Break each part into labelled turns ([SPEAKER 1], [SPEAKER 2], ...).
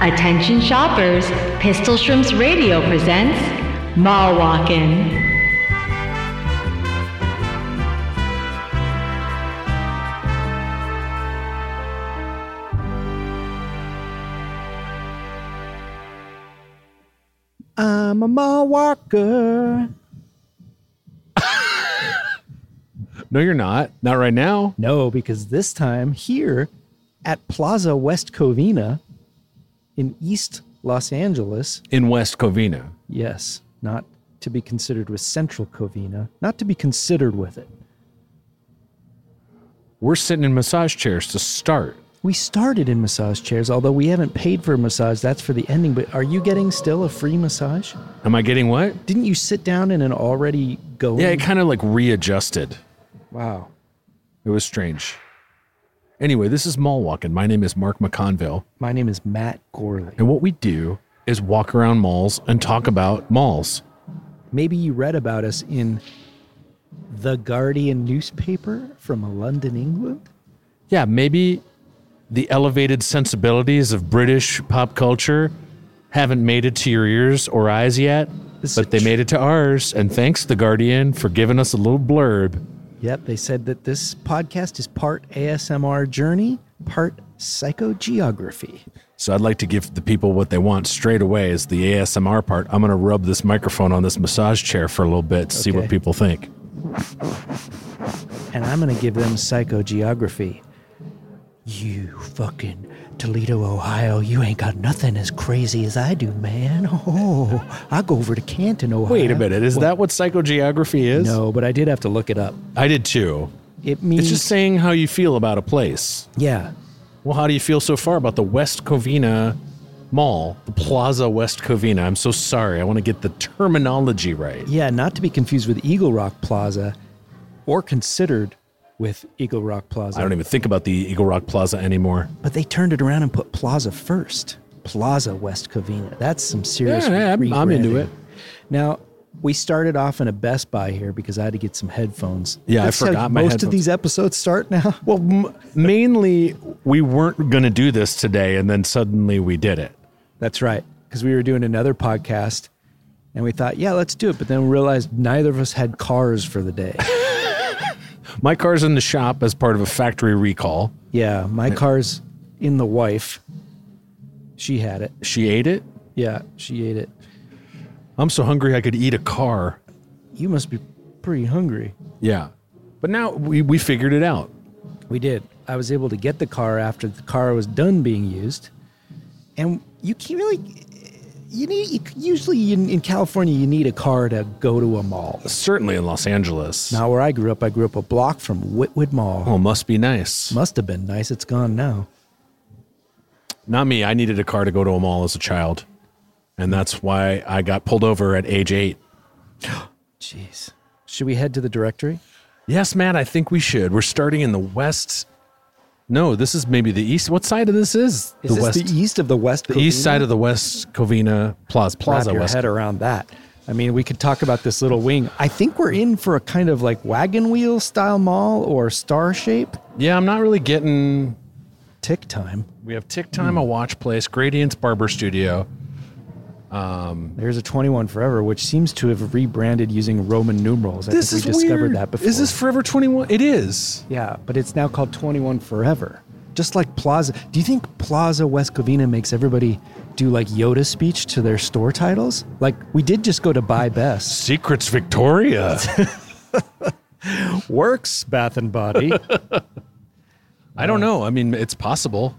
[SPEAKER 1] Attention shoppers, Pistol Shrimps Radio presents Mall Walkin'.
[SPEAKER 2] I'm a mall walker.
[SPEAKER 3] No, you're not. Not right now.
[SPEAKER 2] No, because this time here at Plaza West Covina in East Los Angeles,
[SPEAKER 3] In West Covina.
[SPEAKER 2] yes, not to be considered with Central Covina, not to be considered with it.
[SPEAKER 3] We're sitting in massage chairs to start.
[SPEAKER 2] We started in massage chairs, although we haven't paid for a massage. That's for the ending. But are you getting still a free massage?
[SPEAKER 3] Am I getting what?
[SPEAKER 2] Didn't you sit down in an already going?
[SPEAKER 3] Yeah, it kind of like readjusted.
[SPEAKER 2] wow.
[SPEAKER 3] It was strange. Anyway, this is Mall Walking. My name is Mark McConville.
[SPEAKER 2] My name is Matt Gorley.
[SPEAKER 3] And what we do is walk around malls and talk about malls.
[SPEAKER 2] Maybe you read about us in the Guardian newspaper from London, England.
[SPEAKER 3] Yeah, maybe the elevated sensibilities of British pop culture haven't made it to your ears or eyes yet,
[SPEAKER 2] This is
[SPEAKER 3] but
[SPEAKER 2] a
[SPEAKER 3] they
[SPEAKER 2] tr-
[SPEAKER 3] made it to ours. And thanks, The Guardian, for giving us a little blurb.
[SPEAKER 2] Yep, they said that this podcast is part ASMR journey, part psychogeography.
[SPEAKER 3] So I'd like to give the people what they want straight away is the ASMR part. I'm going to rub this microphone on this massage chair for a little bit to see what
[SPEAKER 2] Okay.
[SPEAKER 3] people think.
[SPEAKER 2] And I'm going to give them psychogeography. You fucking Toledo, Ohio, you ain't got nothing as crazy as I do, man. Oh, I go over to Canton, Ohio.
[SPEAKER 3] Wait a minute. Is that what psychogeography is?
[SPEAKER 2] No, but I did have to look it up.
[SPEAKER 3] I did too.
[SPEAKER 2] It means
[SPEAKER 3] It's just saying how you feel about a place.
[SPEAKER 2] yeah.
[SPEAKER 3] Well, how do you feel so far about the West Covina Mall, the Plaza West Covina? I'm so sorry. I want to get the terminology right.
[SPEAKER 2] Yeah, not to be confused with Eagle Rock Plaza or considered with Eagle Rock Plaza.
[SPEAKER 3] I don't e- even think about the Eagle Rock Plaza anymore.
[SPEAKER 2] But they turned it around and put Plaza first. Plaza West Covina. That's some serious.
[SPEAKER 3] Yeah, yeah, I'm- I'm into
[SPEAKER 2] rebranding.
[SPEAKER 3] it.
[SPEAKER 2] Now, we started off in a Best Buy here because I had to get some headphones.
[SPEAKER 3] Yeah, I
[SPEAKER 2] That's how
[SPEAKER 3] forgot my
[SPEAKER 2] Most of
[SPEAKER 3] headphones.
[SPEAKER 2] these episodes start now.
[SPEAKER 3] Well, m- mainly we weren't going to do this today, and then suddenly we did it.
[SPEAKER 2] That's right, because we were doing another podcast, and we thought, yeah, let's do it. But then we realized neither of us had cars for the day.
[SPEAKER 3] My car's in the shop as part of a factory recall.
[SPEAKER 2] yeah, my car's in the wife. She had it.
[SPEAKER 3] She ate it.
[SPEAKER 2] Yeah, she ate it.
[SPEAKER 3] I'm so hungry I could eat a car.
[SPEAKER 2] You must be pretty hungry.
[SPEAKER 3] Yeah. But now we, we figured it out.
[SPEAKER 2] We did. I was able to get the car after the car was done being used, and you can't really. You need you, usually in, in California you need a car to go to a mall.
[SPEAKER 3] Certainly in Los Angeles.
[SPEAKER 2] Now where I grew up, I grew up a block from Whitwood Mall.
[SPEAKER 3] Oh, must be nice.
[SPEAKER 2] Must have been nice. It's gone now.
[SPEAKER 3] Not me. I needed a car to go to a mall as a child. And that's why I got pulled over at age eight.
[SPEAKER 2] Jeez. Should we head to the directory?
[SPEAKER 3] Yes, Matt, I think we should. We're starting in the west. No, this is maybe the east. What side of this is,
[SPEAKER 2] Is
[SPEAKER 3] the
[SPEAKER 2] this
[SPEAKER 3] west?
[SPEAKER 2] the east of the West?
[SPEAKER 3] The east side of the West Covina Plaza. Plaza
[SPEAKER 2] Wrap your
[SPEAKER 3] West.
[SPEAKER 2] head around that. I mean, we could talk about this little wing. I think we're in for a kind of like wagon wheel style mall or star shape.
[SPEAKER 3] Yeah, I'm not really getting
[SPEAKER 2] Tick time.
[SPEAKER 3] We have Tick Time, a watch place, Gradients Barber Studio.
[SPEAKER 2] There's a 21 Forever, which seems to have rebranded using Roman numerals. I think we discovered that before.
[SPEAKER 3] Is this Forever 21? It is.
[SPEAKER 2] yeah, but it's now called 21 Forever. Just like Plaza. Do you think Plaza West Covina makes everybody do like Yoda speech to their store titles? Like we did just go to Buy Best.
[SPEAKER 3] Secrets Victoria.
[SPEAKER 2] Works, Bath and Body.
[SPEAKER 3] I don't know. I mean, it's possible.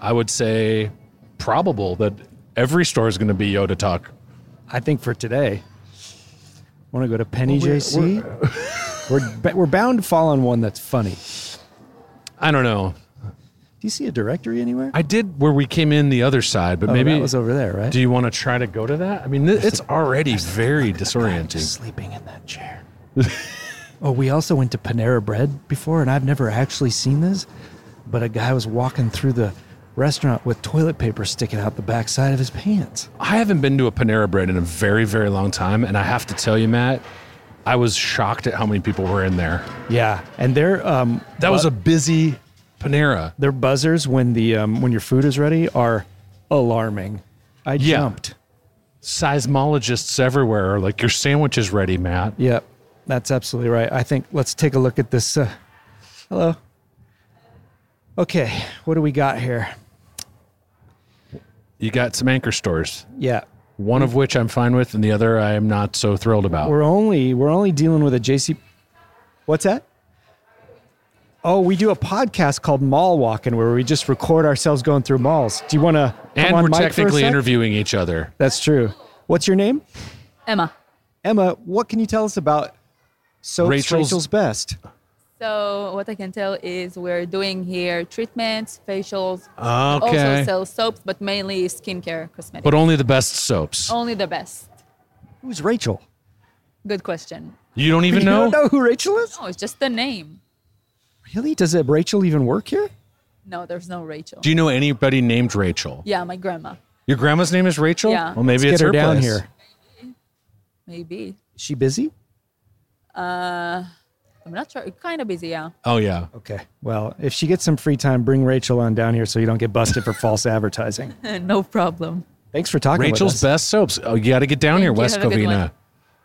[SPEAKER 3] I would say probable that every store is going to be Yoda Talk.
[SPEAKER 2] I think for today. Want to go to Penny JC? We're, ba- we're bound to fall on one that's funny. Do
[SPEAKER 3] I don't know.
[SPEAKER 2] you see a directory anywhere?
[SPEAKER 3] I did where we came in the other side, but
[SPEAKER 2] Oh,
[SPEAKER 3] maybe
[SPEAKER 2] that was over there, right?
[SPEAKER 3] do you want to try to go to that? I mean, th- it's already very disorienting.
[SPEAKER 2] sleeping in that chair. oh, we also went to Panera Bread before, and I've never actually seen this, but a guy was walking through the restaurant with toilet paper sticking out the backside of his pants.
[SPEAKER 3] I haven't been to a Panera Bread in a very, very long time, and I have to tell you, Matt, I was shocked at how many people were in there.
[SPEAKER 2] Yeah, and their um,
[SPEAKER 3] That was a busy Panera.
[SPEAKER 2] their buzzers when the um, when your food is ready are alarming. I
[SPEAKER 3] Yeah.
[SPEAKER 2] jumped.
[SPEAKER 3] Seismologists everywhere are like, "Your sandwich is ready, Matt."
[SPEAKER 2] Yep, that's absolutely right. I think let's take a look at this. Uh, hello. Okay, what do we got here?
[SPEAKER 3] You got some anchor stores,
[SPEAKER 2] Yeah,
[SPEAKER 3] one of which I'm fine with, and the other I am not so thrilled about.
[SPEAKER 2] we're only we're only dealing with a JC. What's that? Oh, we do a podcast called Mall Walking where we just record ourselves going through malls. Do you want to come
[SPEAKER 3] and
[SPEAKER 2] on
[SPEAKER 3] we're
[SPEAKER 2] mic for a
[SPEAKER 3] technically
[SPEAKER 2] sec?
[SPEAKER 3] interviewing each other.
[SPEAKER 2] That's true. What's your name?
[SPEAKER 4] Emma.
[SPEAKER 2] Emma, what can you tell us about Soaps
[SPEAKER 3] Rachel's-
[SPEAKER 2] Rachel's Best?
[SPEAKER 4] So what I can tell is we're doing here treatments, facials,
[SPEAKER 3] Ah, Okay.
[SPEAKER 4] also sell soaps, but mainly skincare, cosmetics.
[SPEAKER 3] But only the best soaps.
[SPEAKER 4] Only the best.
[SPEAKER 2] Who's Rachel?
[SPEAKER 4] Good question.
[SPEAKER 3] You don't even
[SPEAKER 2] You don't
[SPEAKER 3] know?
[SPEAKER 2] know who Rachel is?
[SPEAKER 4] No, it's just the name.
[SPEAKER 2] Really? Does it, Rachel even work here?
[SPEAKER 4] No, there's no Rachel.
[SPEAKER 3] Do you know anybody named Rachel?
[SPEAKER 4] yeah, my grandma.
[SPEAKER 3] Your grandma's name is Rachel?
[SPEAKER 4] Yeah.
[SPEAKER 3] Well, maybe
[SPEAKER 2] Let's
[SPEAKER 3] it's
[SPEAKER 2] get her, down
[SPEAKER 3] place.
[SPEAKER 2] here.
[SPEAKER 4] Maybe.
[SPEAKER 2] Is she busy?
[SPEAKER 4] I'm not sure. Kind of busy, yeah.
[SPEAKER 3] Oh, yeah.
[SPEAKER 2] Okay. Well, if she gets some free time, bring Rachel on down here so you don't get busted for false advertising.
[SPEAKER 4] no problem.
[SPEAKER 2] Thanks for talking
[SPEAKER 3] Rachel's
[SPEAKER 2] with us.
[SPEAKER 3] best soaps. Oh, you got to get down here,
[SPEAKER 4] you.
[SPEAKER 3] West
[SPEAKER 4] Have a good
[SPEAKER 3] Covina.
[SPEAKER 4] one.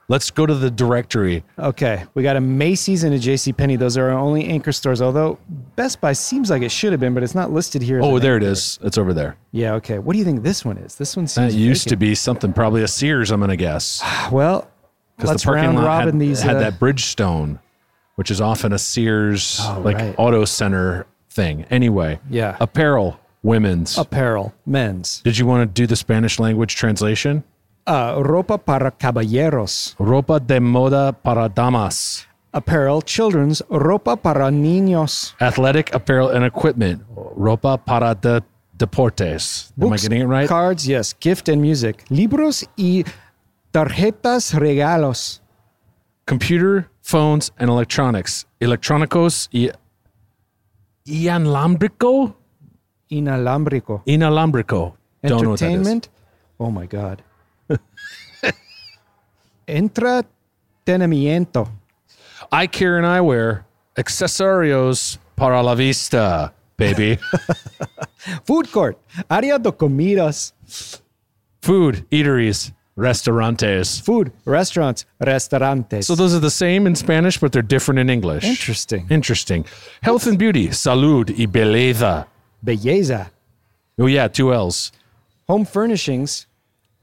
[SPEAKER 3] Let's go to the directory.
[SPEAKER 2] Okay. We got a Macy's and a JCPenney. Those are our only anchor stores, although Best Buy seems like it should have been, but it's not listed here. as
[SPEAKER 3] Oh,
[SPEAKER 2] an
[SPEAKER 3] there it
[SPEAKER 2] anchor.
[SPEAKER 3] is. It's over there.
[SPEAKER 2] Yeah. Okay. What do you think this one is? This one
[SPEAKER 3] That
[SPEAKER 2] seems
[SPEAKER 3] used to
[SPEAKER 2] vacant.
[SPEAKER 3] be something, probably a Sears, I'm going to guess.
[SPEAKER 2] Well,
[SPEAKER 3] Because
[SPEAKER 2] let's round
[SPEAKER 3] had,
[SPEAKER 2] robin these.
[SPEAKER 3] had
[SPEAKER 2] uh,
[SPEAKER 3] that Bridgestone, which is often a Sears like
[SPEAKER 2] Oh, right.
[SPEAKER 3] auto center thing. Anyway,
[SPEAKER 2] Yeah.
[SPEAKER 3] apparel, women's.
[SPEAKER 2] apparel, men's.
[SPEAKER 3] Did you want to do the Spanish language translation?
[SPEAKER 2] Uh, ropa para caballeros.
[SPEAKER 3] Ropa de moda para damas.
[SPEAKER 2] Apparel, children's. Ropa para niños.
[SPEAKER 3] Athletic apparel and equipment. Ropa para de deportes. Am I
[SPEAKER 2] Books,
[SPEAKER 3] getting it right?
[SPEAKER 2] Cards, yes. Gift and music. Libros y tarjetas regalos.
[SPEAKER 3] Computer, phones, and electronics. Electronicos y inalámbrico?
[SPEAKER 2] Inalámbrico.
[SPEAKER 3] Inalámbrico. Don't know what that is.
[SPEAKER 2] Entertainment. Oh my God. Entretenimiento.
[SPEAKER 3] I care and I wear accesorios para la vista, baby.
[SPEAKER 2] Food court. Área de comidas.
[SPEAKER 3] Food, eateries, restaurantes.
[SPEAKER 2] Food. Restaurants. Restaurantes.
[SPEAKER 3] So those are the same in Spanish, but they're different in English.
[SPEAKER 2] Interesting.
[SPEAKER 3] Interesting. Health and beauty, salud y belleza.
[SPEAKER 2] Belleza.
[SPEAKER 3] Oh yeah, two L's.
[SPEAKER 2] Home furnishings.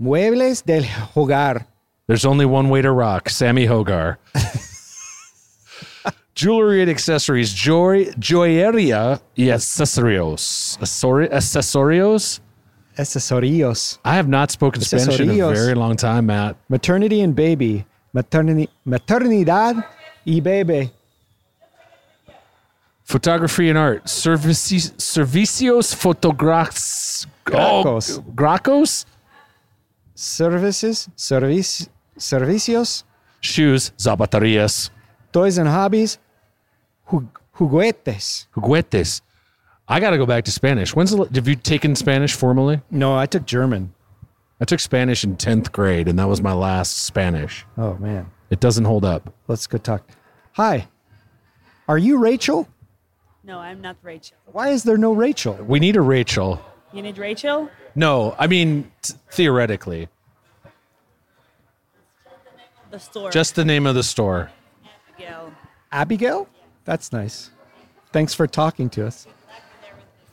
[SPEAKER 2] Muebles del hogar.
[SPEAKER 3] There's only one way to rock, Sammy Hogar. Jewelry and accessories, joy, joyeria y accesorios. Accessori- Accesorios?
[SPEAKER 2] Accesorios.
[SPEAKER 3] I have not spoken Spanish in a
[SPEAKER 2] Accesorios.
[SPEAKER 3] very long time, Matt.
[SPEAKER 2] Maternity and baby. Materni- maternidad y bebé.
[SPEAKER 3] Photography and art. Servici- servicios fotograx.
[SPEAKER 2] Gracos.
[SPEAKER 3] Oh, gracos?
[SPEAKER 2] Services. Service. Servicios.
[SPEAKER 3] Shoes. Zapaterias.
[SPEAKER 2] Toys and hobbies. Ju- juguetes.
[SPEAKER 3] Juguetes. I got to go back to Spanish. When's the, have you taken Spanish formally?
[SPEAKER 2] No, I took German.
[SPEAKER 3] I took Spanish in 10th grade, and that was my last Spanish.
[SPEAKER 2] Oh man,
[SPEAKER 3] It doesn't hold up.
[SPEAKER 2] let's go talk. Hi, are you Rachel?
[SPEAKER 5] No, I'm not Rachel.
[SPEAKER 2] Why is there no Rachel?
[SPEAKER 3] We need a Rachel.
[SPEAKER 5] You need Rachel?
[SPEAKER 3] No, I mean, t- theoretically,
[SPEAKER 5] The store.
[SPEAKER 3] just the name of the store.
[SPEAKER 5] Abigail.
[SPEAKER 2] Abigail? That's nice. Thanks for talking to us.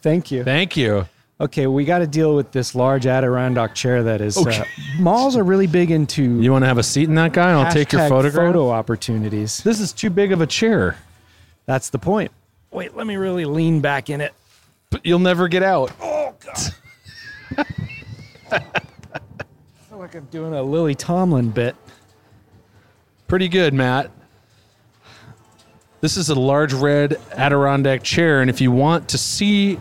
[SPEAKER 2] Thank you.
[SPEAKER 3] Thank you.
[SPEAKER 2] Okay, we got to deal with this large Adirondack chair that is. Uh, malls are really big into
[SPEAKER 3] You want to have a seat in that guy? I'll take your
[SPEAKER 2] hashtag
[SPEAKER 3] photograph.
[SPEAKER 2] photo opportunities.
[SPEAKER 3] This is too big of a chair.
[SPEAKER 2] That's the point. Wait, let me really lean back in it.
[SPEAKER 3] But you'll never get out.
[SPEAKER 2] I feel like I'm doing a Lily Tomlin bit.
[SPEAKER 3] Pretty good, Matt. This is a large red Adirondack chair, and if you want to see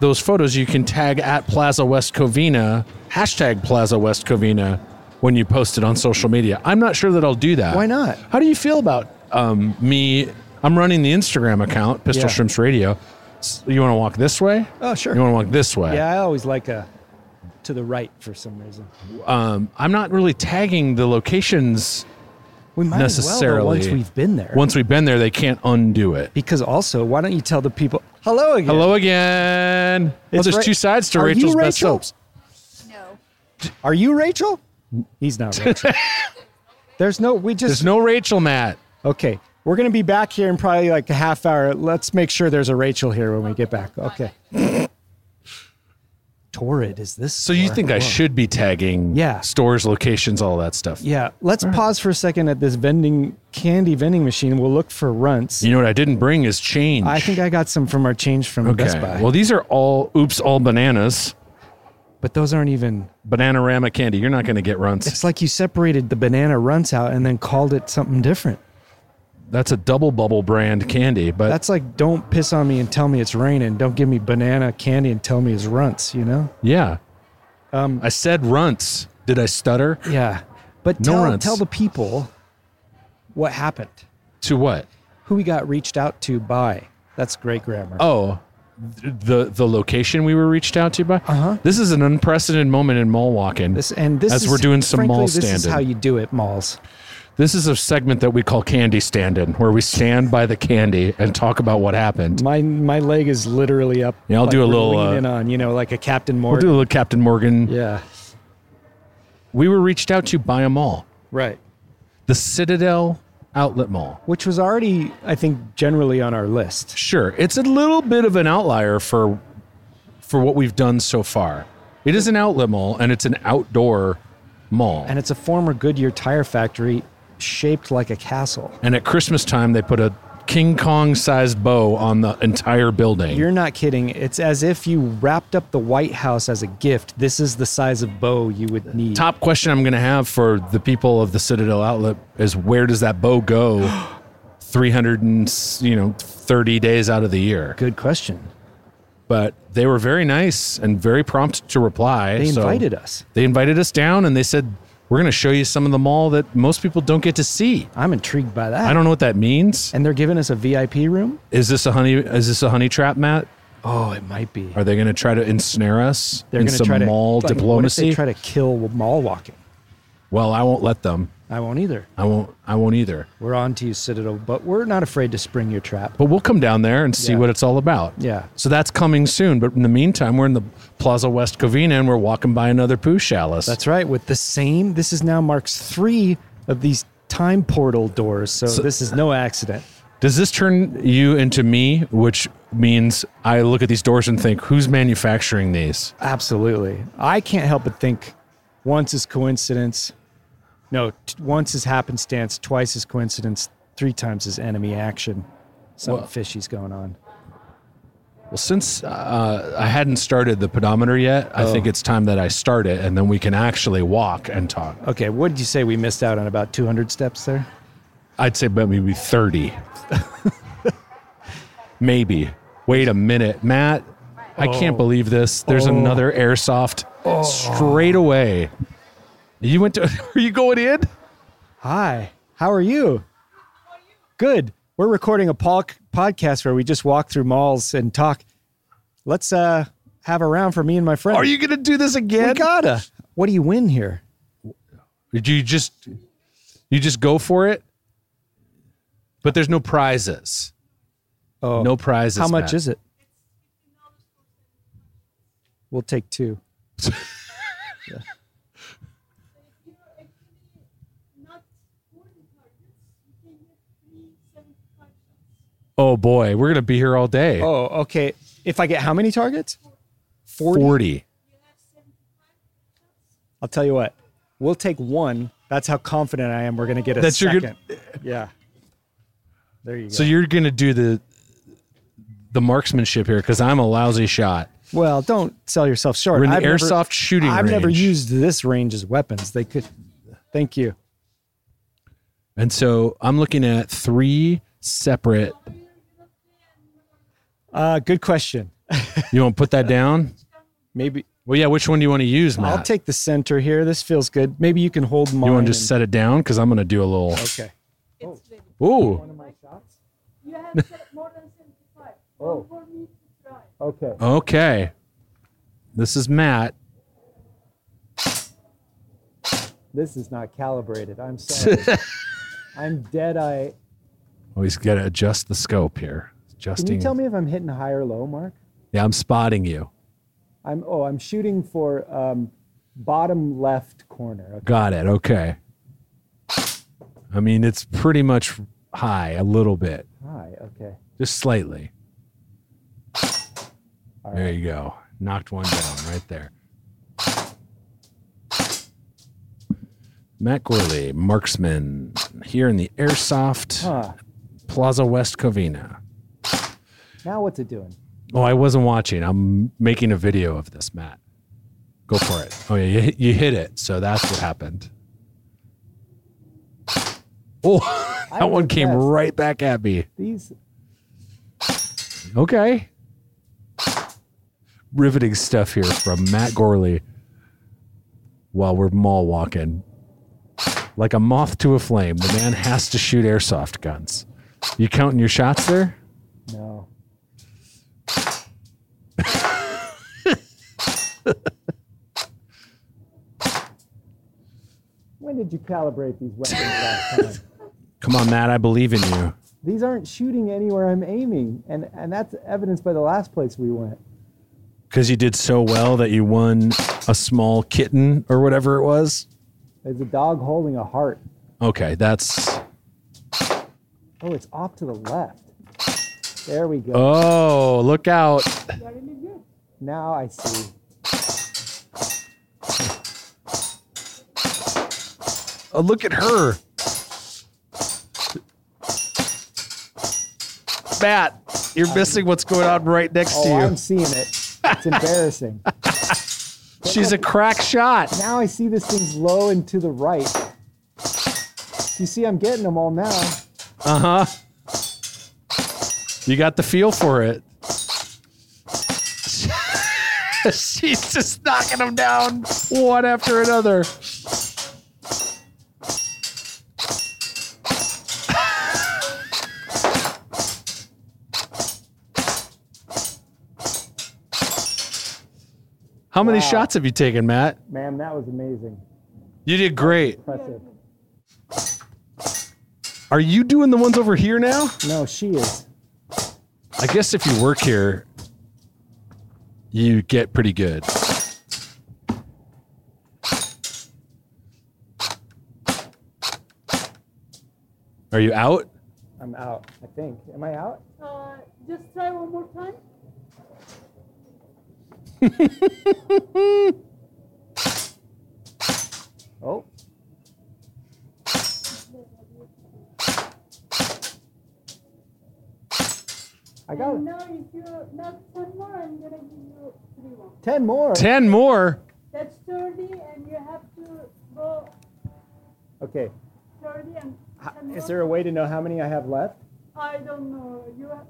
[SPEAKER 3] those photos, you can tag at Plaza West Covina, hashtag Plaza West Covina, when you post it on social media. I'm not sure that I'll do that.
[SPEAKER 2] Why not?
[SPEAKER 3] How do you feel about um, me? I'm running the Instagram account, Pistol
[SPEAKER 2] Yeah.
[SPEAKER 3] Shrimps Radio. S- You want to walk this way?
[SPEAKER 2] Oh, sure.
[SPEAKER 3] You want to walk this way?
[SPEAKER 2] Yeah, I always like a to the right for some reason.
[SPEAKER 3] Um, I'm not really tagging the locations
[SPEAKER 2] We might
[SPEAKER 3] necessarily.
[SPEAKER 2] as well, though, once we've been there.
[SPEAKER 3] Once we've been there, they can't undo it.
[SPEAKER 2] because also, why don't you tell the people hello again?
[SPEAKER 3] Hello again. well,
[SPEAKER 2] It's
[SPEAKER 3] there's
[SPEAKER 2] Ra-
[SPEAKER 3] two sides to
[SPEAKER 2] Are you
[SPEAKER 3] Rachel's best
[SPEAKER 2] Rachel?
[SPEAKER 3] soaps.
[SPEAKER 4] No.
[SPEAKER 2] Are you Rachel? He's not Rachel. There's no. We just
[SPEAKER 3] There's no Rachel, Matt.
[SPEAKER 2] Okay. We're going to be back here in probably like a half hour. Let's make sure there's a Rachel here when we get back. Okay. Torrid is this.
[SPEAKER 3] So you
[SPEAKER 2] store?
[SPEAKER 3] think I
[SPEAKER 2] Whoa.
[SPEAKER 3] should be tagging
[SPEAKER 2] Yeah.
[SPEAKER 3] stores, locations, all that stuff?
[SPEAKER 2] Yeah. Let's pause for a second at this vending candy vending machine. We'll look for runts.
[SPEAKER 3] You know what I didn't bring is change.
[SPEAKER 2] I think I got some from our change from Best Buy.
[SPEAKER 3] Well, these are all oops, all bananas,
[SPEAKER 2] but those aren't even.
[SPEAKER 3] bananarama candy. You're not going to get runts.
[SPEAKER 2] It's like you separated the banana runts out and then called it something different.
[SPEAKER 3] That's a double bubble brand candy, but
[SPEAKER 2] That's like don't piss on me and tell me it's raining. Don't give me banana candy and tell me it's runts. You know.
[SPEAKER 3] yeah.
[SPEAKER 2] Um,
[SPEAKER 3] I said runts. Did I stutter?
[SPEAKER 2] Yeah. But
[SPEAKER 3] No
[SPEAKER 2] tell,
[SPEAKER 3] runs.
[SPEAKER 2] tell the people what happened,
[SPEAKER 3] To what?
[SPEAKER 2] who we got reached out to by. That's great grammar.
[SPEAKER 3] Oh, th- the the location we were reached out to by.
[SPEAKER 2] Uh-huh.
[SPEAKER 3] This is an unprecedented moment in mall walking.
[SPEAKER 2] this and this
[SPEAKER 3] as
[SPEAKER 2] is,
[SPEAKER 3] we're doing some
[SPEAKER 2] frankly,
[SPEAKER 3] mall
[SPEAKER 2] this
[SPEAKER 3] standing.
[SPEAKER 2] is how you do it, malls.
[SPEAKER 3] This is a segment that we call candy stand-in, where we stand by the candy and talk about what happened.
[SPEAKER 2] My my leg is literally up.
[SPEAKER 3] Yeah, I'll do a
[SPEAKER 2] we're
[SPEAKER 3] little, uh,
[SPEAKER 2] leaning on, you know, like a Captain
[SPEAKER 3] We'll
[SPEAKER 2] Morgan.
[SPEAKER 3] do a little Captain Morgan.
[SPEAKER 2] yeah,
[SPEAKER 3] We were reached out to by a mall,
[SPEAKER 2] right.
[SPEAKER 3] the Citadel Outlet Mall.
[SPEAKER 2] Which was already, I think, generally on our list.
[SPEAKER 3] Sure, it's a little bit of an outlier for for what we've done so far. It is an outlet mall and it's an outdoor mall.
[SPEAKER 2] And it's a former Goodyear tire factory shaped like a castle.
[SPEAKER 3] And at Christmas time, they put a King Kong sized bow on the entire building.
[SPEAKER 2] You're not kidding. It's as if you wrapped up the White House as a gift. This is the size of bow you would need.
[SPEAKER 3] Top question I'm going to have for the people of the Citadel Outlet is where does that bow go 300 and, s- you know, 30 days out of the year?
[SPEAKER 2] Good question.
[SPEAKER 3] But they were very nice and very prompt to reply.
[SPEAKER 2] They
[SPEAKER 3] so
[SPEAKER 2] invited us.
[SPEAKER 3] They invited us down and they said, we're going to show you some of the mall that most people don't get to see.
[SPEAKER 2] I'm intrigued by that.
[SPEAKER 3] I don't know what that means.
[SPEAKER 2] And they're giving us a VIP room?
[SPEAKER 3] Is this a honey? Is this a honey trap, Matt?
[SPEAKER 2] Oh, it might be.
[SPEAKER 3] Are they going to try to ensnare us
[SPEAKER 2] They're
[SPEAKER 3] in
[SPEAKER 2] gonna
[SPEAKER 3] some
[SPEAKER 2] try to
[SPEAKER 3] mall
[SPEAKER 2] like, What
[SPEAKER 3] diplomacy?
[SPEAKER 2] if they try to kill mall walking.
[SPEAKER 3] well, I won't let them.
[SPEAKER 2] I won't either.
[SPEAKER 3] I won't. I won't either.
[SPEAKER 2] We're on to you, Citadel, but we're not afraid to spring your trap.
[SPEAKER 3] But we'll come down there and see
[SPEAKER 2] Yeah.
[SPEAKER 3] what it's all about.
[SPEAKER 2] Yeah.
[SPEAKER 3] So that's coming soon. But in the meantime, we're in the Plaza West Covina and we're walking by another poo chalice.
[SPEAKER 2] That's right. With the same, this is now marks three of these time portal doors. So, this is no accident.
[SPEAKER 3] Does this turn you into me? Which means I look at these doors and think, who's manufacturing these?
[SPEAKER 2] Absolutely. I can't help but think once is coincidence. No, t- once is happenstance, twice is coincidence, three times is enemy action. Something
[SPEAKER 3] Well-
[SPEAKER 2] fishy's going on.
[SPEAKER 3] Well, since uh, I hadn't started the pedometer yet, I
[SPEAKER 2] Oh.
[SPEAKER 3] think it's time that I start it, and then we can actually walk and talk.
[SPEAKER 2] Okay, what did you say we missed out on about 200 steps there?
[SPEAKER 3] I'd say about maybe 30. maybe. Wait a minute, Matt. I
[SPEAKER 2] Oh.
[SPEAKER 3] can't believe this. There's another airsoft straight away. You went to Are you going in?
[SPEAKER 2] Hi, how are you? Good. We're recording a pol- podcast where we just walk through malls and talk. Let's uh have a round for me and my friend.
[SPEAKER 3] Are you going to do this
[SPEAKER 2] We
[SPEAKER 3] again?
[SPEAKER 2] gotta. What do you win here?
[SPEAKER 3] Did you just You just go for it? But there's no prizes.
[SPEAKER 2] Oh,
[SPEAKER 3] No prizes.
[SPEAKER 2] How much
[SPEAKER 3] Matt.
[SPEAKER 2] is it? We'll take two.
[SPEAKER 3] Oh boy, we're going to be here all day.
[SPEAKER 2] Oh, okay. If I get how many targets? 40.
[SPEAKER 3] 40.
[SPEAKER 2] I'll tell you what. We'll take one. That's how confident I am we're going to get a
[SPEAKER 3] That's your
[SPEAKER 2] second.
[SPEAKER 3] good-
[SPEAKER 2] yeah. There you go.
[SPEAKER 3] So you're going to do the the marksmanship here cuz I'm a lousy shot.
[SPEAKER 2] well, don't sell yourself short.
[SPEAKER 3] We're in the
[SPEAKER 2] I've never-
[SPEAKER 3] airsoft shooting
[SPEAKER 2] I've never
[SPEAKER 3] range.
[SPEAKER 2] used this range as weapons. They could. Thank you.
[SPEAKER 3] And so I'm looking at three separate.
[SPEAKER 2] Uh, good question.
[SPEAKER 3] You want to put that down?
[SPEAKER 2] Maybe
[SPEAKER 3] Well, yeah. Which one do you want to use, Matt?
[SPEAKER 2] I'll take the center here. This feels good. Maybe you can hold mine.
[SPEAKER 3] You want to just set it down? Because I'm going to do a little.
[SPEAKER 2] and- Okay. Oh.
[SPEAKER 3] Ooh.
[SPEAKER 6] You have said more than 75. Oh. For me to try.
[SPEAKER 2] Okay.
[SPEAKER 3] Okay. This is Matt.
[SPEAKER 2] This is not calibrated. I'm sorry. I'm dead eye.
[SPEAKER 3] Oh, he's got to adjust the scope here.
[SPEAKER 2] Can
[SPEAKER 3] Adjusting.
[SPEAKER 2] you tell me if I'm hitting high or low, Mark?
[SPEAKER 3] Yeah, I'm spotting you.
[SPEAKER 2] I'm oh, I'm shooting for um, bottom left corner. Okay.
[SPEAKER 3] Got it. Okay. I mean, it's pretty much high, a little bit,
[SPEAKER 2] High. Okay.
[SPEAKER 3] just slightly.
[SPEAKER 2] All
[SPEAKER 3] There
[SPEAKER 2] right.
[SPEAKER 3] you go. Knocked one down right there. Matt Gourley, marksman here in the Airsoft
[SPEAKER 2] Huh.
[SPEAKER 3] Plaza West Covina.
[SPEAKER 2] Now what's it doing?
[SPEAKER 3] Oh, I wasn't watching. I'm making a video of this, Matt. Go for it. Oh, yeah, you, hit- you hit it. So that's what happened. Oh, that
[SPEAKER 2] I'm
[SPEAKER 3] one came
[SPEAKER 2] impressed.
[SPEAKER 3] right back at me.
[SPEAKER 2] These.
[SPEAKER 3] Okay. Riveting stuff here from Matt Gorley while we're mall walking. Like a moth to a flame, the man has to shoot airsoft guns. You counting your shots there?
[SPEAKER 2] No. when did you calibrate these weapons last time?
[SPEAKER 3] Come on, Matt, I believe in you.
[SPEAKER 2] These aren't shooting anywhere I'm aiming, and and that's evidenced by the last place we went.
[SPEAKER 3] Because you did so well that you won a small kitten or whatever it was.
[SPEAKER 2] There's a dog holding a heart.
[SPEAKER 3] Okay, that's.
[SPEAKER 2] Oh, it's off to the left. There we go.
[SPEAKER 3] Oh, look out.
[SPEAKER 2] Now I see.
[SPEAKER 3] Oh, look at her. Matt, you're missing what's going on right next
[SPEAKER 2] Oh,
[SPEAKER 3] to you.
[SPEAKER 2] I'm seeing it. It's embarrassing.
[SPEAKER 3] She's a crack shot.
[SPEAKER 2] now I see this thing's low and to the right. You see, I'm getting them all now.
[SPEAKER 3] Uh huh. You got the feel for it. She's just knocking them down one after another. How many shots have you taken, Matt?
[SPEAKER 2] Man, that was amazing.
[SPEAKER 3] You did great.
[SPEAKER 2] Impressive.
[SPEAKER 3] Are you doing the ones over here now?
[SPEAKER 2] No, she is.
[SPEAKER 3] I guess if you work here, you get pretty good. Are you out?
[SPEAKER 2] I'm out, I think. Am I out?
[SPEAKER 6] Uh, just try one more time.
[SPEAKER 2] Oh. I got
[SPEAKER 6] And now if you're not 10 more, I'm going to give you 3 more.
[SPEAKER 2] 10 more.
[SPEAKER 3] 10 more.
[SPEAKER 6] That's 30 and you have to go
[SPEAKER 2] Okay.
[SPEAKER 6] 30 and 10
[SPEAKER 2] Is
[SPEAKER 6] more.
[SPEAKER 2] there a way to know how many I have left?
[SPEAKER 6] I don't know. You have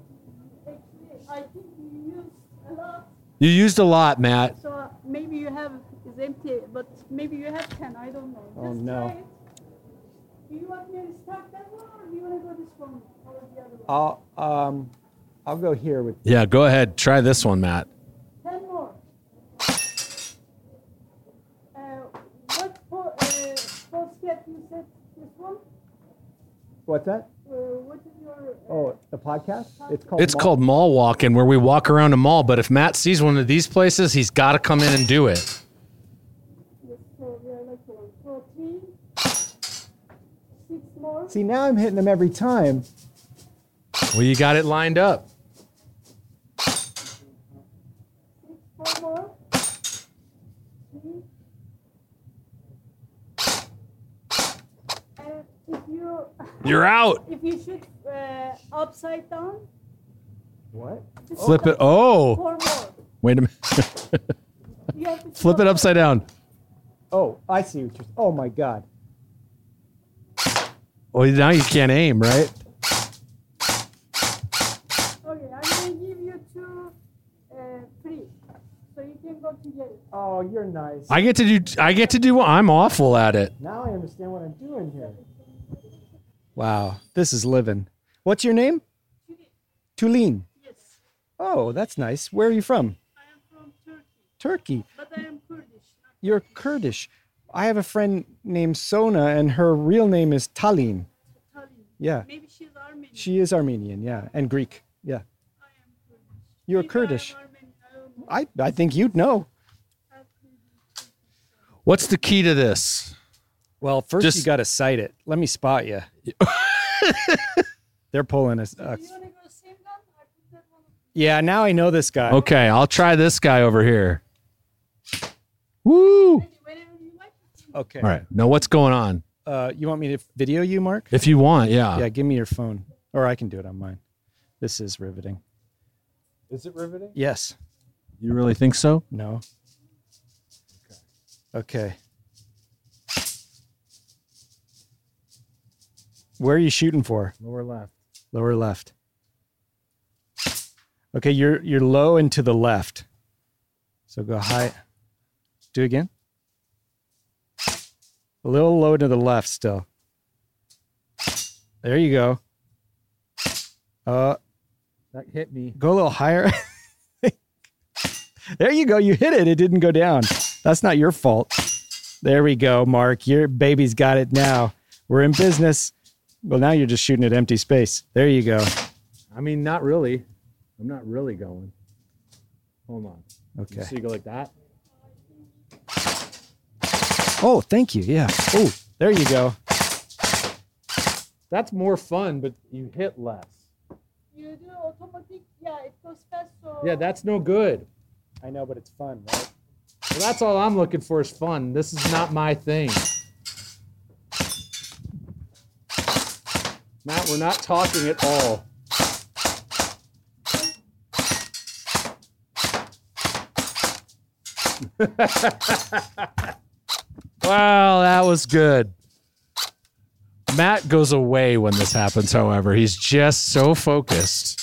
[SPEAKER 6] actually, I think you used a lot.
[SPEAKER 3] You used a lot, Matt.
[SPEAKER 6] So uh, maybe you have is empty, but maybe you have 10. I don't know.
[SPEAKER 2] Oh,
[SPEAKER 6] Just
[SPEAKER 2] no.
[SPEAKER 6] Try it. Do you want me to start that one or do you want to go this one or the other one?
[SPEAKER 2] I'll um I'll go here with
[SPEAKER 3] Yeah, go ahead. Try this one, Matt.
[SPEAKER 6] 10 more. Uh, what for, uh, post get you said this one?
[SPEAKER 2] what's that?
[SPEAKER 6] Uh, what is your. Uh,
[SPEAKER 2] Oh, the podcast? It's called
[SPEAKER 3] It's
[SPEAKER 2] Mall-
[SPEAKER 3] called mall walking, where we walk around a mall. But if Matt sees one of these places, he's got to come in and do it.
[SPEAKER 6] Yes, so we are like for, for three, six more.
[SPEAKER 2] See, now I'm hitting them every time.
[SPEAKER 3] Well, you got it lined up.
[SPEAKER 6] One more. Three. And Uh, if you
[SPEAKER 3] You're out.
[SPEAKER 6] if you shoot uh, upside down,
[SPEAKER 2] What?
[SPEAKER 6] just
[SPEAKER 3] Flip it.
[SPEAKER 6] count
[SPEAKER 3] Oh,
[SPEAKER 6] Four more.
[SPEAKER 3] wait a minute.
[SPEAKER 6] You have to
[SPEAKER 3] Flip it
[SPEAKER 6] count
[SPEAKER 3] upside down.
[SPEAKER 2] Oh, I see. What you're, oh my God.
[SPEAKER 3] Well, now you can't aim, right?
[SPEAKER 6] Okay, I'm gonna give you two uh, free, so you can go to get it.
[SPEAKER 7] Oh, you're nice.
[SPEAKER 3] I get to do. I get to do. I'm awful at it.
[SPEAKER 7] now I understand what I'm doing here.
[SPEAKER 2] Wow, this is living. What's your name? Tulin.
[SPEAKER 6] Yes,
[SPEAKER 2] Oh, that's nice. Where are you from?
[SPEAKER 6] I am from Turkey,
[SPEAKER 2] Turkey.
[SPEAKER 6] but I am Kurdish.
[SPEAKER 2] You're Kurdish. I have a friend named Sona, and her real name is Talin.
[SPEAKER 6] Italian.
[SPEAKER 2] Yeah,
[SPEAKER 6] Maybe she's Armenian.
[SPEAKER 2] she is Armenian. Yeah, and Greek. Yeah,
[SPEAKER 6] I am Kurdish.
[SPEAKER 2] you're
[SPEAKER 6] Maybe
[SPEAKER 2] Kurdish.
[SPEAKER 6] I am Armenian. I don't know.
[SPEAKER 2] I I think you'd know.
[SPEAKER 3] What's the key to this?
[SPEAKER 2] Well, first you
[SPEAKER 3] Just-
[SPEAKER 2] got to sight it. Let me spot you. They're pulling us. Uh,
[SPEAKER 6] You wanna go same gun? I put that one.
[SPEAKER 2] yeah, now I know this guy.
[SPEAKER 3] Okay, I'll try this guy over here. Woo! All
[SPEAKER 6] Whenever you like. you can-
[SPEAKER 2] Okay.
[SPEAKER 3] right, now what's going on?
[SPEAKER 2] Uh, you want me to video you, Mark?
[SPEAKER 3] If you want, yeah.
[SPEAKER 2] Yeah, give me your phone, or I can do it on mine. This is riveting.
[SPEAKER 7] Is it riveting?
[SPEAKER 2] Yes.
[SPEAKER 3] You really think so?
[SPEAKER 2] No. Okay. Where are you shooting for?
[SPEAKER 7] Lower left.
[SPEAKER 2] Lower left. Okay, you're you're low and to the left. So go high. Do it again. A little low to the left still. There you go. Uh
[SPEAKER 7] That hit me.
[SPEAKER 2] go a little higher. there you go. You hit it. It didn't go down. That's not your fault. There we go, Mark. Your baby's got it now. We're in business. Well, now you're just shooting at empty space. There you go.
[SPEAKER 3] I mean, not really. I'm not really going. Hold on.
[SPEAKER 2] Okay.
[SPEAKER 3] you go like that.
[SPEAKER 2] Oh, thank you. Yeah. Oh, there you go.
[SPEAKER 3] That's more fun, but you hit less.
[SPEAKER 6] You do automatic. Yeah, it goes fast. So
[SPEAKER 3] that's no good.
[SPEAKER 7] I know, but it's fun, right?
[SPEAKER 3] Well, that's all I'm looking for is fun. This is not my thing. Matt, we're not talking at all. wow, that was good. Matt goes away when this happens, however. He's just so focused.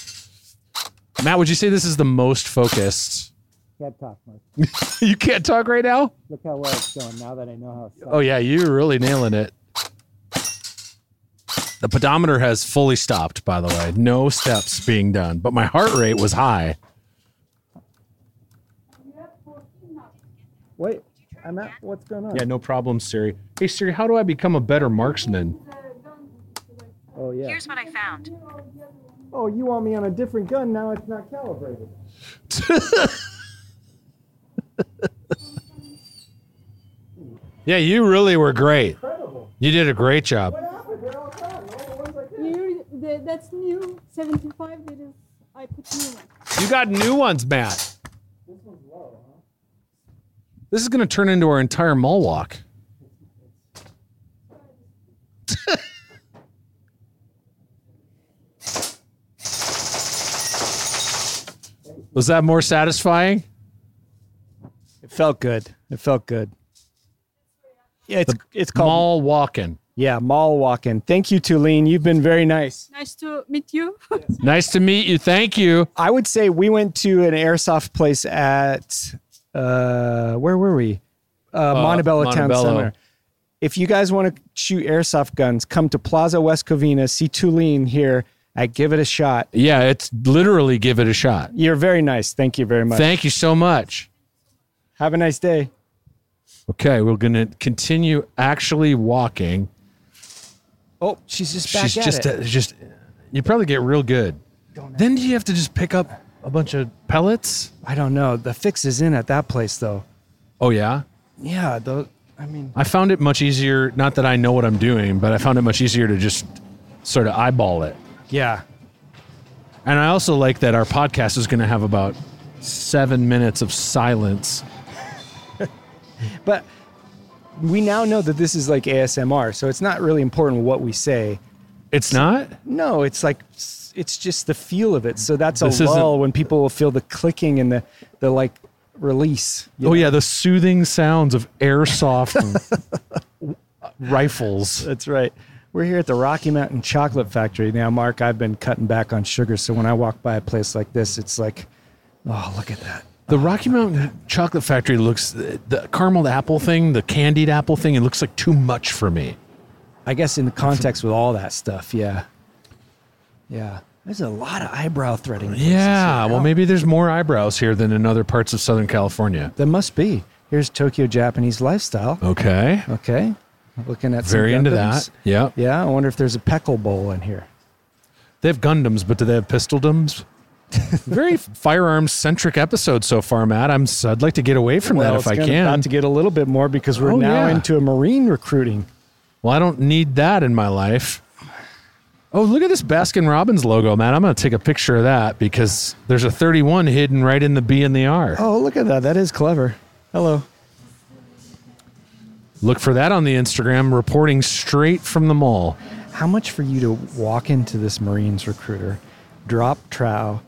[SPEAKER 3] Matt, would you say this is the most focused?
[SPEAKER 7] Can't talk much.
[SPEAKER 3] You can't talk right now?
[SPEAKER 7] Look how well it's going now that I know how it's
[SPEAKER 3] Oh yeah, you're really nailing it. The pedometer has fully stopped, by the way. No steps being done, but my heart rate was high.
[SPEAKER 7] Wait, I'm at, what's going on?
[SPEAKER 3] Yeah, no problem, Siri. Hey Siri, how do I become a better marksman?
[SPEAKER 7] Oh, yeah.
[SPEAKER 8] Here's what I found.
[SPEAKER 7] Oh, you want me on a different gun. Now it's not calibrated.
[SPEAKER 3] Yeah, you really were great. You did a great job.
[SPEAKER 6] You, the, that's new. 75. That is. I put new one.
[SPEAKER 3] You got new ones, Matt. This is going to turn into our entire mall walk. Was that more satisfying?
[SPEAKER 2] It felt good. It felt good. Yeah, it's it's called
[SPEAKER 3] Mall walking.
[SPEAKER 2] yeah mall walking. Thank you, Tulene. You've been very nice.
[SPEAKER 6] Nice to meet you.
[SPEAKER 3] Nice to meet you. Thank you.
[SPEAKER 2] I would say we went to an airsoft place at uh where were we? Uh, Montebello, Town
[SPEAKER 3] Montebello.
[SPEAKER 2] Center. If you guys want to shoot airsoft guns, come to Plaza West Covina. See Tulene here at Give It a Shot.
[SPEAKER 3] Yeah, it's literally give it a shot.
[SPEAKER 2] You're very nice. Thank you very much.
[SPEAKER 3] Thank you so much.
[SPEAKER 2] Have a nice day.
[SPEAKER 3] Okay, we're going to continue actually walking.
[SPEAKER 2] Oh, she's just back
[SPEAKER 3] She's
[SPEAKER 2] at
[SPEAKER 3] just
[SPEAKER 2] it.
[SPEAKER 3] uh, just you probably get real good. Then do you have to just pick up a bunch of pellets?
[SPEAKER 2] I don't know. The fix is in at that place, though.
[SPEAKER 3] Oh yeah.
[SPEAKER 2] Yeah, though. I mean,
[SPEAKER 3] I found it much easier, not that I know what I'm doing, but I found it much easier to just sort of eyeball it.
[SPEAKER 2] yeah,
[SPEAKER 3] And I also like that our podcast is going to have about 7 minutes of silence.
[SPEAKER 2] but we now know that this is like ASMR, so it's not really important what we say.
[SPEAKER 3] It's not?
[SPEAKER 2] No, it's like it's just the feel of it. So that's a
[SPEAKER 3] This isn't-
[SPEAKER 2] lull when people will feel the clicking and the the like release. you
[SPEAKER 3] Oh
[SPEAKER 2] know?
[SPEAKER 3] yeah, the soothing sounds of airsoft rifles.
[SPEAKER 2] that's right. We're here at the Rocky Mountain Chocolate Factory. Now, Mark, I've been cutting back on sugar, so when I walk by a place like this, it's like, oh, look at that.
[SPEAKER 3] The Rocky Mountain Chocolate Factory looks the caramel apple thing, the candied apple thing. It looks like too much for me.
[SPEAKER 2] I guess in the context with all that stuff, yeah. Yeah. There's a lot of eyebrow threading. places
[SPEAKER 3] Yeah,
[SPEAKER 2] here.
[SPEAKER 3] well, maybe there's more eyebrows here than in other parts of Southern California.
[SPEAKER 2] There must be. Here's Tokyo Japanese lifestyle.
[SPEAKER 3] Okay,
[SPEAKER 2] Okay. Looking at some
[SPEAKER 3] Oh. very into
[SPEAKER 2] Gundams.
[SPEAKER 3] that. Yeah,
[SPEAKER 2] Yeah, I wonder if there's a peckle bowl in here.
[SPEAKER 3] they have Gundams, but do they have pistoldoms? very firearms centric episode so far, Matt. I'm. s- I'd like to get away from
[SPEAKER 2] well,
[SPEAKER 3] that
[SPEAKER 2] it's
[SPEAKER 3] if I
[SPEAKER 2] gonna-
[SPEAKER 3] can.
[SPEAKER 2] About to get a little bit more because we're
[SPEAKER 3] Oh,
[SPEAKER 2] now
[SPEAKER 3] yeah.
[SPEAKER 2] into a marine recruiting.
[SPEAKER 3] well, I don't need that in my life. Oh, look at this Baskin Robbins logo, man. I'm going to take a picture of that because there's a 31 hidden right in the B and the R.
[SPEAKER 2] Oh, look at that. That is clever. Hello.
[SPEAKER 3] Look for that on the Instagram, reporting straight from the mall.
[SPEAKER 2] How much for you to walk into this Marines recruiter, drop trow,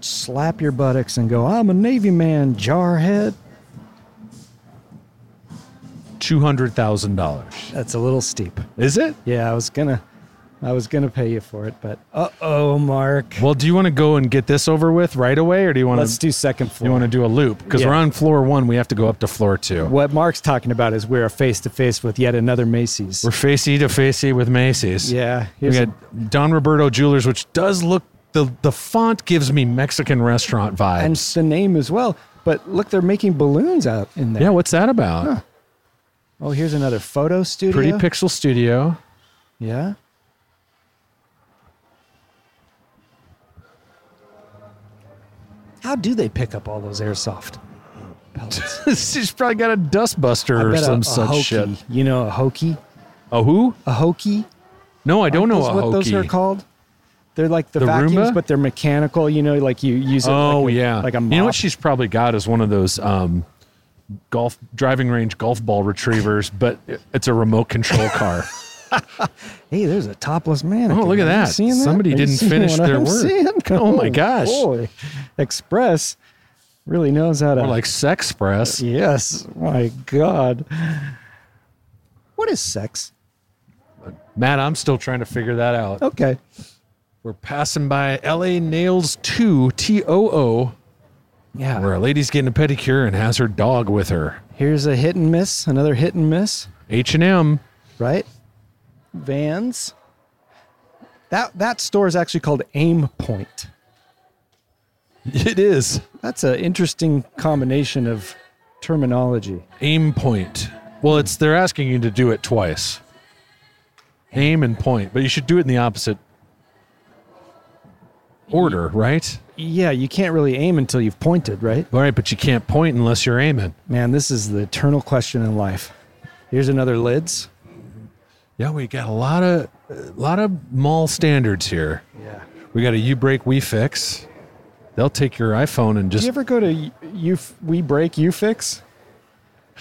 [SPEAKER 2] slap your buttocks, and go, I'm a Navy man, jarhead?
[SPEAKER 3] $200,000.
[SPEAKER 2] That's a little steep.
[SPEAKER 3] Is it?
[SPEAKER 2] Yeah, I was gonna, I was gonna pay you for it, but uh oh, Mark.
[SPEAKER 3] Well, do you want to go and get this over with right away, or do you want
[SPEAKER 2] Let's
[SPEAKER 3] to
[SPEAKER 2] do second floor.
[SPEAKER 3] you want to do a loop? Because
[SPEAKER 2] Yeah.
[SPEAKER 3] we're on floor one, we have to go up to floor two.
[SPEAKER 2] what Mark's talking about is we're face to face with yet another Macy's.
[SPEAKER 3] We're facey to facey with Macy's.
[SPEAKER 2] yeah,
[SPEAKER 3] we
[SPEAKER 2] here's
[SPEAKER 3] got
[SPEAKER 2] a-
[SPEAKER 3] Don Roberto Jewelers, which does look the the font gives me Mexican restaurant vibes.
[SPEAKER 2] and the name as well. But look, they're making balloons out in there.
[SPEAKER 3] yeah, what's that about?
[SPEAKER 2] Oh, here's another photo studio.
[SPEAKER 3] Pretty Pixel Studio.
[SPEAKER 2] Yeah. How do they pick up all those airsoft pellets?
[SPEAKER 3] She's probably got a dustbuster
[SPEAKER 2] I
[SPEAKER 3] or
[SPEAKER 2] bet
[SPEAKER 3] some
[SPEAKER 2] a,
[SPEAKER 3] such
[SPEAKER 2] a hokey.
[SPEAKER 3] shit.
[SPEAKER 2] You know a hokey?
[SPEAKER 3] A who?
[SPEAKER 2] A hokey?
[SPEAKER 3] No, I don't know
[SPEAKER 2] Those-
[SPEAKER 3] a
[SPEAKER 2] what
[SPEAKER 3] hokey.
[SPEAKER 2] those are called. They're like the,
[SPEAKER 3] The
[SPEAKER 2] vacuums,
[SPEAKER 3] Roomba?
[SPEAKER 2] but they're mechanical. You know, like you use it.
[SPEAKER 3] Oh
[SPEAKER 2] like a,
[SPEAKER 3] yeah,
[SPEAKER 2] like a
[SPEAKER 3] you know
[SPEAKER 2] mop.
[SPEAKER 3] what she's probably got is one of those um, golf driving range golf ball retrievers, but it- it's a remote control car.
[SPEAKER 2] hey, there's a topless man.
[SPEAKER 3] oh, look at that!
[SPEAKER 2] Seeing that?
[SPEAKER 3] Somebody
[SPEAKER 2] Are you
[SPEAKER 3] didn't
[SPEAKER 2] seeing
[SPEAKER 3] finish
[SPEAKER 2] what
[SPEAKER 3] their
[SPEAKER 2] I'm
[SPEAKER 3] work.
[SPEAKER 2] seeing?
[SPEAKER 3] Oh my gosh!
[SPEAKER 2] boy. Express really knows how to.
[SPEAKER 3] Or like sex press.
[SPEAKER 2] yes, my God. What is sex?
[SPEAKER 3] Matt, I'm still trying to figure that out.
[SPEAKER 2] Okay.
[SPEAKER 3] We're passing by L.A. Nails Two T O O,
[SPEAKER 2] Yeah.
[SPEAKER 3] where a lady's getting a pedicure and has her dog with her.
[SPEAKER 2] Here's a hit and miss, another hit and miss,
[SPEAKER 3] H and M.
[SPEAKER 2] right? Vans. That that store is actually called Aim Point.
[SPEAKER 3] It is
[SPEAKER 2] That's an interesting combination of terminology.
[SPEAKER 3] aim point. Well, it's they're asking you to do it twice. Aim and point, but you should do it in the opposite order, right?
[SPEAKER 2] Yeah, you can't really aim until you've pointed, right?
[SPEAKER 3] All right, but you can't point unless you're aiming.
[SPEAKER 2] Man, this is the eternal question in life. Here's another lids.
[SPEAKER 3] Yeah, we got a lot of a lot of mall standards here.
[SPEAKER 2] Yeah.
[SPEAKER 3] We got a you break, we fix. They'll take your iPhone and
[SPEAKER 2] Do
[SPEAKER 3] just
[SPEAKER 2] you ever go to Y- you F- we break you fix?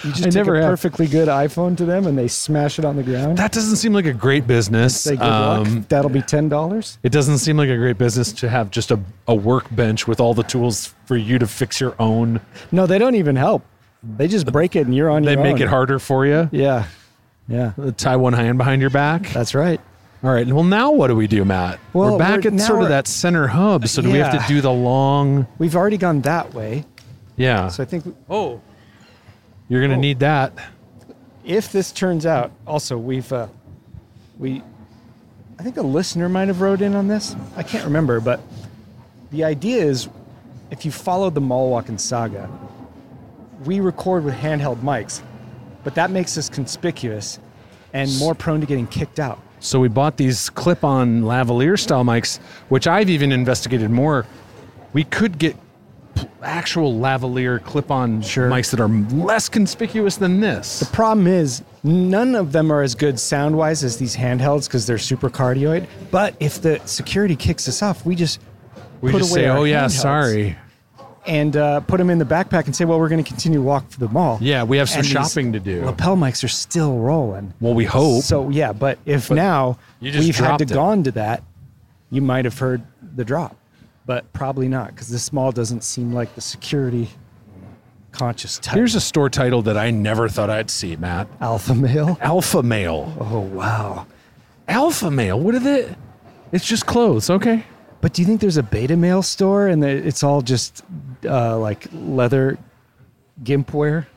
[SPEAKER 2] You just
[SPEAKER 3] I
[SPEAKER 2] take
[SPEAKER 3] never
[SPEAKER 2] a
[SPEAKER 3] have.
[SPEAKER 2] perfectly good iPhone to them and they smash it on the ground.
[SPEAKER 3] that doesn't seem like a great business.
[SPEAKER 2] Say good
[SPEAKER 3] um,
[SPEAKER 2] luck. That'll be ten dollars.
[SPEAKER 3] It doesn't seem like a great business to have just a, a workbench with all the tools for you to fix your own.
[SPEAKER 2] No, they don't even help. They just break it and you're on
[SPEAKER 3] They
[SPEAKER 2] your own.
[SPEAKER 3] make it harder for you.
[SPEAKER 2] Yeah. Yeah.
[SPEAKER 3] tie one hand behind your back.
[SPEAKER 2] That's right.
[SPEAKER 3] All right. Well, now what do we do, Matt?
[SPEAKER 2] Uh, Well,
[SPEAKER 3] we're back
[SPEAKER 2] we're-
[SPEAKER 3] at
[SPEAKER 2] now
[SPEAKER 3] sort of
[SPEAKER 2] we're-
[SPEAKER 3] that center hub. So do we have
[SPEAKER 2] Yeah.
[SPEAKER 3] to do the long?
[SPEAKER 2] We've already gone that way.
[SPEAKER 3] Yeah.
[SPEAKER 2] So I think
[SPEAKER 3] oh, you're gonna need that.
[SPEAKER 2] if this turns out, also we've uh, we, I think a listener might have wrote in on this. I can't remember, but the idea is, if you follow the Mallwalkin saga, we record with handheld mics, but that makes us conspicuous and more prone to getting kicked out.
[SPEAKER 3] So we bought these clip-on lavalier style mics, which I've even investigated more. We could get p- actual lavalier clip-on
[SPEAKER 2] Sure.
[SPEAKER 3] mics that are less conspicuous than this.
[SPEAKER 2] Problem is, none of them are as good sound wise as these handhelds because they're super cardioid. But if the security kicks us off, we just
[SPEAKER 3] We
[SPEAKER 2] put
[SPEAKER 3] just
[SPEAKER 2] away
[SPEAKER 3] say,
[SPEAKER 2] our
[SPEAKER 3] "Oh yeah,
[SPEAKER 2] handhelds."
[SPEAKER 3] sorry."
[SPEAKER 2] and uh, put them in the backpack and say, well, we're going to continue to walk to the mall.
[SPEAKER 3] Yeah, we have some
[SPEAKER 2] And these
[SPEAKER 3] shopping to do.
[SPEAKER 2] Lapel mics are still rolling.
[SPEAKER 3] Well, we hope.
[SPEAKER 2] So, yeah, but if now
[SPEAKER 3] you just
[SPEAKER 2] we've had
[SPEAKER 3] dropped
[SPEAKER 2] to
[SPEAKER 3] it.
[SPEAKER 2] gone to that, you might have heard the drop, but probably not because this mall doesn't seem like the security conscious type.
[SPEAKER 3] Here's a store title that I never thought I'd see, Matt.
[SPEAKER 2] Alpha Male.
[SPEAKER 3] Alpha Male.
[SPEAKER 2] Oh, wow.
[SPEAKER 3] alpha male. What are they? It's just clothes. Okay.
[SPEAKER 2] But do you think there's a beta male store and that it's all just uh, like leather gimp wear?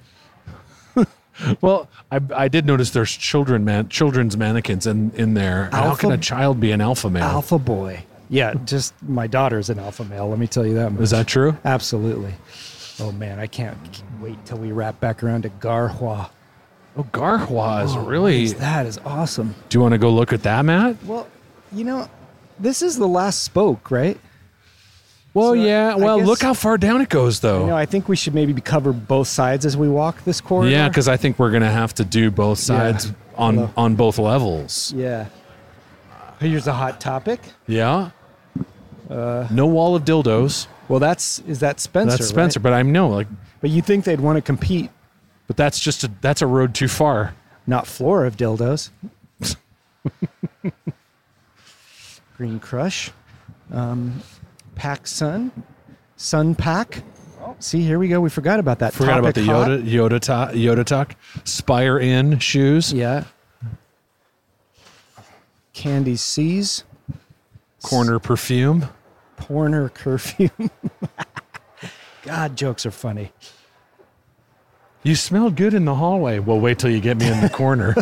[SPEAKER 3] Well, I, I did notice there's children man children's mannequins in in there. And How can
[SPEAKER 2] Alpha-
[SPEAKER 3] a child be an alpha male?
[SPEAKER 2] Alpha boy. Yeah, just my daughter's an alpha male. Let me tell you that much.
[SPEAKER 3] Is that true?
[SPEAKER 2] Absolutely. Oh man, I can't wait till we wrap back around to Garhwa.
[SPEAKER 3] Oh, Garhwa is
[SPEAKER 2] Oh, what
[SPEAKER 3] really.
[SPEAKER 2] is that is awesome.
[SPEAKER 3] Do you want to go look at that, Matt?
[SPEAKER 2] Well, you know, this is the last spoke, right?
[SPEAKER 3] Well,
[SPEAKER 2] So,
[SPEAKER 3] yeah.
[SPEAKER 2] I
[SPEAKER 3] Well, look
[SPEAKER 2] guess-
[SPEAKER 3] how far down it goes,
[SPEAKER 2] You know,
[SPEAKER 3] though.
[SPEAKER 2] I think we should maybe cover both sides as we walk this corridor.
[SPEAKER 3] yeah, because I think we're gonna have to do both sides on
[SPEAKER 2] Hello.
[SPEAKER 3] on both levels.
[SPEAKER 2] yeah. Here's a hot topic.
[SPEAKER 3] Yeah. no wall of dildos.
[SPEAKER 2] Well, that's is that Spencer?
[SPEAKER 3] That's Spencer,
[SPEAKER 2] right?
[SPEAKER 3] but I know like,
[SPEAKER 2] But you think they'd want to compete?
[SPEAKER 3] but that's just a, that's a road too far.
[SPEAKER 2] Not floor of dildos. Green Crush, um, Pack Sun, Sun Pack. See, here we go. We forgot about that.
[SPEAKER 3] Forgot about
[SPEAKER 2] Topic
[SPEAKER 3] the
[SPEAKER 2] hot.
[SPEAKER 3] Yoda Yoda talk, Yoda talk. Spire in shoes.
[SPEAKER 2] Yeah. Candy Seas,
[SPEAKER 3] Corner perfume.
[SPEAKER 2] Porner Curfew. God, jokes are funny.
[SPEAKER 3] You smelled good in the hallway. Well, wait till you get me in the corner.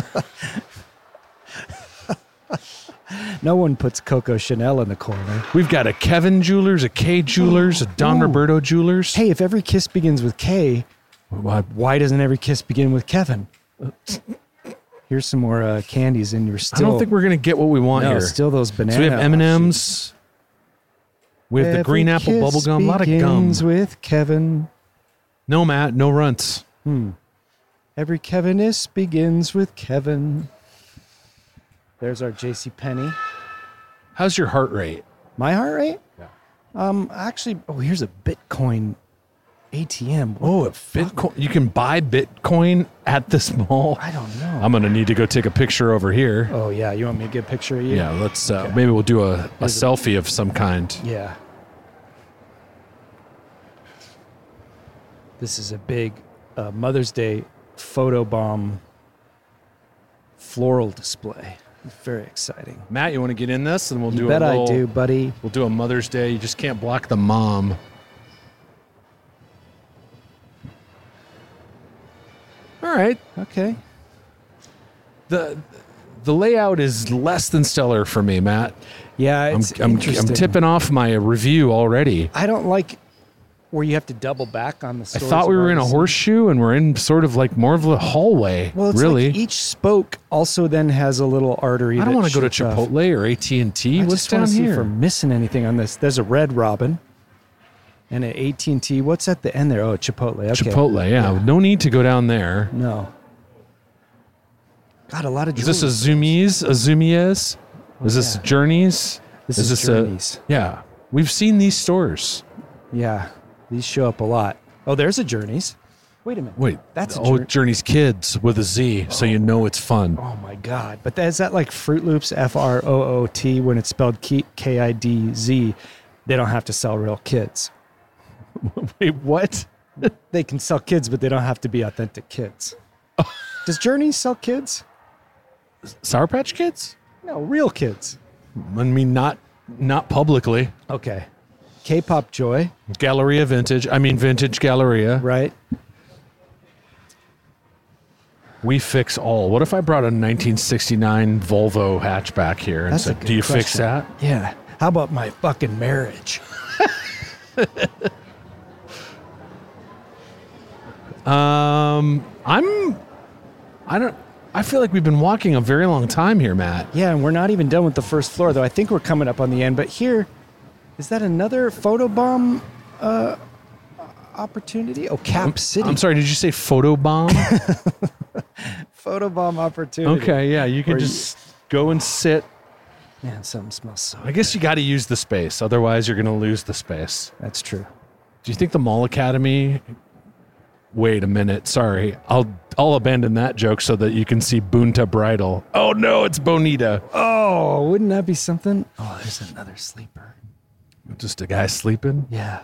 [SPEAKER 2] No one puts Coco Chanel in the corner.
[SPEAKER 3] We've got a Kevin Jewelers, a K Jewelers, a Don Roberto Jewelers.
[SPEAKER 2] Hey, if every kiss begins with K,
[SPEAKER 3] Why-
[SPEAKER 2] why doesn't every kiss begin with Kevin? Here's some more uh, candies, and you're
[SPEAKER 3] I
[SPEAKER 2] still.
[SPEAKER 3] don't think we're gonna get what we want
[SPEAKER 2] no,
[SPEAKER 3] here.
[SPEAKER 2] still those
[SPEAKER 3] so we
[SPEAKER 2] bananas.
[SPEAKER 3] have M and M's. We have the green apple bubble gum. A lot of gum.
[SPEAKER 2] with Kevin.
[SPEAKER 3] No, Matt. No runts.
[SPEAKER 2] Every Kevinist begins with Kevin. There's our J.C. Penny.
[SPEAKER 3] How's your heart rate?
[SPEAKER 2] My heart rate? Yeah. Um, actually, oh, here's a Bitcoin ATM.
[SPEAKER 3] Oh,
[SPEAKER 2] What the fuck?
[SPEAKER 3] Bitcoin. You can buy Bitcoin at this mall.
[SPEAKER 2] I don't know.
[SPEAKER 3] I'm gonna need to go take a picture over here.
[SPEAKER 2] oh yeah, you want me to get a picture of you?
[SPEAKER 3] Yeah, let's. Uh, Maybe we'll do a, a
[SPEAKER 2] Is it-
[SPEAKER 3] selfie of some kind.
[SPEAKER 2] Yeah. This is a big uh, Mother's Day photobomb floral display. Very exciting.
[SPEAKER 3] Matt, you want to get in this, and we'll
[SPEAKER 2] You
[SPEAKER 3] do.
[SPEAKER 2] bet
[SPEAKER 3] a little,
[SPEAKER 2] I do, buddy.
[SPEAKER 3] We'll do a Mother's Day. You just can't block the mom. All right.
[SPEAKER 2] Okay.
[SPEAKER 3] the The layout is less than stellar for me, Matt.
[SPEAKER 2] Yeah,
[SPEAKER 3] I'm,
[SPEAKER 2] it's
[SPEAKER 3] I'm, I'm
[SPEAKER 2] interesting.
[SPEAKER 3] tipping off my review already.
[SPEAKER 2] I don't like where you have to double back on the.
[SPEAKER 3] I thought we were in a horseshoe, and we're in sort of like more of a hallway.
[SPEAKER 2] Well, it's
[SPEAKER 3] really.
[SPEAKER 2] like each spoke also then has a little artery.
[SPEAKER 3] I don't
[SPEAKER 2] that
[SPEAKER 3] want to go to
[SPEAKER 2] shoots off.
[SPEAKER 3] Chipotle or AT and T.
[SPEAKER 2] I
[SPEAKER 3] What's
[SPEAKER 2] just wanna
[SPEAKER 3] down
[SPEAKER 2] see if we're
[SPEAKER 3] here?
[SPEAKER 2] missing anything on this. There's a Red Robin, and an AT and T. What's at the end there? Oh, Chipotle. Okay.
[SPEAKER 3] Chipotle. Yeah. No need to go down there.
[SPEAKER 2] No. God, a lot of
[SPEAKER 3] Is this a
[SPEAKER 2] jewelry.
[SPEAKER 3] Zoomies? A Zoomies? Is this
[SPEAKER 2] yeah.
[SPEAKER 3] Journeys?
[SPEAKER 2] This is Journeys.
[SPEAKER 3] A, yeah. We've seen these stores.
[SPEAKER 2] Yeah, these show up a lot. Oh, there's a Journeys. Wait a minute.
[SPEAKER 3] Wait,
[SPEAKER 2] that's a
[SPEAKER 3] oh
[SPEAKER 2] Jour-
[SPEAKER 3] Journeys Kids with a Z, so you know it's fun.
[SPEAKER 2] Oh my God! But that, is that like Fruit Loops? F R O O T when it's spelled K I D Z. They don't have to sell real kids.
[SPEAKER 3] Wait, what?
[SPEAKER 2] They can sell kids, but they don't have to be authentic kids. Does Journeys sell kids?
[SPEAKER 3] Sour Patch Kids?
[SPEAKER 2] No, real kids.
[SPEAKER 3] I mean, not not publicly.
[SPEAKER 2] Okay. K-pop joy,
[SPEAKER 3] Galleria Vintage. I mean, Vintage Galleria.
[SPEAKER 2] right?
[SPEAKER 3] We fix all. What if I brought a 1969 Volvo hatchback here and
[SPEAKER 2] That's a
[SPEAKER 3] said,
[SPEAKER 2] good
[SPEAKER 3] "Do you fix
[SPEAKER 2] question.
[SPEAKER 3] that?"
[SPEAKER 2] Yeah. How about my fucking marriage?
[SPEAKER 3] Um, I'm. I don't. I feel like we've been walking a very long time here, Matt.
[SPEAKER 2] Yeah, and we're not even done with the first floor, though. I think we're coming up on the end. But here, is that another photobomb uh, opportunity? Oh, Cap City.
[SPEAKER 3] I'm sorry. Did you say photobomb?
[SPEAKER 2] Photobomb opportunity.
[SPEAKER 3] okay. Yeah. You
[SPEAKER 2] Or
[SPEAKER 3] can
[SPEAKER 2] you-
[SPEAKER 3] just go and sit.
[SPEAKER 2] Man, something smells so.
[SPEAKER 3] I guess you got to use the space. Otherwise, you're going to lose the space.
[SPEAKER 2] That's true.
[SPEAKER 3] Do you think the Mall Academy? Wait a minute. Sorry. I'll I'll abandon that joke so that you can see Bunta Bridal. Oh no, it's Bonita.
[SPEAKER 2] Oh, wouldn't that be something? Oh, there's another sleeper.
[SPEAKER 3] Just a guy sleeping.
[SPEAKER 2] Yeah.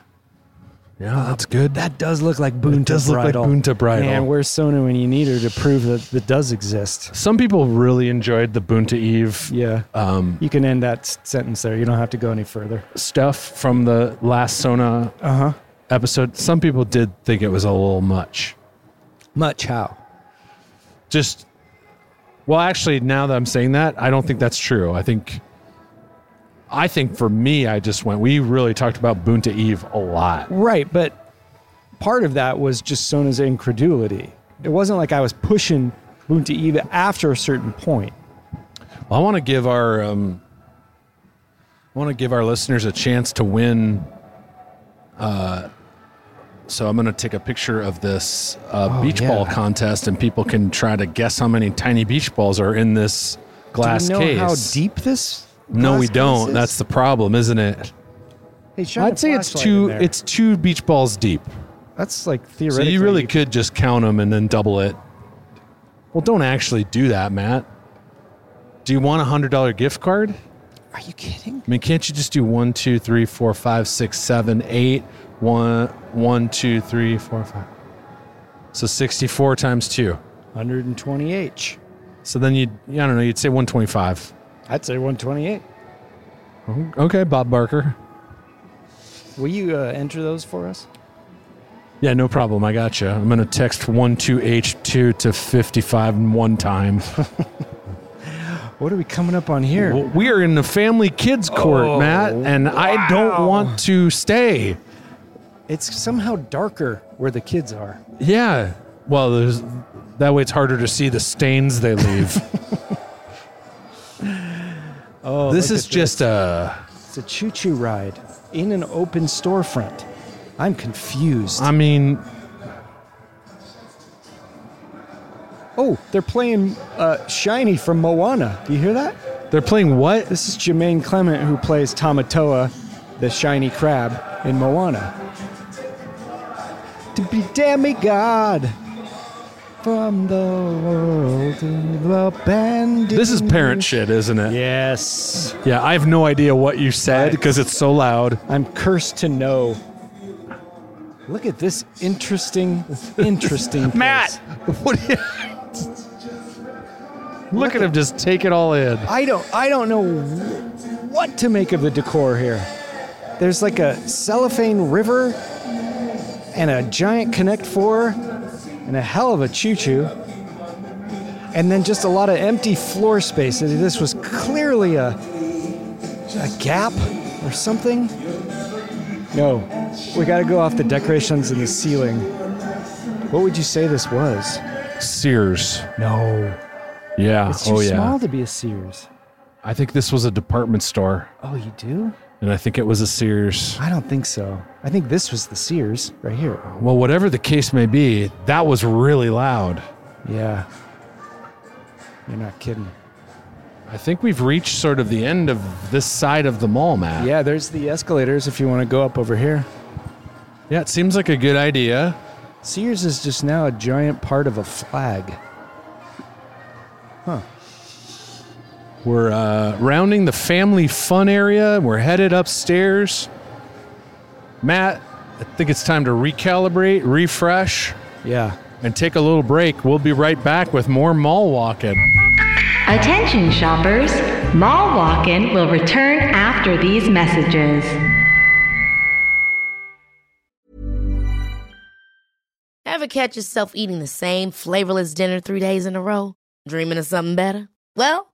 [SPEAKER 3] Yeah, that's good.
[SPEAKER 9] That does look like Boonta
[SPEAKER 3] does look like
[SPEAKER 9] Bridal.
[SPEAKER 3] Boonta Bridal.
[SPEAKER 9] Man, where's Sona when you need her to prove that it does exist?
[SPEAKER 3] Some people really enjoyed the Bunta Eve
[SPEAKER 2] Yeah.
[SPEAKER 3] um,
[SPEAKER 2] you can end that s- sentence there. You don't have to go any further.
[SPEAKER 3] stuff from the last Sona
[SPEAKER 2] Uh huh.
[SPEAKER 3] episode. Some people did think it was a little much.
[SPEAKER 2] Much how.
[SPEAKER 3] Just, well, actually, now that I'm saying that, I don't think that's true. I think, I think for me, I just went. We really talked about Bunta Eve a lot.
[SPEAKER 2] Right, but part of that was just Sona's incredulity. It wasn't like I was pushing Bunta Eve after a certain point.
[SPEAKER 3] I want to give our, um, I want to give our listeners a chance to win. Uh, so I'm going to take a picture of this uh, beach
[SPEAKER 2] Oh, yeah.
[SPEAKER 3] ball contest, and people can try to guess how many tiny beach balls are in this glass
[SPEAKER 2] Do we know
[SPEAKER 3] case.
[SPEAKER 2] how deep this?
[SPEAKER 3] No,
[SPEAKER 2] glass
[SPEAKER 3] we
[SPEAKER 2] case
[SPEAKER 3] don't.
[SPEAKER 2] is?
[SPEAKER 3] That's the problem, isn't it?
[SPEAKER 2] Hey, shine a
[SPEAKER 3] I'd say it's
[SPEAKER 2] flashlight
[SPEAKER 3] two.
[SPEAKER 2] in there.
[SPEAKER 3] It's two beach balls deep.
[SPEAKER 2] that's like
[SPEAKER 3] So
[SPEAKER 2] theoretically.
[SPEAKER 3] you really could just count them and then double it. Well, don't actually do that, Matt. Do you want a hundred dollar gift card?
[SPEAKER 2] Are you kidding?
[SPEAKER 3] I mean, can't you just do one, two, three, four, five, six, seven, eight, one, one, two, three, four, five? So sixty-four times two.
[SPEAKER 2] 120H.
[SPEAKER 3] So then you, I don't know, you'd say one twenty-five.
[SPEAKER 2] I'd say 128.
[SPEAKER 3] Okay, Bob Barker.
[SPEAKER 2] Will you uh, enter those for us?
[SPEAKER 3] Yeah, no problem. I got you. I'm gonna text one two H two to fifty five in one time.
[SPEAKER 2] What are we coming up on here? Oh,
[SPEAKER 3] Well, we are in the family kids court, Matt, and I don't want to stay.
[SPEAKER 2] It's somehow darker where the kids are.
[SPEAKER 3] Yeah. Well, there's, that way it's harder to see the stains they leave.
[SPEAKER 2] Oh,
[SPEAKER 3] this
[SPEAKER 2] look
[SPEAKER 3] is
[SPEAKER 2] at
[SPEAKER 3] just uh, a.
[SPEAKER 2] It's a choo-choo ride in an open storefront. I'm confused.
[SPEAKER 3] I mean,
[SPEAKER 2] oh, they're playing uh, Shiny from Moana. Do you hear that?
[SPEAKER 3] they're playing what?
[SPEAKER 2] This is Jermaine Clement who plays Tamatoa, the shiny crab in Moana. To be demigod from the world of abandoned.
[SPEAKER 3] This is parent shit, isn't it?
[SPEAKER 2] Yes.
[SPEAKER 3] Yeah, I have no idea what you said because it's so loud.
[SPEAKER 2] I'm cursed to know. Look at this interesting, interesting place.
[SPEAKER 3] Matt, what? do you- Look at him just take it all in.
[SPEAKER 2] I don't I don't know what to make of the decor here. There's like a cellophane river and a giant Connect 4 and a hell of a choo-choo. And then just a lot of empty floor space. This was clearly a a gap or something. No. We got to go off the decorations in the ceiling. What would you say this was?
[SPEAKER 3] Sears.
[SPEAKER 2] No.
[SPEAKER 3] Yeah.
[SPEAKER 2] It's too
[SPEAKER 3] oh yeah.
[SPEAKER 2] small to be a Sears.
[SPEAKER 3] I think this was a department store,
[SPEAKER 2] Oh, you do?
[SPEAKER 3] and I think it was a Sears.
[SPEAKER 2] I don't think so. I think this was the Sears right here.
[SPEAKER 3] Well, whatever the case may be, that was really loud.
[SPEAKER 2] Yeah. You're not kidding.
[SPEAKER 3] I think we've reached sort of the end of this side of the mall, Matt.
[SPEAKER 2] Yeah, there's the escalators if you want to go up over here.
[SPEAKER 3] Yeah, it seems like a good idea.
[SPEAKER 2] Sears is just now a giant part of a flag.
[SPEAKER 3] We're uh, rounding the family fun area. We're headed upstairs. Matt, I think it's time to recalibrate, refresh,
[SPEAKER 2] Yeah.
[SPEAKER 3] and take a little break. We'll be right back with more mall walking.
[SPEAKER 1] Attention shoppers, Mall Walkin' will return after these messages.
[SPEAKER 10] Ever catch yourself eating the same flavorless dinner three days in a row? Dreaming of something better? Well,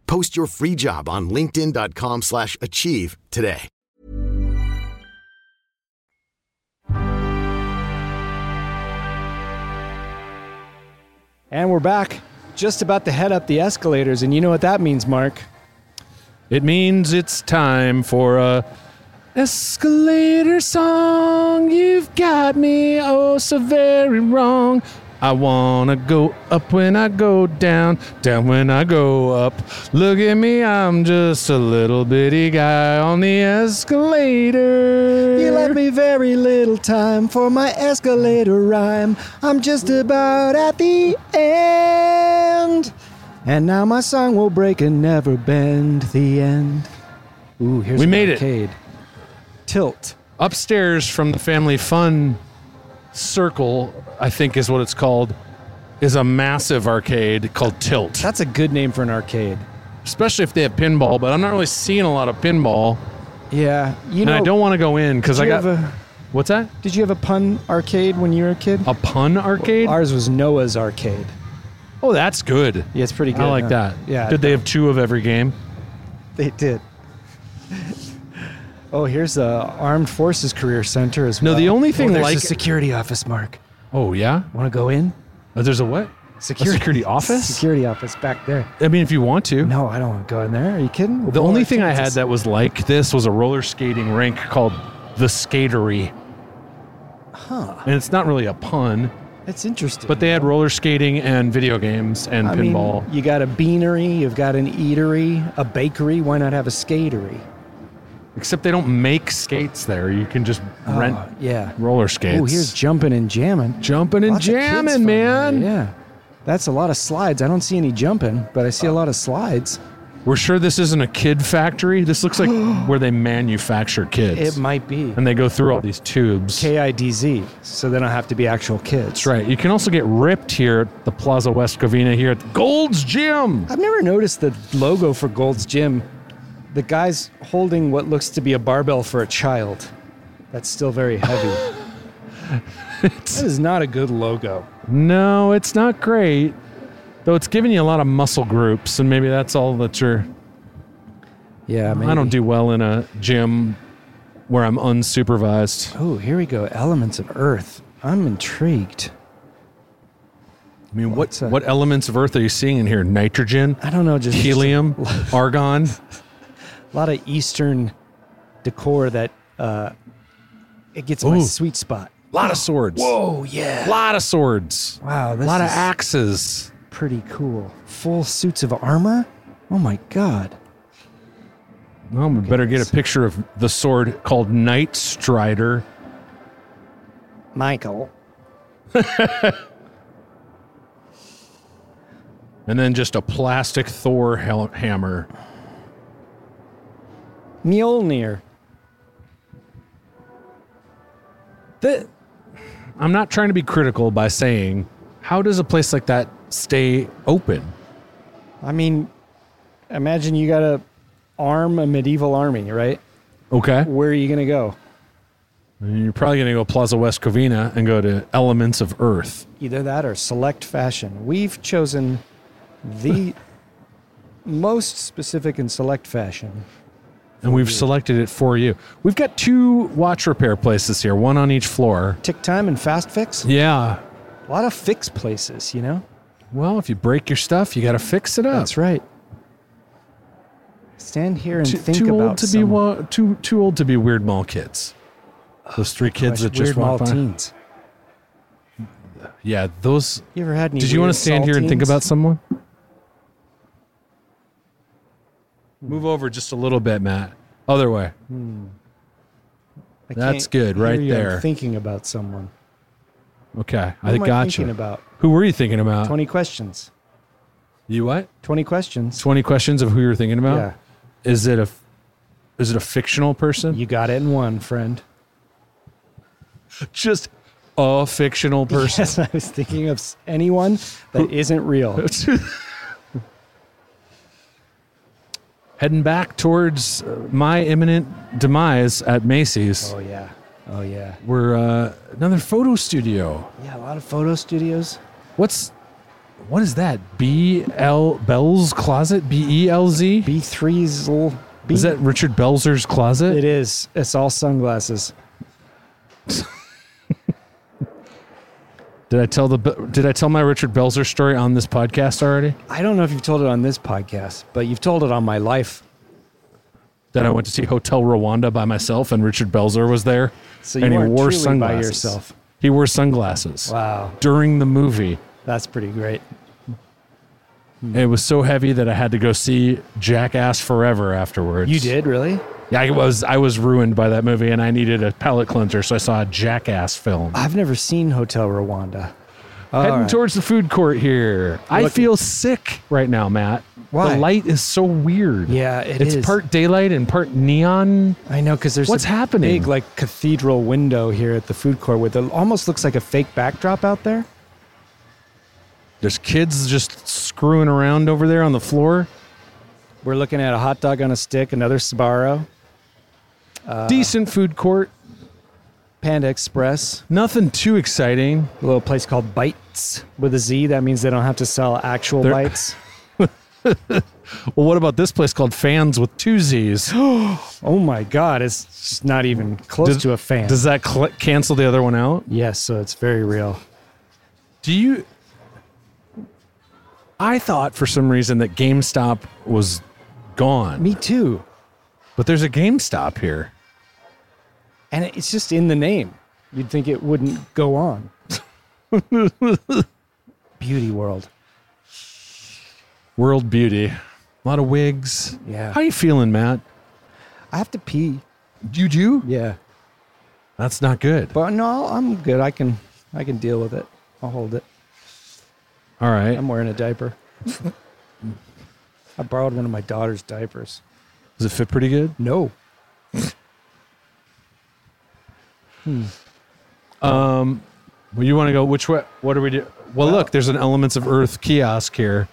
[SPEAKER 11] Post your free job on linkedin.com/achieve slash achieve today.
[SPEAKER 2] And we're back, just about to head up the escalators. And you know what that means, Mark?
[SPEAKER 3] It means it's time for a escalator song. You've got me oh so very wrong. I wanna go up when I go down, down when I go up. Look at me, I'm just a little bitty guy on the escalator.
[SPEAKER 2] You left me very little time for my escalator rhyme. I'm just about at the end. And now my song will break and never bend the end. Ooh, here's
[SPEAKER 3] we
[SPEAKER 2] an
[SPEAKER 3] made
[SPEAKER 2] arcade.
[SPEAKER 3] it.
[SPEAKER 2] Tilt.
[SPEAKER 3] Upstairs from the family fun circle, I think is what it's called, is a massive arcade called Tilt. That's
[SPEAKER 2] a good name for an arcade.
[SPEAKER 3] Especially if they have pinball, but I'm not really seeing a lot of pinball.
[SPEAKER 2] Yeah, you
[SPEAKER 3] and
[SPEAKER 2] know.
[SPEAKER 3] I don't want to go in because
[SPEAKER 2] did
[SPEAKER 3] I
[SPEAKER 2] you
[SPEAKER 3] got.
[SPEAKER 2] have a-
[SPEAKER 3] what's that?
[SPEAKER 2] Did you have a pun arcade when you were a kid?
[SPEAKER 3] A pun arcade?
[SPEAKER 2] ours was Noah's arcade.
[SPEAKER 3] Oh, that's good.
[SPEAKER 2] Yeah, it's pretty good.
[SPEAKER 3] I like
[SPEAKER 2] huh?
[SPEAKER 3] that.
[SPEAKER 2] Yeah.
[SPEAKER 3] Did they have two of every game?
[SPEAKER 2] They did. oh, here's the Armed Forces Career Center as
[SPEAKER 3] No,
[SPEAKER 2] well.
[SPEAKER 3] the only thing
[SPEAKER 2] oh, there's
[SPEAKER 3] like-
[SPEAKER 2] a security office, Mark.
[SPEAKER 3] Oh yeah.
[SPEAKER 2] Want to go in?
[SPEAKER 3] Oh, there's a what? A
[SPEAKER 2] Security,
[SPEAKER 3] security office?
[SPEAKER 2] Security office back there.
[SPEAKER 3] I mean, if you want to.
[SPEAKER 2] No, I don't want to go in there. Are you kidding?
[SPEAKER 3] The only thing I had that was like this was a roller skating rink called the Skatery,
[SPEAKER 2] Huh.
[SPEAKER 3] and it's not really a pun,
[SPEAKER 2] That's interesting.
[SPEAKER 3] but they had roller skating and video games and
[SPEAKER 2] I mean,
[SPEAKER 3] pinball.
[SPEAKER 2] you got a beanery, you've got an eatery, a bakery. Why not have a skatery?
[SPEAKER 3] Except they don't make skates there. You can just
[SPEAKER 2] Oh,
[SPEAKER 3] rent
[SPEAKER 2] yeah.
[SPEAKER 3] roller skates.
[SPEAKER 2] Oh, here's jumping and jamming.
[SPEAKER 3] jumping and
[SPEAKER 2] Lots of kids
[SPEAKER 3] jamming,
[SPEAKER 2] fun
[SPEAKER 3] man.
[SPEAKER 2] there, Yeah. That's a lot of slides. I don't see any jumping, but I see a lot of slides.
[SPEAKER 3] We're sure this isn't a kid factory. This looks like where they manufacture
[SPEAKER 2] It
[SPEAKER 3] kids.
[SPEAKER 2] might be.
[SPEAKER 3] and they go through all these tubes.
[SPEAKER 2] KIDZ, so they don't have to be actual kids.
[SPEAKER 3] That's right. You can also get ripped here at the Plaza West Covina here at Gold's Gym.
[SPEAKER 2] I've never noticed the logo for Gold's Gym. The guy's holding what looks to be a barbell for a child. That's still very heavy. that is not a good logo.
[SPEAKER 3] No, it's not great. Though it's giving you a lot of muscle groups, and maybe that's all that you're.
[SPEAKER 2] Yeah,
[SPEAKER 3] I don't do well in a gym where I'm unsupervised.
[SPEAKER 2] Oh, here we go. Elements of Earth. I'm intrigued.
[SPEAKER 3] I mean, what what elements of Earth are you seeing in here? Nitrogen,
[SPEAKER 2] I don't know, just
[SPEAKER 3] helium, argon.
[SPEAKER 2] a lot of Eastern decor that uh, it gets my
[SPEAKER 3] Ooh.
[SPEAKER 2] sweet spot.
[SPEAKER 3] A lot of swords.
[SPEAKER 2] Whoa, yeah.
[SPEAKER 3] A lot of swords.
[SPEAKER 2] Wow,
[SPEAKER 3] A
[SPEAKER 2] this
[SPEAKER 3] lot of
[SPEAKER 2] is
[SPEAKER 3] axes.
[SPEAKER 2] pretty cool. Full suits of armor? Oh my god.
[SPEAKER 3] Well, we better get a picture of the sword called Night Strider.
[SPEAKER 2] Michael.
[SPEAKER 3] and then just a plastic Thor hel- hammer.
[SPEAKER 2] Mjolnir.
[SPEAKER 3] That I'm not trying to be critical by saying, how does a place like that stay open?
[SPEAKER 2] I mean, imagine you gotta arm a medieval army, right?
[SPEAKER 3] Okay,
[SPEAKER 2] Where are you gonna go?
[SPEAKER 3] you're probably gonna go Plaza West Covina and go to Elements of Earth.
[SPEAKER 2] Either that or select fashion. We've chosen the most specific and select fashion.
[SPEAKER 3] And we've selected it for you. We've got two watch repair places here, one on each floor.
[SPEAKER 2] Tick time and fast fix.
[SPEAKER 3] Yeah.
[SPEAKER 2] A lot of fix places, you know?
[SPEAKER 3] Well, if you break your stuff, you got to fix it up.
[SPEAKER 2] That's right. Stand here and
[SPEAKER 3] Oh. Too,
[SPEAKER 2] think
[SPEAKER 3] too
[SPEAKER 2] about
[SPEAKER 3] old to be
[SPEAKER 2] someone.
[SPEAKER 3] wa- too too old to be weird mall kids. Those three kids that
[SPEAKER 2] Gosh,
[SPEAKER 3] just
[SPEAKER 2] Oh, weird
[SPEAKER 3] walked by.
[SPEAKER 2] Maltines.
[SPEAKER 3] Yeah, those.
[SPEAKER 2] You ever had any?
[SPEAKER 3] Did you
[SPEAKER 2] weird Hmm.
[SPEAKER 3] want to stand here and think
[SPEAKER 2] saltines?
[SPEAKER 3] about someone? Move over just a little bit, Matt. Other
[SPEAKER 2] I
[SPEAKER 3] way. That's
[SPEAKER 2] can't
[SPEAKER 3] good,
[SPEAKER 2] hear
[SPEAKER 3] right
[SPEAKER 2] you. I'm
[SPEAKER 3] there.
[SPEAKER 2] thinking about someone.
[SPEAKER 3] Okay,
[SPEAKER 2] Who
[SPEAKER 3] I
[SPEAKER 2] am I
[SPEAKER 3] got you.
[SPEAKER 2] thinking about?
[SPEAKER 3] Who were you thinking about?
[SPEAKER 2] Twenty questions.
[SPEAKER 3] You what?
[SPEAKER 2] Twenty questions.
[SPEAKER 3] Twenty questions of who you're thinking about.
[SPEAKER 2] Yeah.
[SPEAKER 3] Is it a, is it a fictional person?
[SPEAKER 2] You got it in one, friend.
[SPEAKER 3] Just a fictional person.
[SPEAKER 2] Yes, I was thinking of s- anyone that isn't real.
[SPEAKER 3] Heading back towards uh, my imminent demise at Macy's.
[SPEAKER 2] Oh yeah. Oh yeah.
[SPEAKER 3] We're uh, another photo studio.
[SPEAKER 2] Yeah, a lot of photo studios.
[SPEAKER 3] What's What is that? B L Bell's Closet? B E L Z? B
[SPEAKER 2] three's B.
[SPEAKER 3] Is that Richard Belzer's closet?
[SPEAKER 2] It is. It's all sunglasses.
[SPEAKER 3] Did I tell the Be- Did I tell my Richard Belzer story on this podcast already?
[SPEAKER 2] I don't know if you've told it on this podcast, but you've told it on my life.
[SPEAKER 3] That I went to see Hotel Rwanda by myself, and Richard Belzer was there,
[SPEAKER 2] So you
[SPEAKER 3] and he
[SPEAKER 2] weren't
[SPEAKER 3] wore
[SPEAKER 2] truly by
[SPEAKER 3] sunglasses.
[SPEAKER 2] yourself.
[SPEAKER 3] He wore sunglasses.
[SPEAKER 2] Wow.
[SPEAKER 3] During the movie,
[SPEAKER 2] That's pretty great.
[SPEAKER 3] it was so heavy that I had to go see Jackass Forever afterwards.
[SPEAKER 2] You did really?
[SPEAKER 3] Yeah, I was I was ruined by that movie, and I needed a palate cleanser, so I saw a Jackass film.
[SPEAKER 2] I've never seen Hotel Rwanda. All
[SPEAKER 3] Heading
[SPEAKER 2] right.
[SPEAKER 3] towards the food court here. I
[SPEAKER 2] Look-
[SPEAKER 3] feel sick right now, Matt.
[SPEAKER 2] Why?
[SPEAKER 3] The light is so weird.
[SPEAKER 2] Yeah, it
[SPEAKER 3] it's
[SPEAKER 2] is.
[SPEAKER 3] part daylight and part neon.
[SPEAKER 2] I know because there's
[SPEAKER 3] what's
[SPEAKER 2] a
[SPEAKER 3] happening.
[SPEAKER 2] Big like cathedral window here at the food court with it almost looks like a fake backdrop out there.
[SPEAKER 3] There's kids just screwing around over there on the floor.
[SPEAKER 2] We're looking at a hot dog on a stick, another Sbarro. Uh,
[SPEAKER 3] Decent food court.
[SPEAKER 2] Panda Express.
[SPEAKER 3] Nothing too exciting.
[SPEAKER 2] A little place called Bites with a Z. That means they don't have to sell actual
[SPEAKER 3] They're-
[SPEAKER 2] bites.
[SPEAKER 3] Well, what about this place called Fans with Two Z's?
[SPEAKER 2] oh my God, it's just not even close
[SPEAKER 3] Does-
[SPEAKER 2] to a fan.
[SPEAKER 3] Does that cl- cancel the other one out?
[SPEAKER 2] yes, so it's very real.
[SPEAKER 3] Do you? I thought for some reason that GameStop was gone,
[SPEAKER 2] Me too.
[SPEAKER 3] but there's a GameStop here.
[SPEAKER 2] And it's just in the name. You'd think it wouldn't go on. Beauty World.
[SPEAKER 3] World Beauty, a lot of wigs.
[SPEAKER 2] Yeah.
[SPEAKER 3] How you feeling, Matt?
[SPEAKER 2] I have to pee.
[SPEAKER 3] You do?
[SPEAKER 2] Yeah.
[SPEAKER 3] That's not good.
[SPEAKER 2] But no, I'm good. I can I can deal with it. I'll hold it.
[SPEAKER 3] All right.
[SPEAKER 2] I'm wearing a diaper. I borrowed one of my daughter's diapers.
[SPEAKER 3] Does it fit pretty good?
[SPEAKER 2] No.
[SPEAKER 3] Um, well, you want to go which way? What are we do? Well, look, there's an Elements of Earth kiosk here.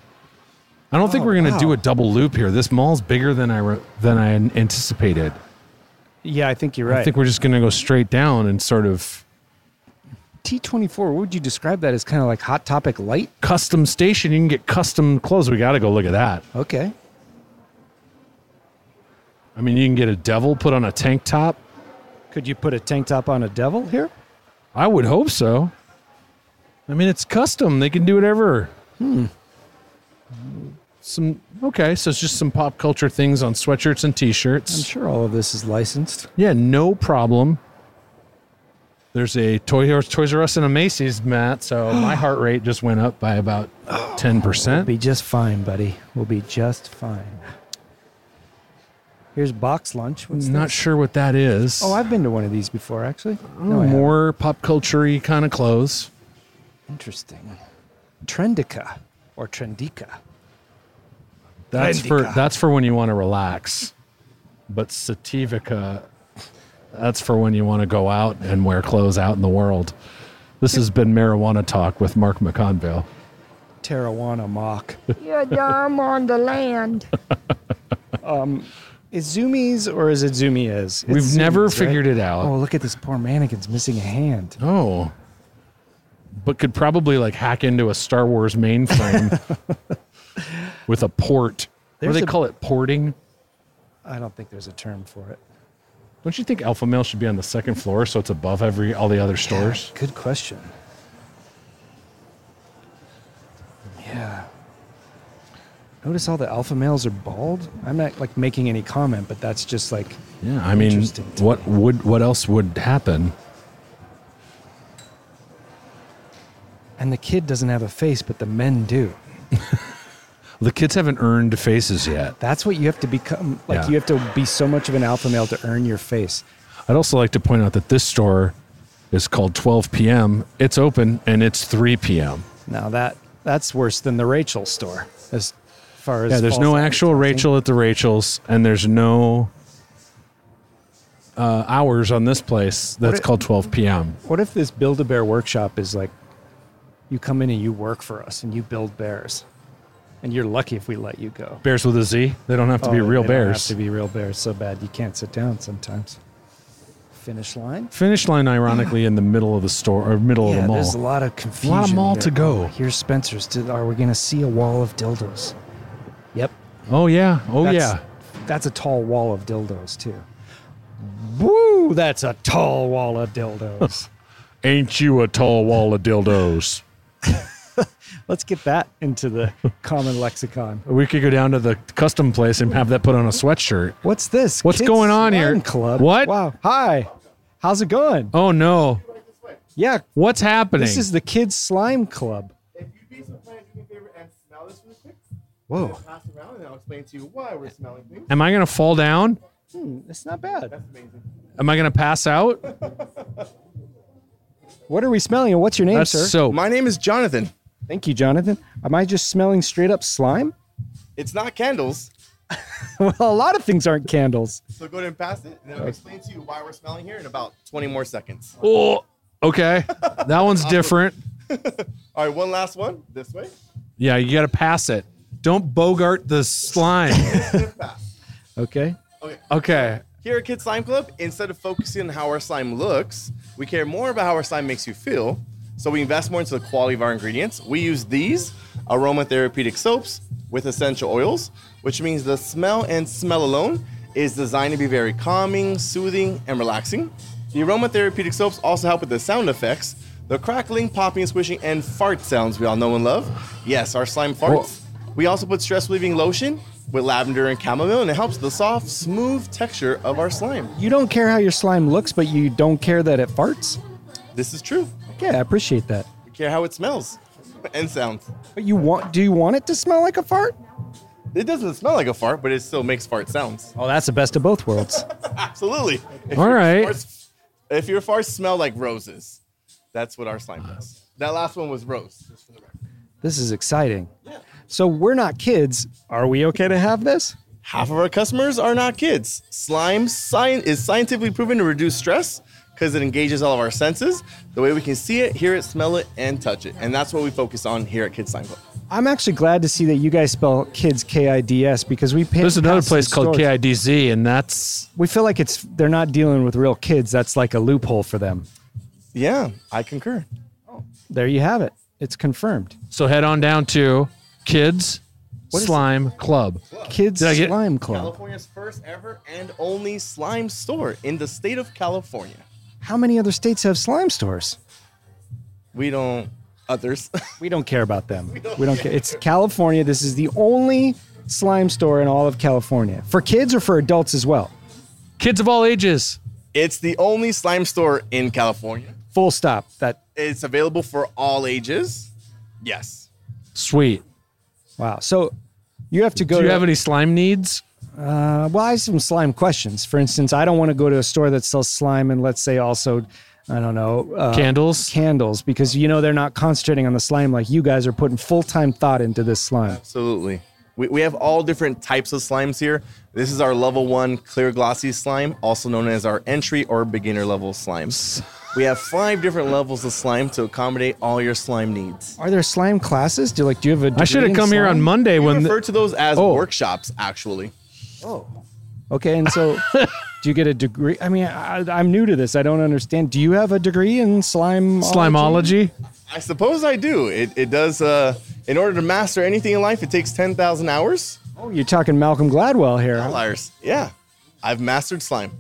[SPEAKER 3] I don't think
[SPEAKER 2] Oh,
[SPEAKER 3] we're gonna do
[SPEAKER 2] wow.
[SPEAKER 3] a double loop here. This mall's bigger than I re- than I an- anticipated.
[SPEAKER 2] Yeah, I think you're right.
[SPEAKER 3] I think we're just gonna go straight down and sort of
[SPEAKER 2] T24, what would you describe that as kind of like Hot Topic light?
[SPEAKER 3] custom station. You can get custom clothes. We got to go look at that.
[SPEAKER 2] Okay.
[SPEAKER 3] I mean, you can get a devil put on a tank top.
[SPEAKER 2] Could you put a tank top on a devil here?
[SPEAKER 3] I would hope so. I mean, it's custom. They can do whatever. Hmm. Some okay, so it's just some pop culture things on sweatshirts and t-shirts.
[SPEAKER 2] I'm sure all of this is licensed.
[SPEAKER 3] Yeah, no problem. There's a Toy, Toys R Us and a Macy's, Matt. So my heart rate just went up by about ten
[SPEAKER 2] We'll
[SPEAKER 3] percent.
[SPEAKER 2] be just fine, buddy. We'll be just fine. Here's box lunch. What's
[SPEAKER 3] Not
[SPEAKER 2] this?
[SPEAKER 3] sure what that is.
[SPEAKER 2] Oh, I've been to one of these before, actually.
[SPEAKER 3] Oh,
[SPEAKER 2] I haven't.
[SPEAKER 3] more pop culture kind of clothes.
[SPEAKER 2] Interesting. Trendica or Trendica.
[SPEAKER 3] That's for
[SPEAKER 2] Trendica.
[SPEAKER 3] that's for when you want to relax. But Sativica, that's for when you want to go out and wear clothes out in the world. This has been marijuana talk with Mark McConville.
[SPEAKER 2] Tarawana mock.
[SPEAKER 6] Yeah, I'm on the land.
[SPEAKER 2] Is Zoomies or is it Zoomies? It's
[SPEAKER 3] We've never
[SPEAKER 2] Zoomies, right?
[SPEAKER 3] figured it out.
[SPEAKER 2] Oh, look at this poor mannequin's missing a hand.
[SPEAKER 3] Oh. But could probably like hack into a Star Wars mainframe with a port. what
[SPEAKER 2] There's
[SPEAKER 3] do they
[SPEAKER 2] a-
[SPEAKER 3] call it? Porting?
[SPEAKER 2] I don't think there's a term for it.
[SPEAKER 3] Don't you think Alpha Male should be on the second floor so it's above every all the other stores?
[SPEAKER 2] Good question. Yeah. Notice all the alpha males are bald. I'm not like making any comment, but that's just like
[SPEAKER 3] Yeah, I mean,
[SPEAKER 2] Interesting to
[SPEAKER 3] what would what else would happen?
[SPEAKER 2] and the kid doesn't have a face, but the men do.
[SPEAKER 3] The kids haven't earned faces yet.
[SPEAKER 2] That's what you have to become. Like
[SPEAKER 3] Yeah.
[SPEAKER 2] you have to be so much of an alpha male to earn your face.
[SPEAKER 3] I'd also like to point out that this store is called 12 p.m. It's open and it's 3 p.m.
[SPEAKER 2] Now that that's worse than the Rachel store as far as
[SPEAKER 3] Yeah, there's
[SPEAKER 2] false
[SPEAKER 3] no actual
[SPEAKER 2] advertising.
[SPEAKER 3] Rachel at the Rachels, and there's no uh, hours on this place. That's
[SPEAKER 2] i-
[SPEAKER 3] called 12 p.m.
[SPEAKER 2] What if this Build a Bear workshop is like you come in and you work for us and you build bears? And you're lucky if we let you go.
[SPEAKER 3] Bears with a Z. They don't have to be
[SPEAKER 2] Oh,
[SPEAKER 3] real
[SPEAKER 2] they don't have
[SPEAKER 3] bears.
[SPEAKER 2] to be real bears so bad you can't sit down sometimes. finish line.
[SPEAKER 3] Finish line, ironically, in the middle of the store or middle of
[SPEAKER 2] yeah,
[SPEAKER 3] the mall.
[SPEAKER 2] there's a lot of
[SPEAKER 3] A
[SPEAKER 2] confusion.
[SPEAKER 3] lot of mall
[SPEAKER 2] there.
[SPEAKER 3] to go.
[SPEAKER 2] Here's Spencer's. To, are we going to see a wall of dildos? Yep.
[SPEAKER 3] Oh yeah. Oh
[SPEAKER 2] That's-
[SPEAKER 3] yeah.
[SPEAKER 2] That's a tall wall of dildos too. Woo! That's a tall wall of dildos.
[SPEAKER 3] Ain't you a tall wall of dildos?
[SPEAKER 2] Let's get that into the common lexicon.
[SPEAKER 3] We could go down to the custom place and have that put on a sweatshirt.
[SPEAKER 2] What's this?
[SPEAKER 3] What's
[SPEAKER 2] Kids
[SPEAKER 3] going on here?
[SPEAKER 2] Run Club.
[SPEAKER 3] What?
[SPEAKER 2] Wow. Hi. How's it going?
[SPEAKER 3] Oh no.
[SPEAKER 2] Yeah.
[SPEAKER 3] What's happening?
[SPEAKER 2] This is the Kids Slime Club. Whoa.
[SPEAKER 6] Pass around and I'll explain to you why we're smelling things.
[SPEAKER 3] Am I gonna fall down?
[SPEAKER 2] Hmm, it's not bad.
[SPEAKER 3] Am I gonna pass out?
[SPEAKER 2] What are we smelling and what's your name,
[SPEAKER 3] That's
[SPEAKER 2] sir?
[SPEAKER 3] soap.
[SPEAKER 2] My
[SPEAKER 10] Oh. name is Jonathan.
[SPEAKER 2] Thank you, Jonathan. Am I just smelling straight up slime?
[SPEAKER 10] It's not candles.
[SPEAKER 2] well, a lot of things aren't candles.
[SPEAKER 10] So go ahead and pass it, and then I'll explain to you why we're smelling here in about 20 more seconds.
[SPEAKER 3] Oh, okay. That one's different.
[SPEAKER 10] All right, one last one this way.
[SPEAKER 3] Yeah, you gotta pass it. Don't bogart the slime.
[SPEAKER 2] okay.
[SPEAKER 10] Okay.
[SPEAKER 3] Okay.
[SPEAKER 10] Here at Kids Slime Club, instead of focusing on how our slime looks, we care more about how our slime makes you feel. So we invest more into the quality of our ingredients. We use these aromatherapeutic soaps with essential oils, which means the smell and smell alone is designed to be very calming, soothing, and relaxing. The aromatherapeutic soaps also help with the sound effects, the crackling, popping, swishing, and fart sounds we all know and love. Yes, our slime farts. We also put stress relieving lotion with lavender and chamomile, and it helps the soft, smooth texture of our slime.
[SPEAKER 2] You don't care how your slime looks, but you don't care that it farts?
[SPEAKER 10] This is true.
[SPEAKER 2] Yeah, I appreciate that.
[SPEAKER 10] We care how it smells and sounds.
[SPEAKER 2] But you want do you want it to smell like a fart?
[SPEAKER 10] It doesn't smell like a fart, but it still makes fart sounds.
[SPEAKER 2] Oh, that's the best of both worlds.
[SPEAKER 10] Absolutely. If
[SPEAKER 2] All
[SPEAKER 10] your
[SPEAKER 2] right.
[SPEAKER 10] farts- if your farts smell like roses, that's what our slime does. That last one was rose. just for the record.
[SPEAKER 2] This is exciting. So we're not kids. Are we okay to have this?
[SPEAKER 10] Half of our customers are not kids. Slime science is scientifically proven to reduce stress because it engages all of our senses, the way we can see it, hear it, smell it, and touch it. And that's what we focus on here at Kids Slime Club.
[SPEAKER 2] I'm actually glad to see that you guys spell kids K I D S because we pay.
[SPEAKER 3] There's another place called KIDZ, and that's
[SPEAKER 2] We feel like it's they're not dealing with real kids. That's like a loophole for them.
[SPEAKER 10] Yeah, I concur.
[SPEAKER 2] There you have it. It's confirmed.
[SPEAKER 3] so head on down to Kids Slime Club.
[SPEAKER 2] Kids
[SPEAKER 3] Did I get-
[SPEAKER 2] Slime Club.
[SPEAKER 10] California's first ever and only slime store in the state of California.
[SPEAKER 2] How many other states have slime stores?
[SPEAKER 10] We don't others.
[SPEAKER 2] We don't care about them. We don't, care. It's California. This is the only slime store in all of California for kids or for adults as well.
[SPEAKER 3] Kids of all ages.
[SPEAKER 10] It's the only slime store in California.
[SPEAKER 2] Full stop. That
[SPEAKER 10] It's available for all ages. Yes.
[SPEAKER 3] Sweet.
[SPEAKER 2] Wow. So you have to go.
[SPEAKER 3] Do you
[SPEAKER 2] to-
[SPEAKER 3] have any slime needs?
[SPEAKER 2] Uh, well, I have some slime questions. For instance, I don't want to go to a store that sells slime and let's say also, I don't know, uh,
[SPEAKER 3] Candles?
[SPEAKER 2] Candles, because you know they're not concentrating on the slime like you guys are putting full time thought into this slime.
[SPEAKER 10] Absolutely. We, we have all different types of slimes here. This is our level one clear glossy slime, also known as our entry or beginner level slimes. We have five different levels of slime to accommodate all your slime needs.
[SPEAKER 2] Are there slime classes? Do like do you have a?
[SPEAKER 3] I should have come here on Monday
[SPEAKER 10] We
[SPEAKER 3] when the-
[SPEAKER 10] refer to those as
[SPEAKER 3] Oh.
[SPEAKER 10] workshops, actually.
[SPEAKER 2] Okay, and so do you get a degree? I mean, I, I'm new to this. I don't understand. Do you have a degree in slime?
[SPEAKER 3] Slimeology?
[SPEAKER 10] I suppose I do. It, it does, uh, in order to master anything in life, it takes 10,000 hours.
[SPEAKER 2] Oh, you're talking Malcolm Gladwell here. huh?
[SPEAKER 10] Outliers. Yeah. I've mastered slime.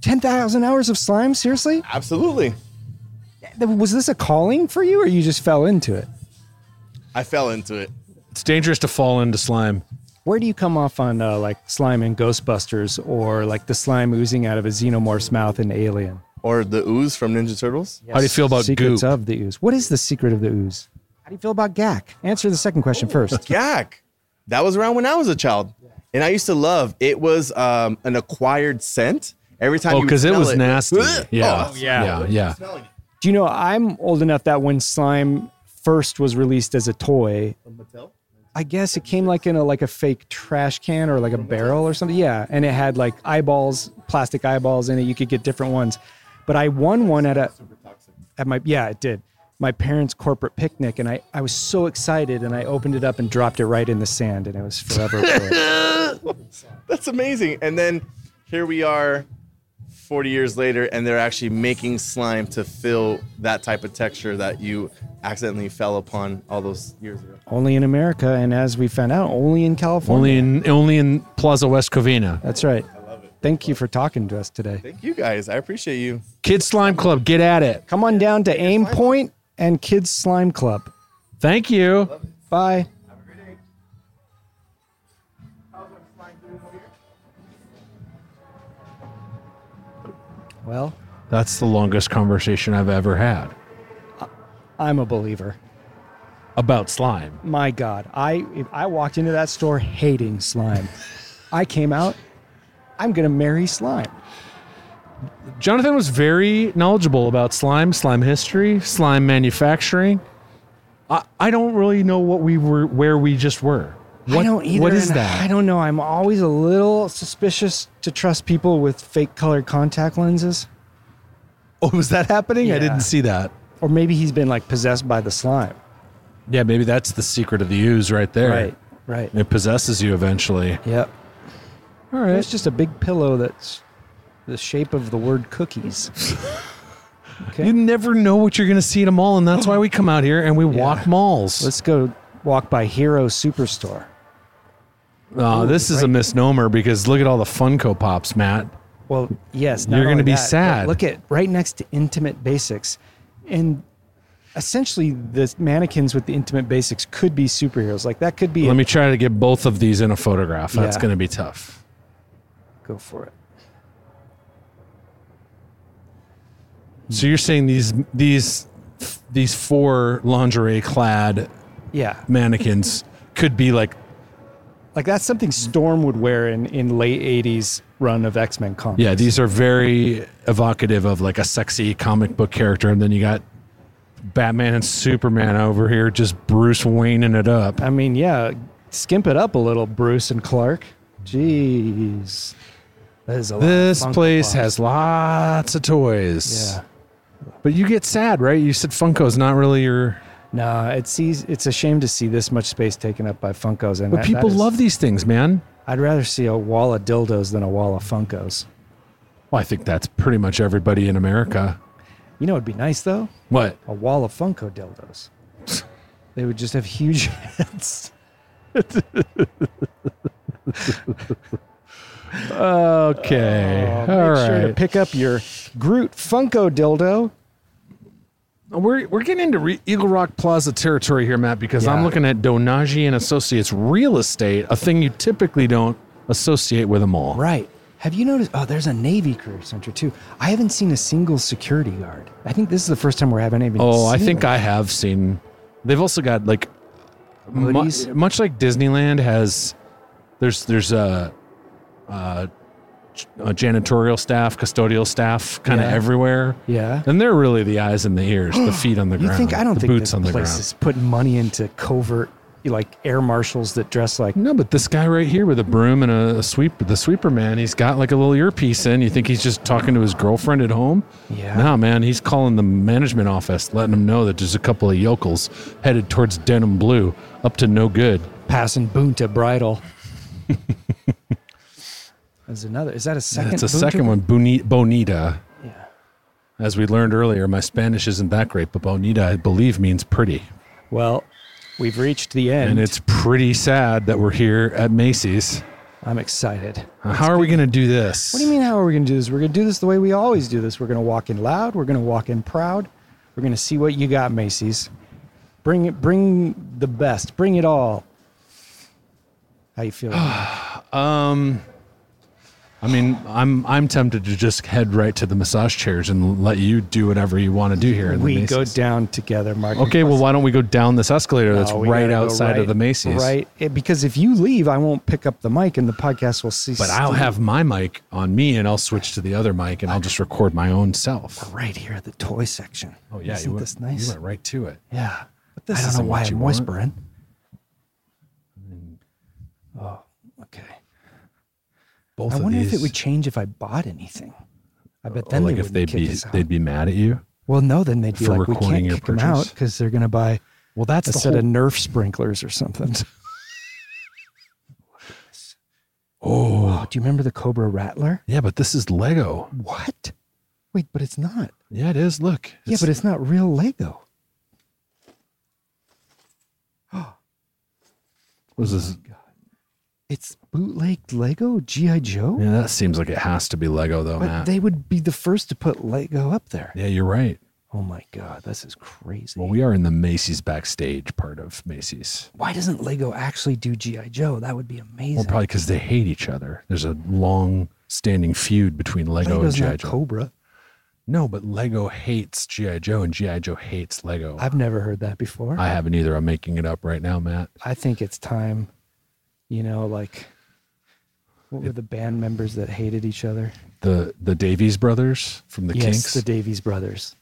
[SPEAKER 2] Ten thousand hours of slime? Seriously?
[SPEAKER 10] Absolutely.
[SPEAKER 2] Was this a calling for you, or you just fell into it?
[SPEAKER 10] I fell into it.
[SPEAKER 3] It's dangerous to fall into slime.
[SPEAKER 2] Where do you come off on uh, like slime in Ghostbusters, or like the slime oozing out of a xenomorph's mouth in Alien?
[SPEAKER 10] Or the ooze from Ninja Turtles.
[SPEAKER 3] How do you feel about
[SPEAKER 2] secrets
[SPEAKER 3] goop?
[SPEAKER 2] of the ooze? What is the secret of the ooze? How do you feel about Gak? Answer the second question first.
[SPEAKER 10] Gak. That was around when I was a child. And I used to love it was um, an acquired scent. Every time
[SPEAKER 3] Oh,
[SPEAKER 10] you would
[SPEAKER 3] because it
[SPEAKER 10] smell
[SPEAKER 3] was nasty.
[SPEAKER 10] Ugh.
[SPEAKER 3] Yeah.
[SPEAKER 10] Oh,
[SPEAKER 3] yeah. Yeah.
[SPEAKER 2] Do you know I'm old enough that when slime first was released as a toy, I guess it came like in a like a fake trash can or like a barrel or something. Yeah, and it had like eyeballs, plastic eyeballs in it. You could get different ones, but I won one at a at my yeah it did my parents' corporate picnic, and I I was so excited, and I opened it up and dropped it right in the sand, and it was forever. ruined.
[SPEAKER 10] That's amazing. And then here we are 40 years later and they're actually making slime to fill that type of texture that you accidentally fell upon all those years ago.
[SPEAKER 2] Only in America, and as we found out, only in California.
[SPEAKER 3] Only in only in Plaza West Covina.
[SPEAKER 2] That's right. I love it. Thank you for talking to us today.
[SPEAKER 10] Thank you guys. I appreciate you.
[SPEAKER 3] Kid Slime Club, get at it.
[SPEAKER 2] Come on down to Aim Point and Kids Slime Club.
[SPEAKER 3] Thank you.
[SPEAKER 2] Bye. Well,
[SPEAKER 3] That's the longest conversation I've ever had
[SPEAKER 2] I'm a believer.
[SPEAKER 3] about slime.
[SPEAKER 2] My God, I if I walked into that store hating slime. I came out. I'm gonna marry slime.
[SPEAKER 3] Jonathan was very knowledgeable about slime, slime history, slime manufacturing. I, I don't really know what we were where we just were. What,
[SPEAKER 2] I don't either.
[SPEAKER 3] what is
[SPEAKER 2] and
[SPEAKER 3] that?
[SPEAKER 2] I don't know. I'm always a little suspicious to trust people with fake colored contact lenses.
[SPEAKER 3] Oh, was that happening? I didn't see that.
[SPEAKER 2] Or maybe he's been like possessed by the slime.
[SPEAKER 3] Yeah, maybe that's the secret of the ooze right there.
[SPEAKER 2] Right, right.
[SPEAKER 3] It possesses you eventually.
[SPEAKER 2] Yep.
[SPEAKER 3] All right.
[SPEAKER 2] It's just a big pillow that's the shape of the word cookies. okay.
[SPEAKER 3] You never know what you're going to see at a mall, and that's why we come out here and we walk malls.
[SPEAKER 2] Let's go walk by Hero Superstore.
[SPEAKER 3] Uh, this is a misnomer because look at all the Funko Pops, Matt.
[SPEAKER 2] Well, yes. not
[SPEAKER 3] You're gonna
[SPEAKER 2] only
[SPEAKER 3] be
[SPEAKER 2] that, but
[SPEAKER 3] sad.
[SPEAKER 2] Look at right next to Intimate Basics, and essentially the mannequins with the Intimate Basics could be superheroes. Like that could be.
[SPEAKER 3] Let me try to get both of these in a photograph. That's
[SPEAKER 2] Yeah.
[SPEAKER 3] going to be tough.
[SPEAKER 2] go for it.
[SPEAKER 3] So you're saying these these these four lingerie clad
[SPEAKER 2] Yeah,
[SPEAKER 3] mannequins could be like
[SPEAKER 2] like that's something Storm would wear in in late '80s run of X Men comics.
[SPEAKER 3] yeah these are very evocative of like a sexy comic book character and then you got Batman and Superman over here just Bruce Wayneing it up.
[SPEAKER 2] I mean, yeah, skimp it up a little, Bruce and Clark. Jeez, that is a lot of
[SPEAKER 3] This
[SPEAKER 2] Funko
[SPEAKER 3] place
[SPEAKER 2] Pops.
[SPEAKER 3] has lots of toys.
[SPEAKER 2] Yeah.
[SPEAKER 3] But you get sad, right? You said Funko's not really your
[SPEAKER 2] No, it sees. It's a shame to see this much space taken up by Funkos, and
[SPEAKER 3] But
[SPEAKER 2] that- that
[SPEAKER 3] people
[SPEAKER 2] is-
[SPEAKER 3] love these things, man.
[SPEAKER 2] I'd rather see a wall of dildos than a wall of Funkos.
[SPEAKER 3] Well, I think that's pretty much everybody in America.
[SPEAKER 2] You know, it'd be nice though.
[SPEAKER 3] What?
[SPEAKER 2] A wall of Funko dildos. they would just have huge heads.
[SPEAKER 3] Okay.
[SPEAKER 2] Oh,
[SPEAKER 3] All right.
[SPEAKER 2] make sure to pick up your Groot Funko dildo.
[SPEAKER 3] We're we're getting into re- Eagle Rock Plaza territory here, Matt, because I'm
[SPEAKER 2] Yeah.
[SPEAKER 3] looking at Donagi and Associates real estate, a thing you typically don't associate with a mall.
[SPEAKER 2] Right. Have you noticed? Oh, there's a Navy Career Center too. I haven't seen a single security guard. I think this is the first time we're having even.
[SPEAKER 3] Oh, I
[SPEAKER 2] seen
[SPEAKER 3] think
[SPEAKER 2] one.
[SPEAKER 3] I have seen. They've also got like, mu-
[SPEAKER 2] Hoodies?
[SPEAKER 3] much like Disneyland has. There's there's a, uh j- a janitorial staff, custodial staff, kind of
[SPEAKER 2] Yeah.
[SPEAKER 3] everywhere.
[SPEAKER 2] Yeah.
[SPEAKER 3] and they're really the eyes and the ears, the feet on the
[SPEAKER 2] You
[SPEAKER 3] ground.
[SPEAKER 2] think I don't
[SPEAKER 3] the
[SPEAKER 2] think
[SPEAKER 3] boots
[SPEAKER 2] this
[SPEAKER 3] on the
[SPEAKER 2] place
[SPEAKER 3] ground.
[SPEAKER 2] is putting money into covert like air marshals that dress like
[SPEAKER 3] No, but this guy right here with a broom and a, a sweep, the sweeper man, he's got like a little earpiece in. You think he's just talking to his girlfriend at home?
[SPEAKER 2] Yeah.
[SPEAKER 3] No, man, he's calling the management office, letting them know that there's a couple of yokels headed towards denim blue, up to no good.
[SPEAKER 2] passing Bunta bridle. There's another. Is that a second?
[SPEAKER 3] That's a
[SPEAKER 2] Bunta
[SPEAKER 3] second one, Boni- Bonita.
[SPEAKER 2] Yeah.
[SPEAKER 3] As we learned earlier, my Spanish isn't that great, but Bonita, I believe, means pretty.
[SPEAKER 2] Well, we've reached the end.
[SPEAKER 3] And it's pretty sad that we're here at Macy's.
[SPEAKER 2] I'm excited.
[SPEAKER 3] Uh, How are we going to do this?
[SPEAKER 2] What do you mean? How are we going to do this? We're going to do this the way we always do this. We're going to walk in loud. We're going to walk in proud. We're going to see what you got, Macy's. Bring it. Bring the best. Bring it all. How you feel?
[SPEAKER 3] Um, I mean, I'm I'm tempted to just head right to the massage chairs and let you do whatever you want to do here. In the
[SPEAKER 2] we go
[SPEAKER 3] Macy's.
[SPEAKER 2] down together, Mark.
[SPEAKER 3] Okay, well, why don't we go down this escalator Oh, that's
[SPEAKER 2] No, we
[SPEAKER 3] right
[SPEAKER 2] gotta go
[SPEAKER 3] outside of
[SPEAKER 2] right-
[SPEAKER 3] the Macy's?
[SPEAKER 2] Right, It- because if you leave, I won't pick up the mic, and the podcast will cease.
[SPEAKER 3] But I'll
[SPEAKER 2] to-
[SPEAKER 3] have my mic on me, and I'll switch to the other mic, and I'll just record my own self.
[SPEAKER 2] right here at the toy section.
[SPEAKER 3] Oh yeah,
[SPEAKER 2] isn't
[SPEAKER 3] you went,
[SPEAKER 2] this nice?
[SPEAKER 3] You went right to it.
[SPEAKER 2] Yeah, but
[SPEAKER 3] this
[SPEAKER 2] I don't
[SPEAKER 3] isn't
[SPEAKER 2] know why
[SPEAKER 3] what you
[SPEAKER 2] I'm
[SPEAKER 3] want.
[SPEAKER 2] whispering. Oh, okay.
[SPEAKER 3] Both
[SPEAKER 2] I
[SPEAKER 3] of
[SPEAKER 2] wonder if it
[SPEAKER 3] these-
[SPEAKER 2] would change if I bought anything. I bet
[SPEAKER 3] or
[SPEAKER 2] then
[SPEAKER 3] like
[SPEAKER 2] they
[SPEAKER 3] if they'd
[SPEAKER 2] kick
[SPEAKER 3] be
[SPEAKER 2] us out.
[SPEAKER 3] they'd be mad at you.
[SPEAKER 2] Well, no, then they'd be
[SPEAKER 3] for
[SPEAKER 2] like, we
[SPEAKER 3] recording
[SPEAKER 2] can't
[SPEAKER 3] your
[SPEAKER 2] kick them out
[SPEAKER 3] purchase?
[SPEAKER 2] because they're going to buy
[SPEAKER 3] Well, that's
[SPEAKER 2] a
[SPEAKER 3] the
[SPEAKER 2] set of
[SPEAKER 3] whole-
[SPEAKER 2] Nerf sprinklers or something.
[SPEAKER 3] Oh,
[SPEAKER 2] Do you remember the Cobra Rattler?
[SPEAKER 3] Yeah, but this is Lego.
[SPEAKER 2] What? Wait, but it's not.
[SPEAKER 3] Yeah, it is. Look.
[SPEAKER 2] yeah, but it's not real Lego.
[SPEAKER 3] What is this?
[SPEAKER 2] Oh It's bootleg Lego GI Joe.
[SPEAKER 3] Yeah, that seems like it has to be Lego though,
[SPEAKER 2] but
[SPEAKER 3] Matt.
[SPEAKER 2] they would be the first to put Lego up there.
[SPEAKER 3] yeah, you're right.
[SPEAKER 2] Oh my god, this is crazy.
[SPEAKER 3] Well, we are in the Macy's backstage part of Macy's.
[SPEAKER 2] Why doesn't Lego actually do GI Joe? That would be amazing.
[SPEAKER 3] Well, probably because they hate each other. There's a long-standing feud between Lego
[SPEAKER 2] Lego's
[SPEAKER 3] and GI
[SPEAKER 2] not
[SPEAKER 3] Joe.
[SPEAKER 2] Cobra.
[SPEAKER 3] No, but Lego hates GI Joe, and GI Joe hates Lego.
[SPEAKER 2] I've never heard that before.
[SPEAKER 3] I haven't either. I'm making it up right now, Matt.
[SPEAKER 2] I think it's time, you know, like what were the band members that hated each other?
[SPEAKER 3] The the Davies brothers from the
[SPEAKER 2] yes,
[SPEAKER 3] Kinks.
[SPEAKER 2] the Davies brothers.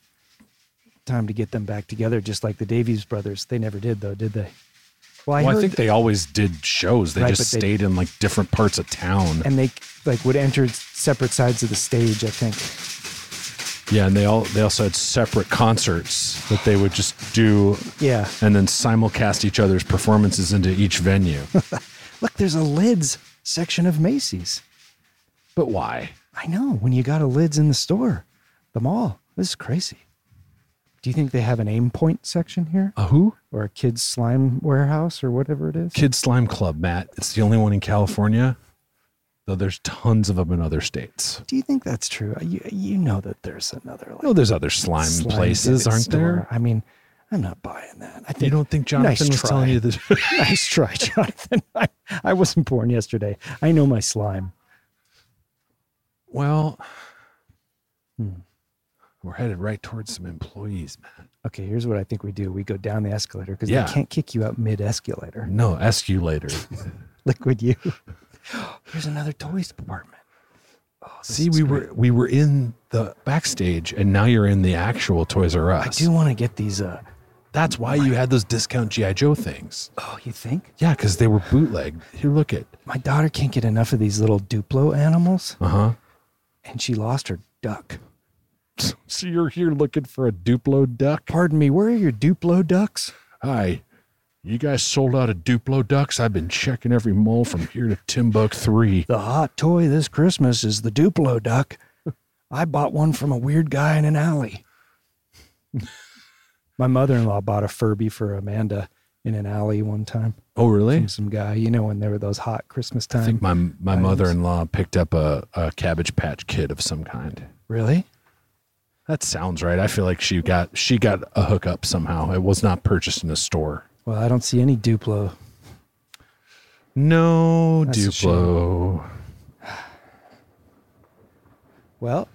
[SPEAKER 2] Time to get them back together, just like the Davies brothers. They never did, though, did they?
[SPEAKER 3] well, I,
[SPEAKER 2] heard
[SPEAKER 3] think
[SPEAKER 2] th-
[SPEAKER 3] they always did shows. They
[SPEAKER 2] Right,
[SPEAKER 3] just
[SPEAKER 2] but they-
[SPEAKER 3] stayed in like different parts of town.
[SPEAKER 2] and they like would enter separate sides of the stage. I think.
[SPEAKER 3] yeah, and they all they also had separate concerts that they would just do.
[SPEAKER 2] Yeah.
[SPEAKER 3] and then simulcast each other's performances into each venue.
[SPEAKER 2] Look, there's a lids section of Macy's.
[SPEAKER 3] But why?
[SPEAKER 2] I know when you got a lids in the store, the mall. This is crazy. Do you think they have an aim point section here?
[SPEAKER 3] A who?
[SPEAKER 2] Or a kids slime warehouse or whatever it is?
[SPEAKER 3] Kid Slime Club, Matt. It's the only one in California, though there's tons of them in other states.
[SPEAKER 2] Do you think that's true? Uh, You, you know that there's another like
[SPEAKER 3] No, there's other slime,
[SPEAKER 2] slime
[SPEAKER 3] places,
[SPEAKER 2] dip
[SPEAKER 3] aren't
[SPEAKER 2] store.
[SPEAKER 3] there?
[SPEAKER 2] I mean, I'm not buying that. I think,
[SPEAKER 3] you don't think Jonathan
[SPEAKER 2] nice
[SPEAKER 3] was
[SPEAKER 2] try.
[SPEAKER 3] telling you this?
[SPEAKER 2] nice try, Jonathan. I, I wasn't born yesterday. I know my slime.
[SPEAKER 3] well,
[SPEAKER 2] Hmm.
[SPEAKER 3] we're headed right towards some employees, Matt.
[SPEAKER 2] Okay, here's what I think we do. We go down the escalator because
[SPEAKER 3] Yeah.
[SPEAKER 2] they can't kick you out mid escalator.
[SPEAKER 3] No, ask you later.
[SPEAKER 2] Liquid you. Here's another toys department.
[SPEAKER 3] See, we were we were in the backstage, and now you're in the actual Toys R Us.
[SPEAKER 2] I do want to get these. Uh,
[SPEAKER 3] That's why you had those discount GI Joe things.
[SPEAKER 2] oh, you think
[SPEAKER 3] Yeah, because they were bootleg. Here, look at.
[SPEAKER 2] my daughter can't get enough of these little Duplo animals?
[SPEAKER 3] Uh huh.
[SPEAKER 2] And she lost her duck.
[SPEAKER 3] So you're here looking for a Duplo duck?
[SPEAKER 2] Pardon me. Where are your Duplo ducks?
[SPEAKER 3] Hi, you guys sold out of Duplo ducks. I've been checking every mall from here to Timbuk3.
[SPEAKER 2] The hot toy this Christmas is the Duplo duck. I bought one from a weird guy in an alley. My mother in law bought a Furby for Amanda in an alley one time.
[SPEAKER 3] Oh, really?
[SPEAKER 2] From some guy, you know, when there were those hot Christmas
[SPEAKER 3] I think
[SPEAKER 2] time.
[SPEAKER 3] my my mother-in-law picked up a, a Cabbage Patch Kid of some kind.
[SPEAKER 2] really?
[SPEAKER 3] That sounds right. I feel like she got she got a hookup somehow. It was not purchased in a store.
[SPEAKER 2] Well, I don't see any Duplo.
[SPEAKER 3] No
[SPEAKER 2] That's a shame.
[SPEAKER 3] Duplo.
[SPEAKER 2] Well,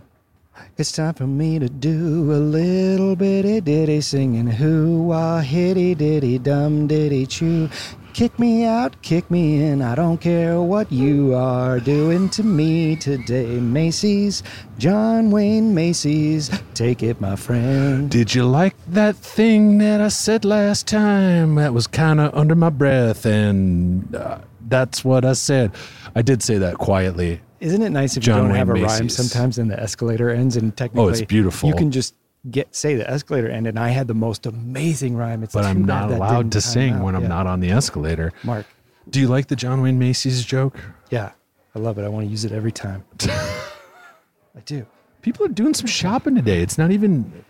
[SPEAKER 2] it's time for me to do a little bitty ditty singing hoo wah hitty ditty dum ditty choo. Kick me out, kick me in. I don't care what you are doing to me today. Macy's, John Wayne Macy's, take it, my friend.
[SPEAKER 3] Did you like that thing that I said last time? That was kind of under my breath, and uh, that's what I said. I did say that quietly.
[SPEAKER 2] Isn't it nice if
[SPEAKER 3] John
[SPEAKER 2] you don't have a
[SPEAKER 3] Wayne
[SPEAKER 2] rhyme
[SPEAKER 3] Macy's. Oh,
[SPEAKER 2] sometimes and the escalator ends and technically
[SPEAKER 3] beautiful.
[SPEAKER 2] You can just get say the escalator end and I had the most amazing rhyme. It's
[SPEAKER 3] But
[SPEAKER 2] too
[SPEAKER 3] I'm
[SPEAKER 2] bad
[SPEAKER 3] not
[SPEAKER 2] that
[SPEAKER 3] allowed
[SPEAKER 2] didn't
[SPEAKER 3] to
[SPEAKER 2] time
[SPEAKER 3] sing
[SPEAKER 2] out.
[SPEAKER 3] when I'm
[SPEAKER 2] Yeah.
[SPEAKER 3] not on the escalator.
[SPEAKER 2] Mark.
[SPEAKER 3] Do you like the John Wayne Macy's joke?
[SPEAKER 2] Yeah, I love it. I want to use it every time. I do.
[SPEAKER 3] People are doing some shopping today. It's not even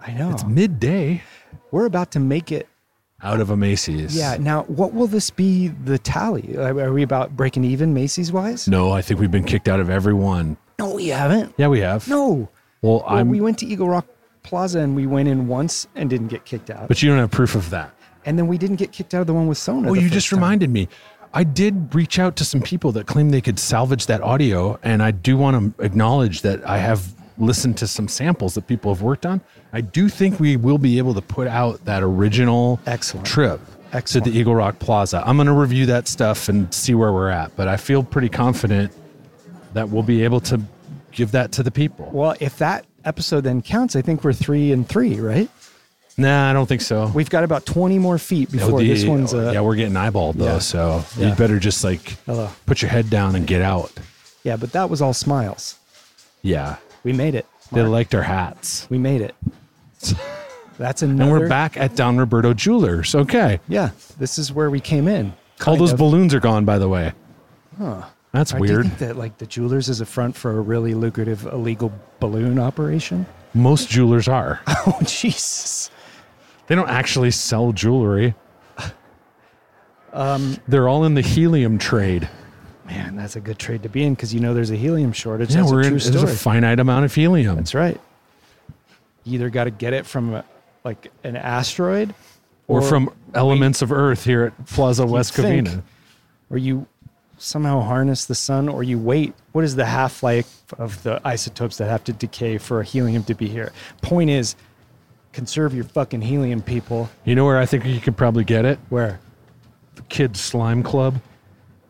[SPEAKER 2] I know.
[SPEAKER 3] it's midday.
[SPEAKER 2] We're about to make it.
[SPEAKER 3] Out of a Macy's.
[SPEAKER 2] Yeah. Now, what will this be the tally? Are are we about breaking even Macy's wise?
[SPEAKER 3] No, I think we've been kicked out of every one.
[SPEAKER 2] No, we haven't.
[SPEAKER 3] Yeah, we have.
[SPEAKER 2] No.
[SPEAKER 3] Well,
[SPEAKER 2] Well,
[SPEAKER 3] I'm.
[SPEAKER 2] we went to Eagle Rock Plaza and we went in once and didn't get kicked out.
[SPEAKER 3] but you don't have proof of that.
[SPEAKER 2] and then we didn't get kicked out of the one with Sona.
[SPEAKER 3] Oh,
[SPEAKER 2] the
[SPEAKER 3] you
[SPEAKER 2] first
[SPEAKER 3] just
[SPEAKER 2] time.
[SPEAKER 3] reminded me. I did reach out to some people that claimed they could salvage that audio, and I do want to acknowledge that I have listened to some samples that people have worked on. I do think we will be able to put out that original
[SPEAKER 2] Excellent.
[SPEAKER 3] trip
[SPEAKER 2] Excellent.
[SPEAKER 3] to the Eagle Rock Plaza. I'm going to review that stuff and see where we're at, but I feel pretty confident that we'll be able to give that to the people.
[SPEAKER 2] Well, if that episode then counts, I think we're three and three, right?
[SPEAKER 3] Nah, I don't think so.
[SPEAKER 2] We've got about 20 more feet
[SPEAKER 3] No,
[SPEAKER 2] before
[SPEAKER 3] the- oh,
[SPEAKER 2] this one's. Uh,
[SPEAKER 3] yeah, we're getting eyeballed though,
[SPEAKER 2] yeah.
[SPEAKER 3] so
[SPEAKER 2] Yeah.
[SPEAKER 3] you better just like
[SPEAKER 2] Hello.
[SPEAKER 3] put your head down and get out.
[SPEAKER 2] yeah, but that was all smiles.
[SPEAKER 3] Yeah.
[SPEAKER 2] We made it.
[SPEAKER 3] They liked our hats.
[SPEAKER 2] We made it. That's
[SPEAKER 3] And
[SPEAKER 2] another.
[SPEAKER 3] we're back at Don Roberto Jewelers. Okay.
[SPEAKER 2] Yeah, this is where we came in.
[SPEAKER 3] All
[SPEAKER 2] kind
[SPEAKER 3] those
[SPEAKER 2] of.
[SPEAKER 3] balloons are gone, by the way. That's
[SPEAKER 2] All right, do you
[SPEAKER 3] weird.
[SPEAKER 2] think that like the jewelers is a front for a really lucrative illegal balloon operation?
[SPEAKER 3] Most jewelers are.
[SPEAKER 2] Oh Jesus!
[SPEAKER 3] They don't actually sell jewelry.
[SPEAKER 2] Um,
[SPEAKER 3] They're all in the helium trade.
[SPEAKER 2] man, that's a good trade to be in because you know there's a helium shortage.
[SPEAKER 3] yeah,
[SPEAKER 2] that's
[SPEAKER 3] we're
[SPEAKER 2] a
[SPEAKER 3] in.
[SPEAKER 2] true
[SPEAKER 3] There's
[SPEAKER 2] story.
[SPEAKER 3] a finite amount of helium.
[SPEAKER 2] That's right. You either got to get it from a, like an asteroid,
[SPEAKER 3] Or, from elements of Earth here at Plaza
[SPEAKER 2] you
[SPEAKER 3] West
[SPEAKER 2] think,
[SPEAKER 3] Covina.
[SPEAKER 2] or you somehow harness the sun, or you wait. What is the half life of the isotopes that have to decay for helium to be here? Point is, conserve your fucking helium, people.
[SPEAKER 3] You know where I think you could probably get it?
[SPEAKER 2] Where?
[SPEAKER 3] The Kids Slime Club.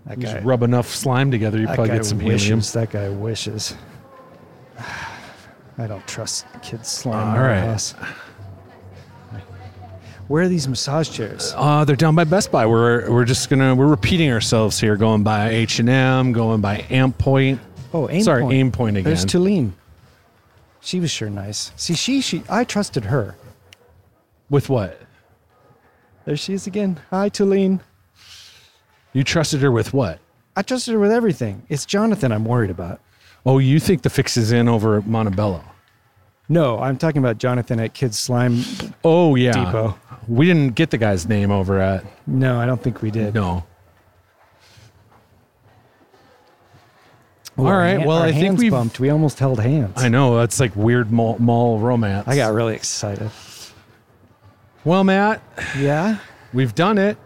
[SPEAKER 2] That
[SPEAKER 3] You
[SPEAKER 2] guy-
[SPEAKER 3] Just rub enough slime together, you
[SPEAKER 2] That
[SPEAKER 3] probably
[SPEAKER 2] guy
[SPEAKER 3] get some
[SPEAKER 2] wishes,
[SPEAKER 3] helium.
[SPEAKER 2] That guy wishes. I don't trust kids slime.
[SPEAKER 3] All
[SPEAKER 2] All
[SPEAKER 3] right.
[SPEAKER 2] right. Where are these massage chairs?
[SPEAKER 3] Uh, they're down by Best Buy. We're we're just gonna we're repeating ourselves here, going by H and M, going by Amp Point.
[SPEAKER 2] Oh, aim
[SPEAKER 3] sorry,
[SPEAKER 2] point.
[SPEAKER 3] Aim Point again.
[SPEAKER 2] There's Tulene. She was sure nice. See, she she I trusted her.
[SPEAKER 3] With what?
[SPEAKER 2] There she is again. Hi, Tulene.
[SPEAKER 3] You trusted her with what?
[SPEAKER 2] I trusted her with everything. It's Jonathan I'm worried about.
[SPEAKER 3] Oh, you think the fix is in over at Montebello?
[SPEAKER 2] No, I'm talking about Jonathan at Kids Slime.
[SPEAKER 3] Oh yeah.
[SPEAKER 2] Depot.
[SPEAKER 3] We didn't get the guy's name over at.
[SPEAKER 2] No, I don't think we did.
[SPEAKER 3] No.
[SPEAKER 2] Ooh,
[SPEAKER 3] All
[SPEAKER 2] our
[SPEAKER 3] right.
[SPEAKER 2] hand-
[SPEAKER 3] well,
[SPEAKER 2] our
[SPEAKER 3] I think
[SPEAKER 2] hands
[SPEAKER 3] we.
[SPEAKER 2] bumped. We almost held hands.
[SPEAKER 3] I know that's like weird mall, mall romance.
[SPEAKER 2] I got really excited.
[SPEAKER 3] Well, Matt,
[SPEAKER 2] Yeah.
[SPEAKER 3] we've done it.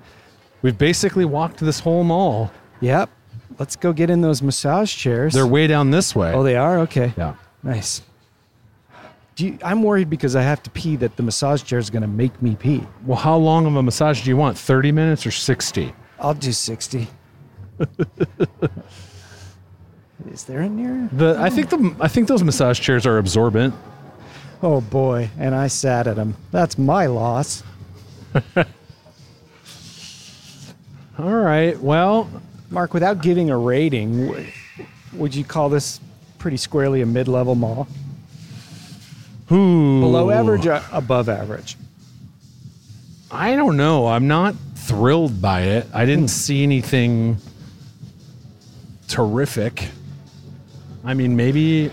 [SPEAKER 3] We've basically walked this whole mall.
[SPEAKER 2] Yep. Let's go get in those massage chairs.
[SPEAKER 3] They're way down this way.
[SPEAKER 2] Oh, they are? Okay.
[SPEAKER 3] Yeah.
[SPEAKER 2] Nice. Do you, I'm worried because I have to pee that the massage chair is going to make me pee.
[SPEAKER 3] Well, how long of a massage do you want? 30 minutes or 60?
[SPEAKER 2] I'll do 60. is there a near?
[SPEAKER 3] The I think the I think those massage chairs are absorbent.
[SPEAKER 2] Oh, boy. And I sat at him. That's my loss.
[SPEAKER 3] All right. Well,
[SPEAKER 2] Mark, without giving a rating, w- would you call this pretty squarely a mid level mall?
[SPEAKER 3] who
[SPEAKER 2] Below average or above average?
[SPEAKER 3] I don't know. I'm not thrilled by it. I
[SPEAKER 2] Hmm.
[SPEAKER 3] didn't see anything terrific. I mean, maybe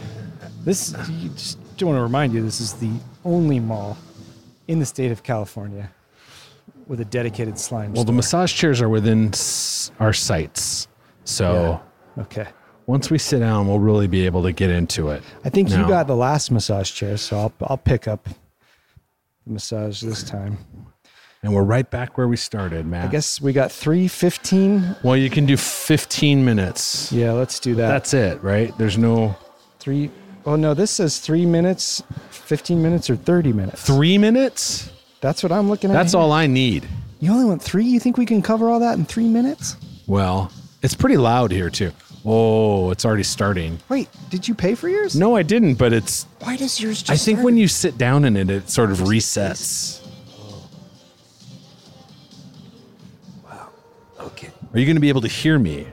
[SPEAKER 2] This, you just do want to remind you, this is the only mall in the state of California with a dedicated slime
[SPEAKER 3] well, the
[SPEAKER 2] store.
[SPEAKER 3] massage chairs are within s- our sights. So,
[SPEAKER 2] okay.
[SPEAKER 3] once we sit down, we'll really be able to get into it.
[SPEAKER 2] I think you
[SPEAKER 3] Now-
[SPEAKER 2] got the last massage chair, so I'll, I'll pick up the massage this time.
[SPEAKER 3] and we're right back where we started, Matt.
[SPEAKER 2] I guess we got 315.
[SPEAKER 3] Well, you can do 15 minutes.
[SPEAKER 2] Yeah, let's do that.
[SPEAKER 3] That's it, right? There's no
[SPEAKER 2] three oh no, this says three minutes, 15 minutes, or 30 minutes.
[SPEAKER 3] three minutes.
[SPEAKER 2] That's what I'm looking at.
[SPEAKER 3] That's
[SPEAKER 2] here.
[SPEAKER 3] all I need.
[SPEAKER 2] You only want three? You think we can cover all that in three minutes?
[SPEAKER 3] Well, it's pretty loud here too. Oh, it's already starting.
[SPEAKER 2] Wait, did you pay for yours?
[SPEAKER 3] No, I didn't, but it's.
[SPEAKER 2] Why does yours just
[SPEAKER 3] I think when you sit down in it, it sort of resets.
[SPEAKER 2] Okay.
[SPEAKER 3] Are you going to be able to hear me?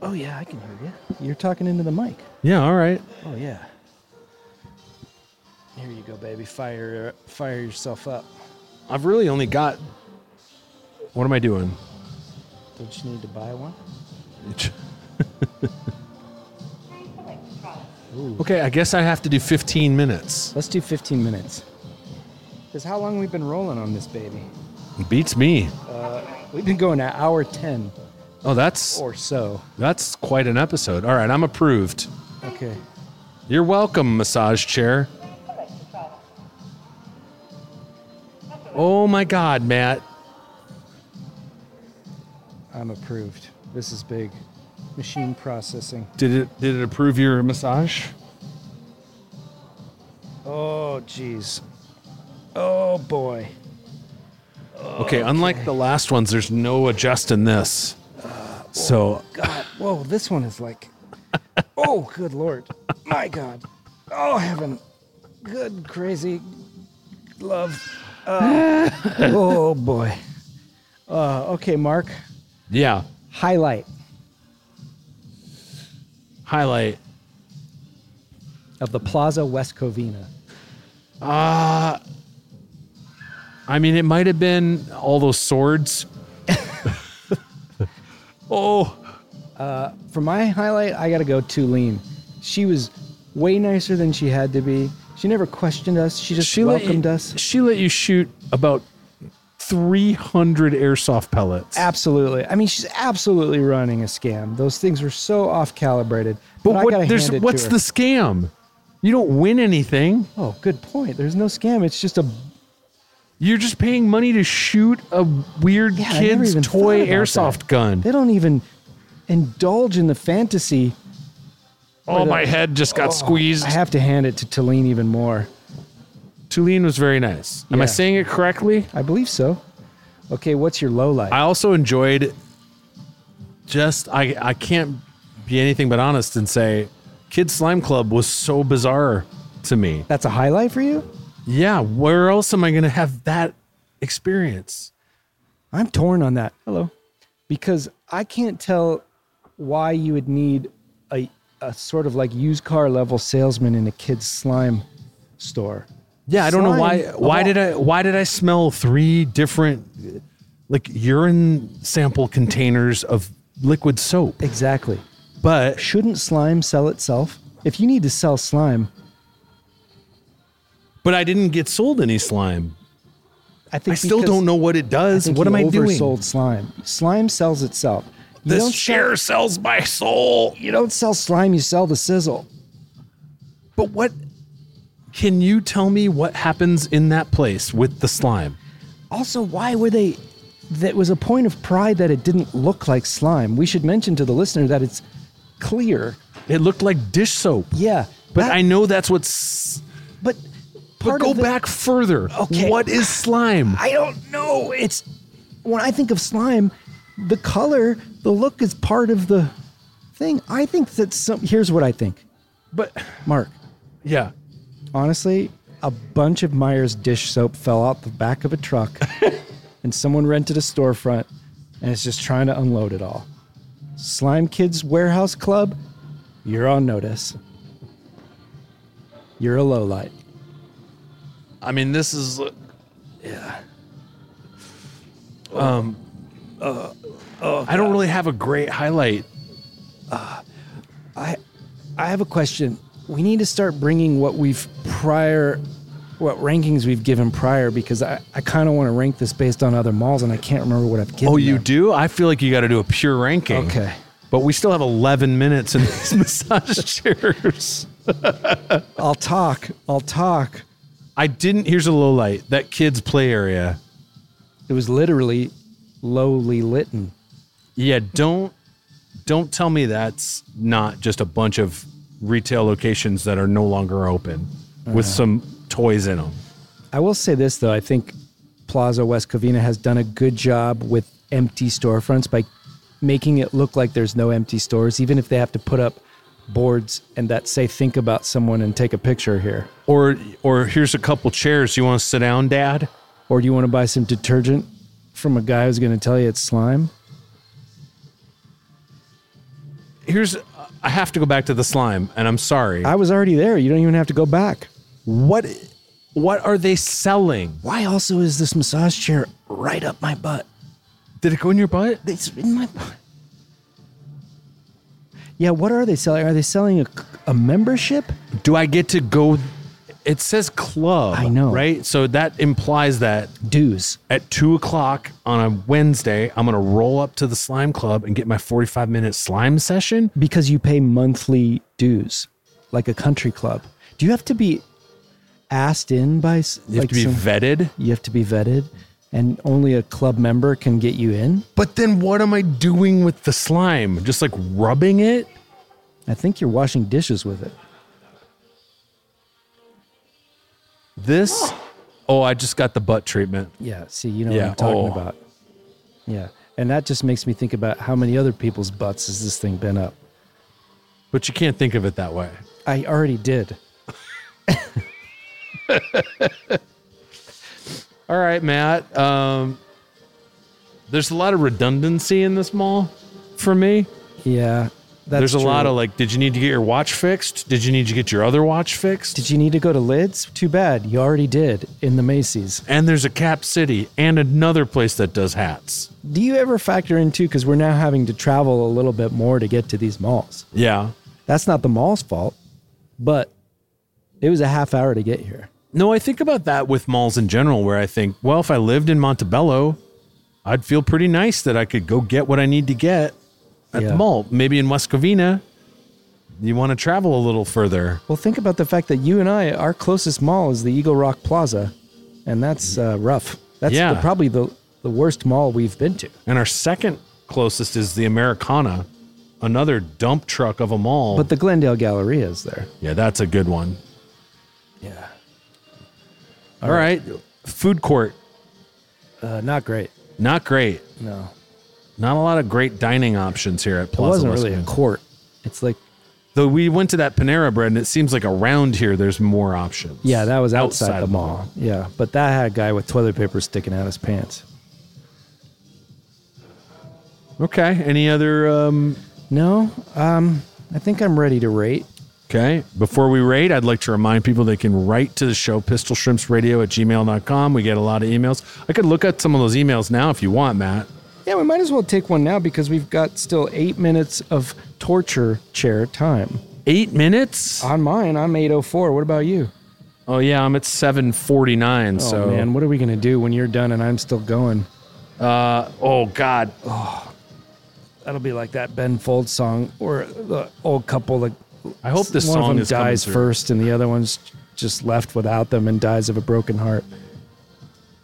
[SPEAKER 2] Oh yeah, I can hear you. You're talking into the mic.
[SPEAKER 3] Yeah. All right.
[SPEAKER 2] Oh yeah. Here you go, baby. Fire fire yourself up.
[SPEAKER 3] I've really only got. What am I doing?
[SPEAKER 2] Don't you need to buy one?
[SPEAKER 3] okay, I guess I have to do 15 minutes.
[SPEAKER 2] Let's do 15 minutes. Because how long we've been rolling on this baby?
[SPEAKER 3] Beats me.
[SPEAKER 2] Uh, we've been going at hour 10
[SPEAKER 3] Oh, that's
[SPEAKER 2] or so.
[SPEAKER 3] that's quite an episode. All right, I'm approved.
[SPEAKER 2] Okay.
[SPEAKER 3] You're welcome, massage chair. Oh my God, Matt.
[SPEAKER 2] I'm approved. This is big. Machine processing.
[SPEAKER 3] Did it did it approve your massage?
[SPEAKER 2] Oh, jeez. Oh, boy.
[SPEAKER 3] Okay, unlike the last ones, there's no adjust in this. So
[SPEAKER 2] God. Whoa, this one is like. Oh, good lord. My God. Oh, heaven. Good, crazy love. Uh, oh, boy. Uh, okay, Mark.
[SPEAKER 3] yeah,
[SPEAKER 2] Highlight
[SPEAKER 3] highlight.
[SPEAKER 2] of the Plaza West Covina.
[SPEAKER 3] Uh I mean it might have been all those swords. oh
[SPEAKER 2] Uh, for my highlight, I got to go to Lean. She was way nicer than she had to be. She never questioned us. She just
[SPEAKER 3] let
[SPEAKER 2] welcomed
[SPEAKER 3] you-
[SPEAKER 2] us.
[SPEAKER 3] She let you shoot about 300 airsoft pellets.
[SPEAKER 2] Absolutely. I mean, she's absolutely running a scam. Those things were so off calibrated.
[SPEAKER 3] But,
[SPEAKER 2] I gotta
[SPEAKER 3] what, there's,
[SPEAKER 2] hand it to
[SPEAKER 3] what's
[SPEAKER 2] her.
[SPEAKER 3] the scam? You don't win anything.
[SPEAKER 2] Oh, good point. There's no scam. It's just a.
[SPEAKER 3] You're just paying money to shoot a weird
[SPEAKER 2] Yeah, I never
[SPEAKER 3] kid's
[SPEAKER 2] even
[SPEAKER 3] toy
[SPEAKER 2] thought about
[SPEAKER 3] airsoft
[SPEAKER 2] that.
[SPEAKER 3] gun.
[SPEAKER 2] They don't even indulge in the fantasy.
[SPEAKER 3] Oh,
[SPEAKER 2] Or the-
[SPEAKER 3] my head just got
[SPEAKER 2] Oh,
[SPEAKER 3] squeezed.
[SPEAKER 2] I have to hand it to Talene even more.
[SPEAKER 3] Tulene was very nice. Am I
[SPEAKER 2] Yeah.
[SPEAKER 3] saying it correctly?
[SPEAKER 2] I believe so. Okay, what's your low light?
[SPEAKER 3] I also enjoyed just I I can't be anything but honest and say Kid Slime Club was so bizarre to me.
[SPEAKER 2] That's a highlight for you?
[SPEAKER 3] Yeah, where else am I going to have that experience?
[SPEAKER 2] I'm torn on that. Hello. Because I can't tell why you would need a, a sort of like used car level salesman in a kid's slime store.
[SPEAKER 3] Yeah, I don't know why
[SPEAKER 2] Slime,
[SPEAKER 3] why
[SPEAKER 2] of
[SPEAKER 3] did I why did I smell three different like urine sample containers of liquid soap?
[SPEAKER 2] Exactly.
[SPEAKER 3] But
[SPEAKER 2] shouldn't slime sell itself? If you need to sell slime,
[SPEAKER 3] But I didn't get sold any slime.
[SPEAKER 2] I think
[SPEAKER 3] I still
[SPEAKER 2] because-
[SPEAKER 3] don't know what it does.
[SPEAKER 2] think
[SPEAKER 3] What
[SPEAKER 2] you
[SPEAKER 3] am I doing?
[SPEAKER 2] Oversold slime. Slime sells itself. You
[SPEAKER 3] This
[SPEAKER 2] don't
[SPEAKER 3] share sells my soul.
[SPEAKER 2] You don't sell slime, you sell the sizzle.
[SPEAKER 3] But what can you tell me what happens in that place with the slime?
[SPEAKER 2] Also, why were they? That was a point of pride that it didn't look like slime. We should mention to the listener that it's clear.
[SPEAKER 3] It looked like dish soap.
[SPEAKER 2] Yeah,
[SPEAKER 3] But I know that's what's
[SPEAKER 2] but
[SPEAKER 3] But
[SPEAKER 2] part
[SPEAKER 3] go
[SPEAKER 2] of the-
[SPEAKER 3] back further.
[SPEAKER 2] Okay.
[SPEAKER 3] What is slime?
[SPEAKER 2] I don't know. It's when I think of slime, the color, the look is part of the thing. I think that some. Here's what I think.
[SPEAKER 3] But
[SPEAKER 2] Mark,
[SPEAKER 3] yeah.
[SPEAKER 2] honestly, a bunch of Myers dish soap fell out the back of a truck, and someone rented a storefront, and it's just trying to unload it all. Slime Kids Warehouse Club, you're on notice. You're a low light.
[SPEAKER 3] I mean, this is uh, yeah. Um uh, I don't really have a great highlight.
[SPEAKER 2] I I have a question. We need to start bringing what we've prior what rankings we've given prior because I, I kind of want to rank this based on other malls and I can't remember what I've given.
[SPEAKER 3] Oh, you
[SPEAKER 2] them.
[SPEAKER 3] do? I feel like you got to do a pure ranking.
[SPEAKER 2] Okay.
[SPEAKER 3] But we still have 11 minutes in these massage chairs.
[SPEAKER 2] I'll talk. I'll talk.
[SPEAKER 3] I didn't. Here's a low light. That kid's play area.
[SPEAKER 2] It was literally lowly litten.
[SPEAKER 3] Yeah, don't don't tell me that's not just a bunch of retail locations that are no longer open with
[SPEAKER 2] Uh-huh.
[SPEAKER 3] some toys in them.
[SPEAKER 2] I will say this though, I think Plaza West Covina has done a good job with empty storefronts by making it look like there's no empty stores, even if they have to put up boards and that say think about someone and take a picture here.
[SPEAKER 3] Or or here's a couple chairs. You want to sit down, Dad?
[SPEAKER 2] Or do you want to buy some detergent from a guy who's gonna tell you it's slime?
[SPEAKER 3] Here's I have to go back to the slime, and I'm sorry.
[SPEAKER 2] I was already there. You don't even have to go back.
[SPEAKER 3] What what are they selling?
[SPEAKER 2] Why also is this massage chair right up my butt?
[SPEAKER 3] Did it go in your butt?
[SPEAKER 2] It's in my butt. Yeah, what are they selling? Are they selling a, a membership?
[SPEAKER 3] Do I get to go? It says club. I know, right? So that implies that
[SPEAKER 2] dues
[SPEAKER 3] at two o'clock on a Wednesday, I'm gonna roll up to the slime club and get my 45 minute slime session.
[SPEAKER 2] Because you pay monthly dues, like a country club. Do you have to be asked in by? s-
[SPEAKER 3] You have
[SPEAKER 2] like
[SPEAKER 3] to be
[SPEAKER 2] some-
[SPEAKER 3] vetted.
[SPEAKER 2] You have to be vetted, and only a club member can get you in.
[SPEAKER 3] But then what am I doing with the slime? Just like rubbing it?
[SPEAKER 2] I think you're washing dishes with it.
[SPEAKER 3] This? Oh, I just got the butt treatment.
[SPEAKER 2] Yeah. See, you know
[SPEAKER 3] Yeah,
[SPEAKER 2] what I'm talking
[SPEAKER 3] oh.
[SPEAKER 2] about. Yeah, and that just makes me think about how many other people's butts has this thing been up.
[SPEAKER 3] But you can't think of it that way.
[SPEAKER 2] I already did.
[SPEAKER 3] All right, Matt. Um, there's a lot of redundancy in this mall for me.
[SPEAKER 2] Yeah,
[SPEAKER 12] That's
[SPEAKER 3] There's a lot
[SPEAKER 12] true.
[SPEAKER 3] of like, did you need to get your watch fixed? Did you need to get your other watch fixed? Did you need to go to Lids? Too bad. You already did in the Macy's. And there's a Cap City and another place that does hats.
[SPEAKER 2] Do you ever factor in too? Because we're now having to travel a little bit more to get to these malls.
[SPEAKER 3] Yeah.
[SPEAKER 2] That's not the mall's fault, but it was a half hour to get here.
[SPEAKER 3] No, I think about that with malls in general, where I think, well, if I lived in Montebello, I'd feel pretty nice that I could go get what I need to get at the mall. Maybe in West Covina, you want to travel a little further.
[SPEAKER 2] Well, think about the fact that you and I, our closest mall is the Eagle Rock Plaza, and that's uh, rough. That's
[SPEAKER 3] Yeah.
[SPEAKER 2] the, probably the the worst mall we've been to.
[SPEAKER 3] And our second closest is the Americana, another dump truck of a mall.
[SPEAKER 2] But the Glendale Galleria is there.
[SPEAKER 3] yeah, that's a good one.
[SPEAKER 2] Yeah.
[SPEAKER 3] All right. Food court.
[SPEAKER 2] Uh, not great.
[SPEAKER 3] Not great.
[SPEAKER 2] No.
[SPEAKER 3] Not a lot of great dining options here at Plaza.
[SPEAKER 2] wasn't really a
[SPEAKER 3] court.
[SPEAKER 2] It's like
[SPEAKER 3] though we went to that Panera Bread, and it seems like around here there's more options.
[SPEAKER 2] Yeah, that was outside,
[SPEAKER 3] Outside
[SPEAKER 2] the
[SPEAKER 3] the
[SPEAKER 2] mall. Yeah, but that had a guy with toilet paper sticking out his pants.
[SPEAKER 3] Okay. Any other? Um...
[SPEAKER 2] No. Um, I think I'm ready to rate.
[SPEAKER 3] Okay. Before we rate, I'd like to remind people they can write to the show, pistolshrimpsradio at gmail.com. We get a lot of emails. I could look at some of those emails now if you want, Matt.
[SPEAKER 2] Yeah, we might as well take one now because we've got still eight minutes of torture chair time.
[SPEAKER 3] Eight minutes?
[SPEAKER 2] On mine, I'm 804. What about you?
[SPEAKER 3] Uh, Oh, yeah, I'm at 749.
[SPEAKER 2] Oh,
[SPEAKER 3] so,
[SPEAKER 2] man, what are we going to do when you're done and I'm still going?
[SPEAKER 3] Uh, oh, God.
[SPEAKER 2] That'll be like that Ben Folds song or the old couple that.
[SPEAKER 3] I hope this
[SPEAKER 2] one
[SPEAKER 3] song
[SPEAKER 2] of them
[SPEAKER 3] is coming
[SPEAKER 2] dies
[SPEAKER 3] through.
[SPEAKER 2] first and the other one's just left without them and dies of a broken heart.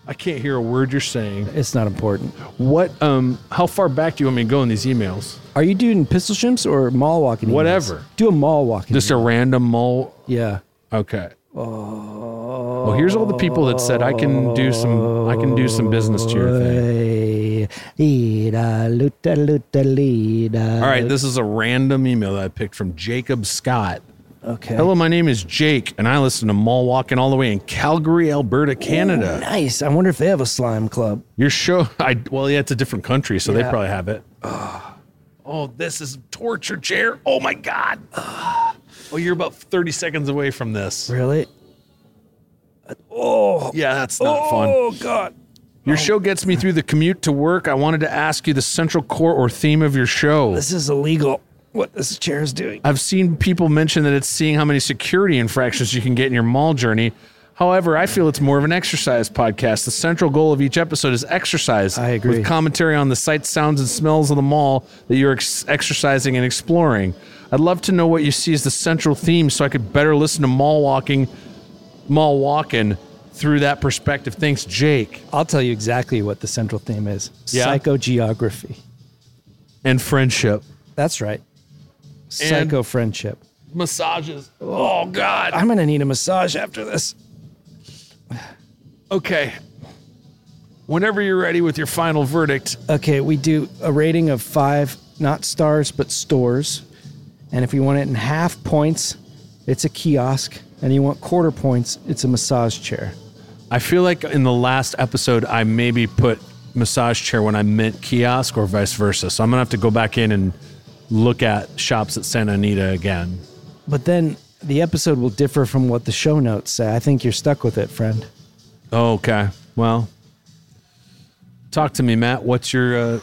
[SPEAKER 3] I can't hear a word you're saying.
[SPEAKER 2] It's not important.
[SPEAKER 3] What, um, how far back do you want me to go in these emails?
[SPEAKER 2] Are you doing pistol shrimps or mall walking? emails?
[SPEAKER 3] Whatever.
[SPEAKER 2] Do a mall walking.
[SPEAKER 3] Just a random mole?
[SPEAKER 2] Yeah.
[SPEAKER 3] Okay. Oh. Well, here's all the people that said I can do some I can do some business to your thing. All right, this is a random email that I picked from Jacob Scott.
[SPEAKER 2] Okay.
[SPEAKER 3] Hello, my name is Jake, and I listen to Mall Walking all the way in Calgary, Alberta, Canada.
[SPEAKER 2] nice. I wonder if they have a slime club.
[SPEAKER 3] Your show, I well, yeah, it's a different country, so they
[SPEAKER 2] Yeah.
[SPEAKER 3] probably have it. Oh, this is torture chair. Oh my god. Oh, you're about 30 seconds away from this.
[SPEAKER 2] Really? Oh.
[SPEAKER 3] Yeah, that's not
[SPEAKER 2] Oh,
[SPEAKER 3] fun.
[SPEAKER 2] God.
[SPEAKER 3] Your show gets me through the commute to work. I wanted to ask you the central core or theme of your show.
[SPEAKER 2] This is illegal. What this chair is doing.
[SPEAKER 3] I've seen people mention that it's seeing how many security infractions you can get in your mall journey. However, I feel it's more of an exercise podcast. The central goal of each episode is exercise. I
[SPEAKER 2] agree.
[SPEAKER 3] With commentary on the sights, sounds, and smells of the mall that you're ex- exercising and exploring. I'd love to know what you see as the central theme so I could better listen to mall walking, mall walking through that perspective. Thanks, Jake.
[SPEAKER 2] I'll tell you exactly what the central theme is
[SPEAKER 3] Yeah?
[SPEAKER 2] psychogeography.
[SPEAKER 3] And friendship.
[SPEAKER 2] That's right. Psycho friendship.
[SPEAKER 3] Massages. Oh, God.
[SPEAKER 2] I'm going to need a massage after this.
[SPEAKER 3] Okay. Whenever you're ready with your final verdict,
[SPEAKER 2] Okay, we do a rating of five, not stars, but stores. And if you want it in half points, it's a kiosk. And you want quarter points, it's a massage chair.
[SPEAKER 3] I feel like in the last episode, I maybe put massage chair when I meant kiosk or vice versa. So I'm going to have to go back in and look at shops at Santa Anita again.
[SPEAKER 2] But then the episode will differ from what the show notes say. I think you're stuck with it, friend.
[SPEAKER 3] Oh, Okay. Well, talk to me, Matt. What's your. Uh,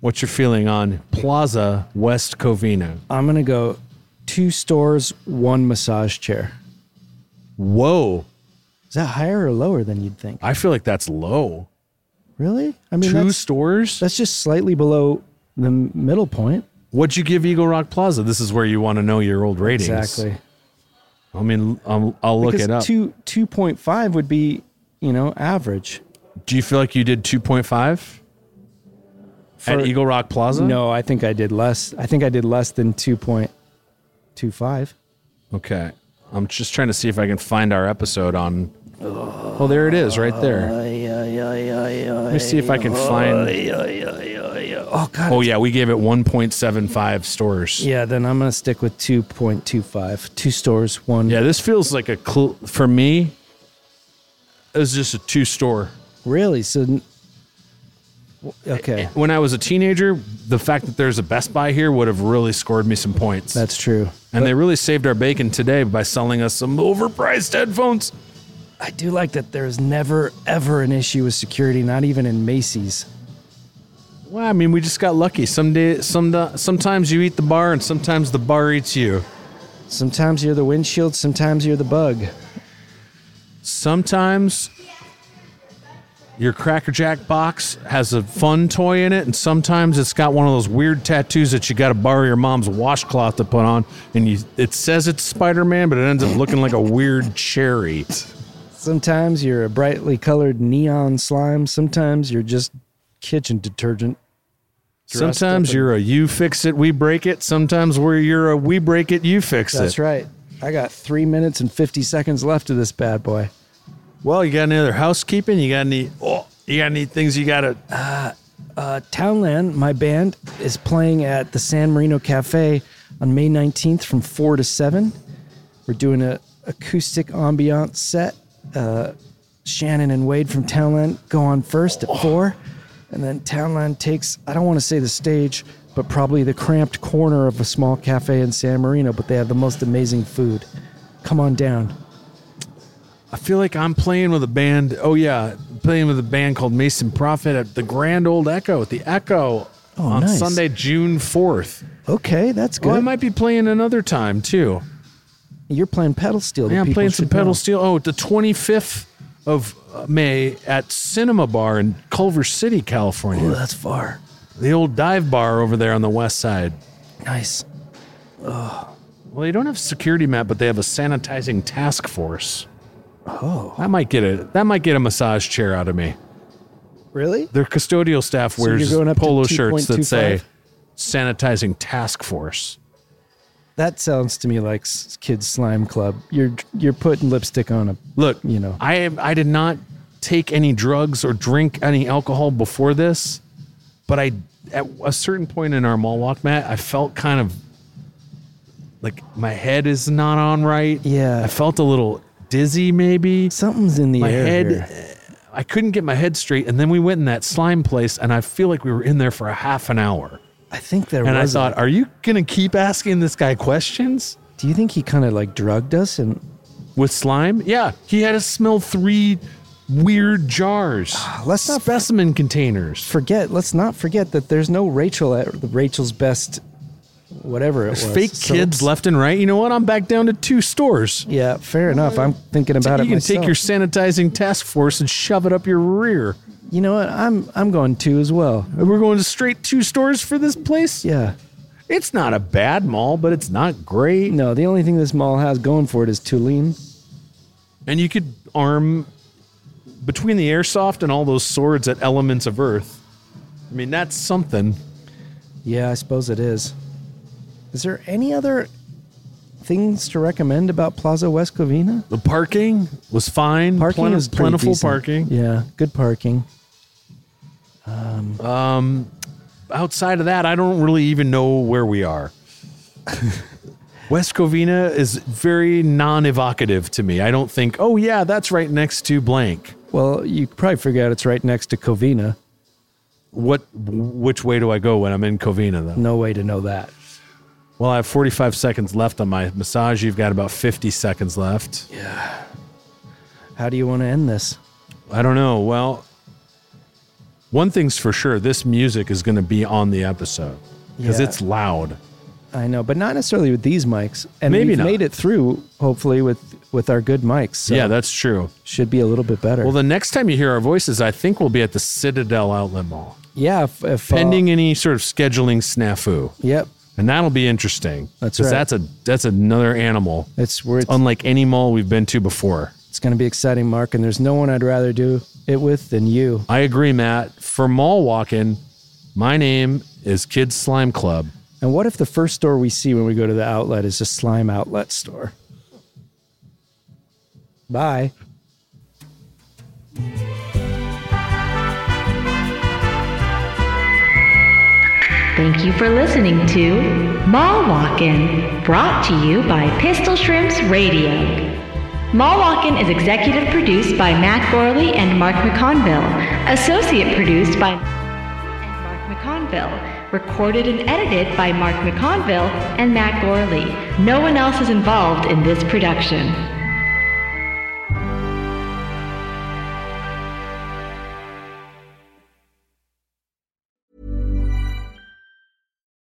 [SPEAKER 3] What's your feeling on Plaza West Covina?
[SPEAKER 2] I'm going to go two stores, one massage chair.
[SPEAKER 3] Whoa.
[SPEAKER 2] Is that higher or lower than you'd think?
[SPEAKER 3] I feel like that's low.
[SPEAKER 2] Really? I mean,
[SPEAKER 3] Two
[SPEAKER 2] that's,
[SPEAKER 3] stores?
[SPEAKER 2] That's just slightly below the middle point.
[SPEAKER 3] What'd you give Eagle Rock Plaza? This is where you want to know your old ratings.
[SPEAKER 2] Exactly.
[SPEAKER 3] I mean, I'll, I'll look
[SPEAKER 2] because
[SPEAKER 3] it up.
[SPEAKER 2] Two two point five would be, you know, average.
[SPEAKER 3] Do you feel like you did 2.5
[SPEAKER 2] For-
[SPEAKER 3] at Eagle Rock Plaza?
[SPEAKER 2] No, I think I did less. I think I did less than two point two five.
[SPEAKER 3] Okay. I'm just trying to see if I can find our episode on. Oh, there it is, right there.
[SPEAKER 2] Let
[SPEAKER 3] me see if I can find-
[SPEAKER 2] Oh God.
[SPEAKER 3] Oh, yeah. We gave it 1.75 stores.
[SPEAKER 2] Yeah, then I'm gonna stick with two point two five. Two stores, one.
[SPEAKER 3] Yeah, this feels like a. Cl- for me, it was just a two store.
[SPEAKER 2] Really? So n-
[SPEAKER 3] Eh,
[SPEAKER 2] Okay.
[SPEAKER 3] When I was a teenager, the fact that there's a Best Buy here would have really scored me some points.
[SPEAKER 2] That's true.
[SPEAKER 3] And they really saved our bacon today by selling us some overpriced headphones.
[SPEAKER 2] I do like that there's never, ever an issue with security, not even in Macy's.
[SPEAKER 3] Well, I mean, we just got lucky. Some day, some da- sometimes you eat the bar, and sometimes the bar eats you.
[SPEAKER 2] Sometimes you're the windshield, sometimes you're the bug.
[SPEAKER 3] Sometimes your Cracker Jack box has a fun toy in it, and sometimes it's got one of those weird tattoos that you got to borrow your mom's washcloth to put on, and you it says it's Spider Man, but it ends up looking like a weird cherry.
[SPEAKER 2] Sometimes you're a brightly colored neon slime, sometimes you're just kitchen detergent. Dressed
[SPEAKER 3] Sometimes
[SPEAKER 2] up in-
[SPEAKER 3] you're a you fix it, we break it. Sometimes where you're a we break it, you fix it.
[SPEAKER 2] That's right. I got three minutes and 50 seconds left of this bad boy.
[SPEAKER 3] Well, you got any other housekeeping? You got any? Oh, you got any things you got to?
[SPEAKER 2] uh, Townland, my band, is playing at the San Marino Cafe on May 19th from 4 to 7. We're doing a acoustic ambiance set. Uh, Shannon and Wade from Townland go on first at 4. And then Townland takes, I don't want to say the stage, but probably the cramped corner of a small cafe in San Marino, but they have the most amazing food. Come on down.
[SPEAKER 3] I feel like I'm playing with a band. Oh yeah, playing with a band called Mason Prophet at the Grand Old Echo at the Echo
[SPEAKER 2] Oh,
[SPEAKER 3] on
[SPEAKER 2] nice.
[SPEAKER 3] Sunday, June fourth.
[SPEAKER 2] Okay, that's good.
[SPEAKER 3] Well, I might be playing another time too.
[SPEAKER 2] You're playing pedal steel. that
[SPEAKER 3] Yeah, I'm
[SPEAKER 2] people
[SPEAKER 3] playing some
[SPEAKER 2] should know.
[SPEAKER 3] pedal steel. Oh, the 25th of uh, May at Cinema Bar in Culver City, California.
[SPEAKER 2] Ooh, that's far.
[SPEAKER 3] The old dive bar over there on the west side.
[SPEAKER 2] Nice.
[SPEAKER 3] Well, they don't have security map, but they have a sanitizing task force.
[SPEAKER 2] Oh,
[SPEAKER 3] that might get a that might get a massage chair out of me.
[SPEAKER 2] Really?
[SPEAKER 3] Their custodial staff
[SPEAKER 2] So
[SPEAKER 3] wears
[SPEAKER 2] you're going up to
[SPEAKER 3] polo shirts that say
[SPEAKER 2] 2.25?
[SPEAKER 3] sanitizing task force.
[SPEAKER 2] That sounds to me like s- kids slime club. You're you're putting lipstick on a
[SPEAKER 3] Look,
[SPEAKER 2] you know.
[SPEAKER 3] I I did not take any drugs or drink any alcohol before this, but I at a certain point in our mall walk, Matt, I felt kind of like my head is not on right.
[SPEAKER 2] Yeah.
[SPEAKER 3] I felt a little dizzy, maybe
[SPEAKER 2] something's in the
[SPEAKER 3] my
[SPEAKER 2] air
[SPEAKER 3] head.
[SPEAKER 2] here.
[SPEAKER 3] eh, I couldn't get my head straight, and then we went in that slime place, and I feel like we were in there for a half an hour.
[SPEAKER 2] I think there
[SPEAKER 3] and I
[SPEAKER 2] was. a-
[SPEAKER 3] thought, are you gonna keep asking this guy questions?
[SPEAKER 2] do you think he kind of like drugged us and
[SPEAKER 3] With slime? Yeah, he had us smell three weird jars.
[SPEAKER 2] let's not
[SPEAKER 3] specimen containers.
[SPEAKER 2] forget? Let's not forget that there's no Rachel at the Rachel's best, whatever it
[SPEAKER 3] There's
[SPEAKER 2] was.
[SPEAKER 3] fake kids
[SPEAKER 2] soaps.
[SPEAKER 3] left and right. You know what? I'm back down to two stores.
[SPEAKER 2] Yeah, fair enough. I'm thinking about it
[SPEAKER 3] you can take
[SPEAKER 2] myself.
[SPEAKER 3] your sanitizing task force and shove it up your rear.
[SPEAKER 2] You know what? I'm I'm going two as well.
[SPEAKER 3] We're going to straight two stores for this place.
[SPEAKER 2] Yeah.
[SPEAKER 3] It's not a bad mall, but it's not great.
[SPEAKER 2] No, the only thing this mall has going for it is Tulane.
[SPEAKER 3] And you could arm between the airsoft and all those swords at Elements of Earth. I mean, that's something.
[SPEAKER 2] Yeah, I suppose it is. Is there any other things to recommend about Plaza West Covina?
[SPEAKER 3] The parking was fine.
[SPEAKER 2] Parking
[SPEAKER 3] Plen-
[SPEAKER 2] is pretty
[SPEAKER 3] plentiful
[SPEAKER 2] decent.
[SPEAKER 3] parking.
[SPEAKER 2] Yeah, good parking.
[SPEAKER 3] Um, outside of that, I don't really even know where we are. West Covina is very non-evocative to me. I don't think, oh yeah, that's right next to blank.
[SPEAKER 2] Well, you could probably figure out it's right next to Covina.
[SPEAKER 3] What? Which way do I go when I'm in Covina though?
[SPEAKER 2] No way to know that.
[SPEAKER 3] Well, I have 45 seconds left on my massage. You've got about 50 seconds left.
[SPEAKER 2] How do you want to end this?
[SPEAKER 3] I don't know. Well, one thing's for sure: this music is going to be on the episode because
[SPEAKER 2] Yeah.
[SPEAKER 3] it's loud.
[SPEAKER 2] I know, but not necessarily with these mics. And
[SPEAKER 3] Maybe
[SPEAKER 2] we've
[SPEAKER 3] not.
[SPEAKER 2] made it through, hopefully, with with our good mics. So
[SPEAKER 3] yeah, that's true.
[SPEAKER 2] should be a little bit better.
[SPEAKER 3] Well, the next time you hear our voices, I think we'll be at the Citadel Outlet Mall.
[SPEAKER 2] yeah, if, if uh,
[SPEAKER 3] pending any sort of scheduling snafu,
[SPEAKER 2] yep,
[SPEAKER 3] and that'll be interesting.
[SPEAKER 2] That's
[SPEAKER 3] 'cause
[SPEAKER 2] right.
[SPEAKER 3] That's a that's another animal.
[SPEAKER 2] it's where it's,
[SPEAKER 3] unlike any mall we've been to before.
[SPEAKER 2] it's going to be exciting, Mark. And there's no one I'd rather do it with than you.
[SPEAKER 3] I agree, Matt. For mall walking, my name is Kid Slime Club.
[SPEAKER 2] And what if the first store we see when we go to the outlet is a slime outlet store? Bye.
[SPEAKER 1] Thank you for listening to Mall Walkin, brought to you by Pistol Shrimps Radio. Mall Walkin is executive produced by Matt Gorley and Mark McConville, associate produced by McConville, recorded and edited by Mark McConville and Matt Gorley. No one else is involved in this production.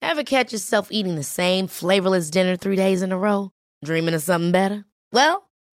[SPEAKER 4] Ever catch yourself eating the same flavorless dinner three days in a row? Dreaming of something better? Well,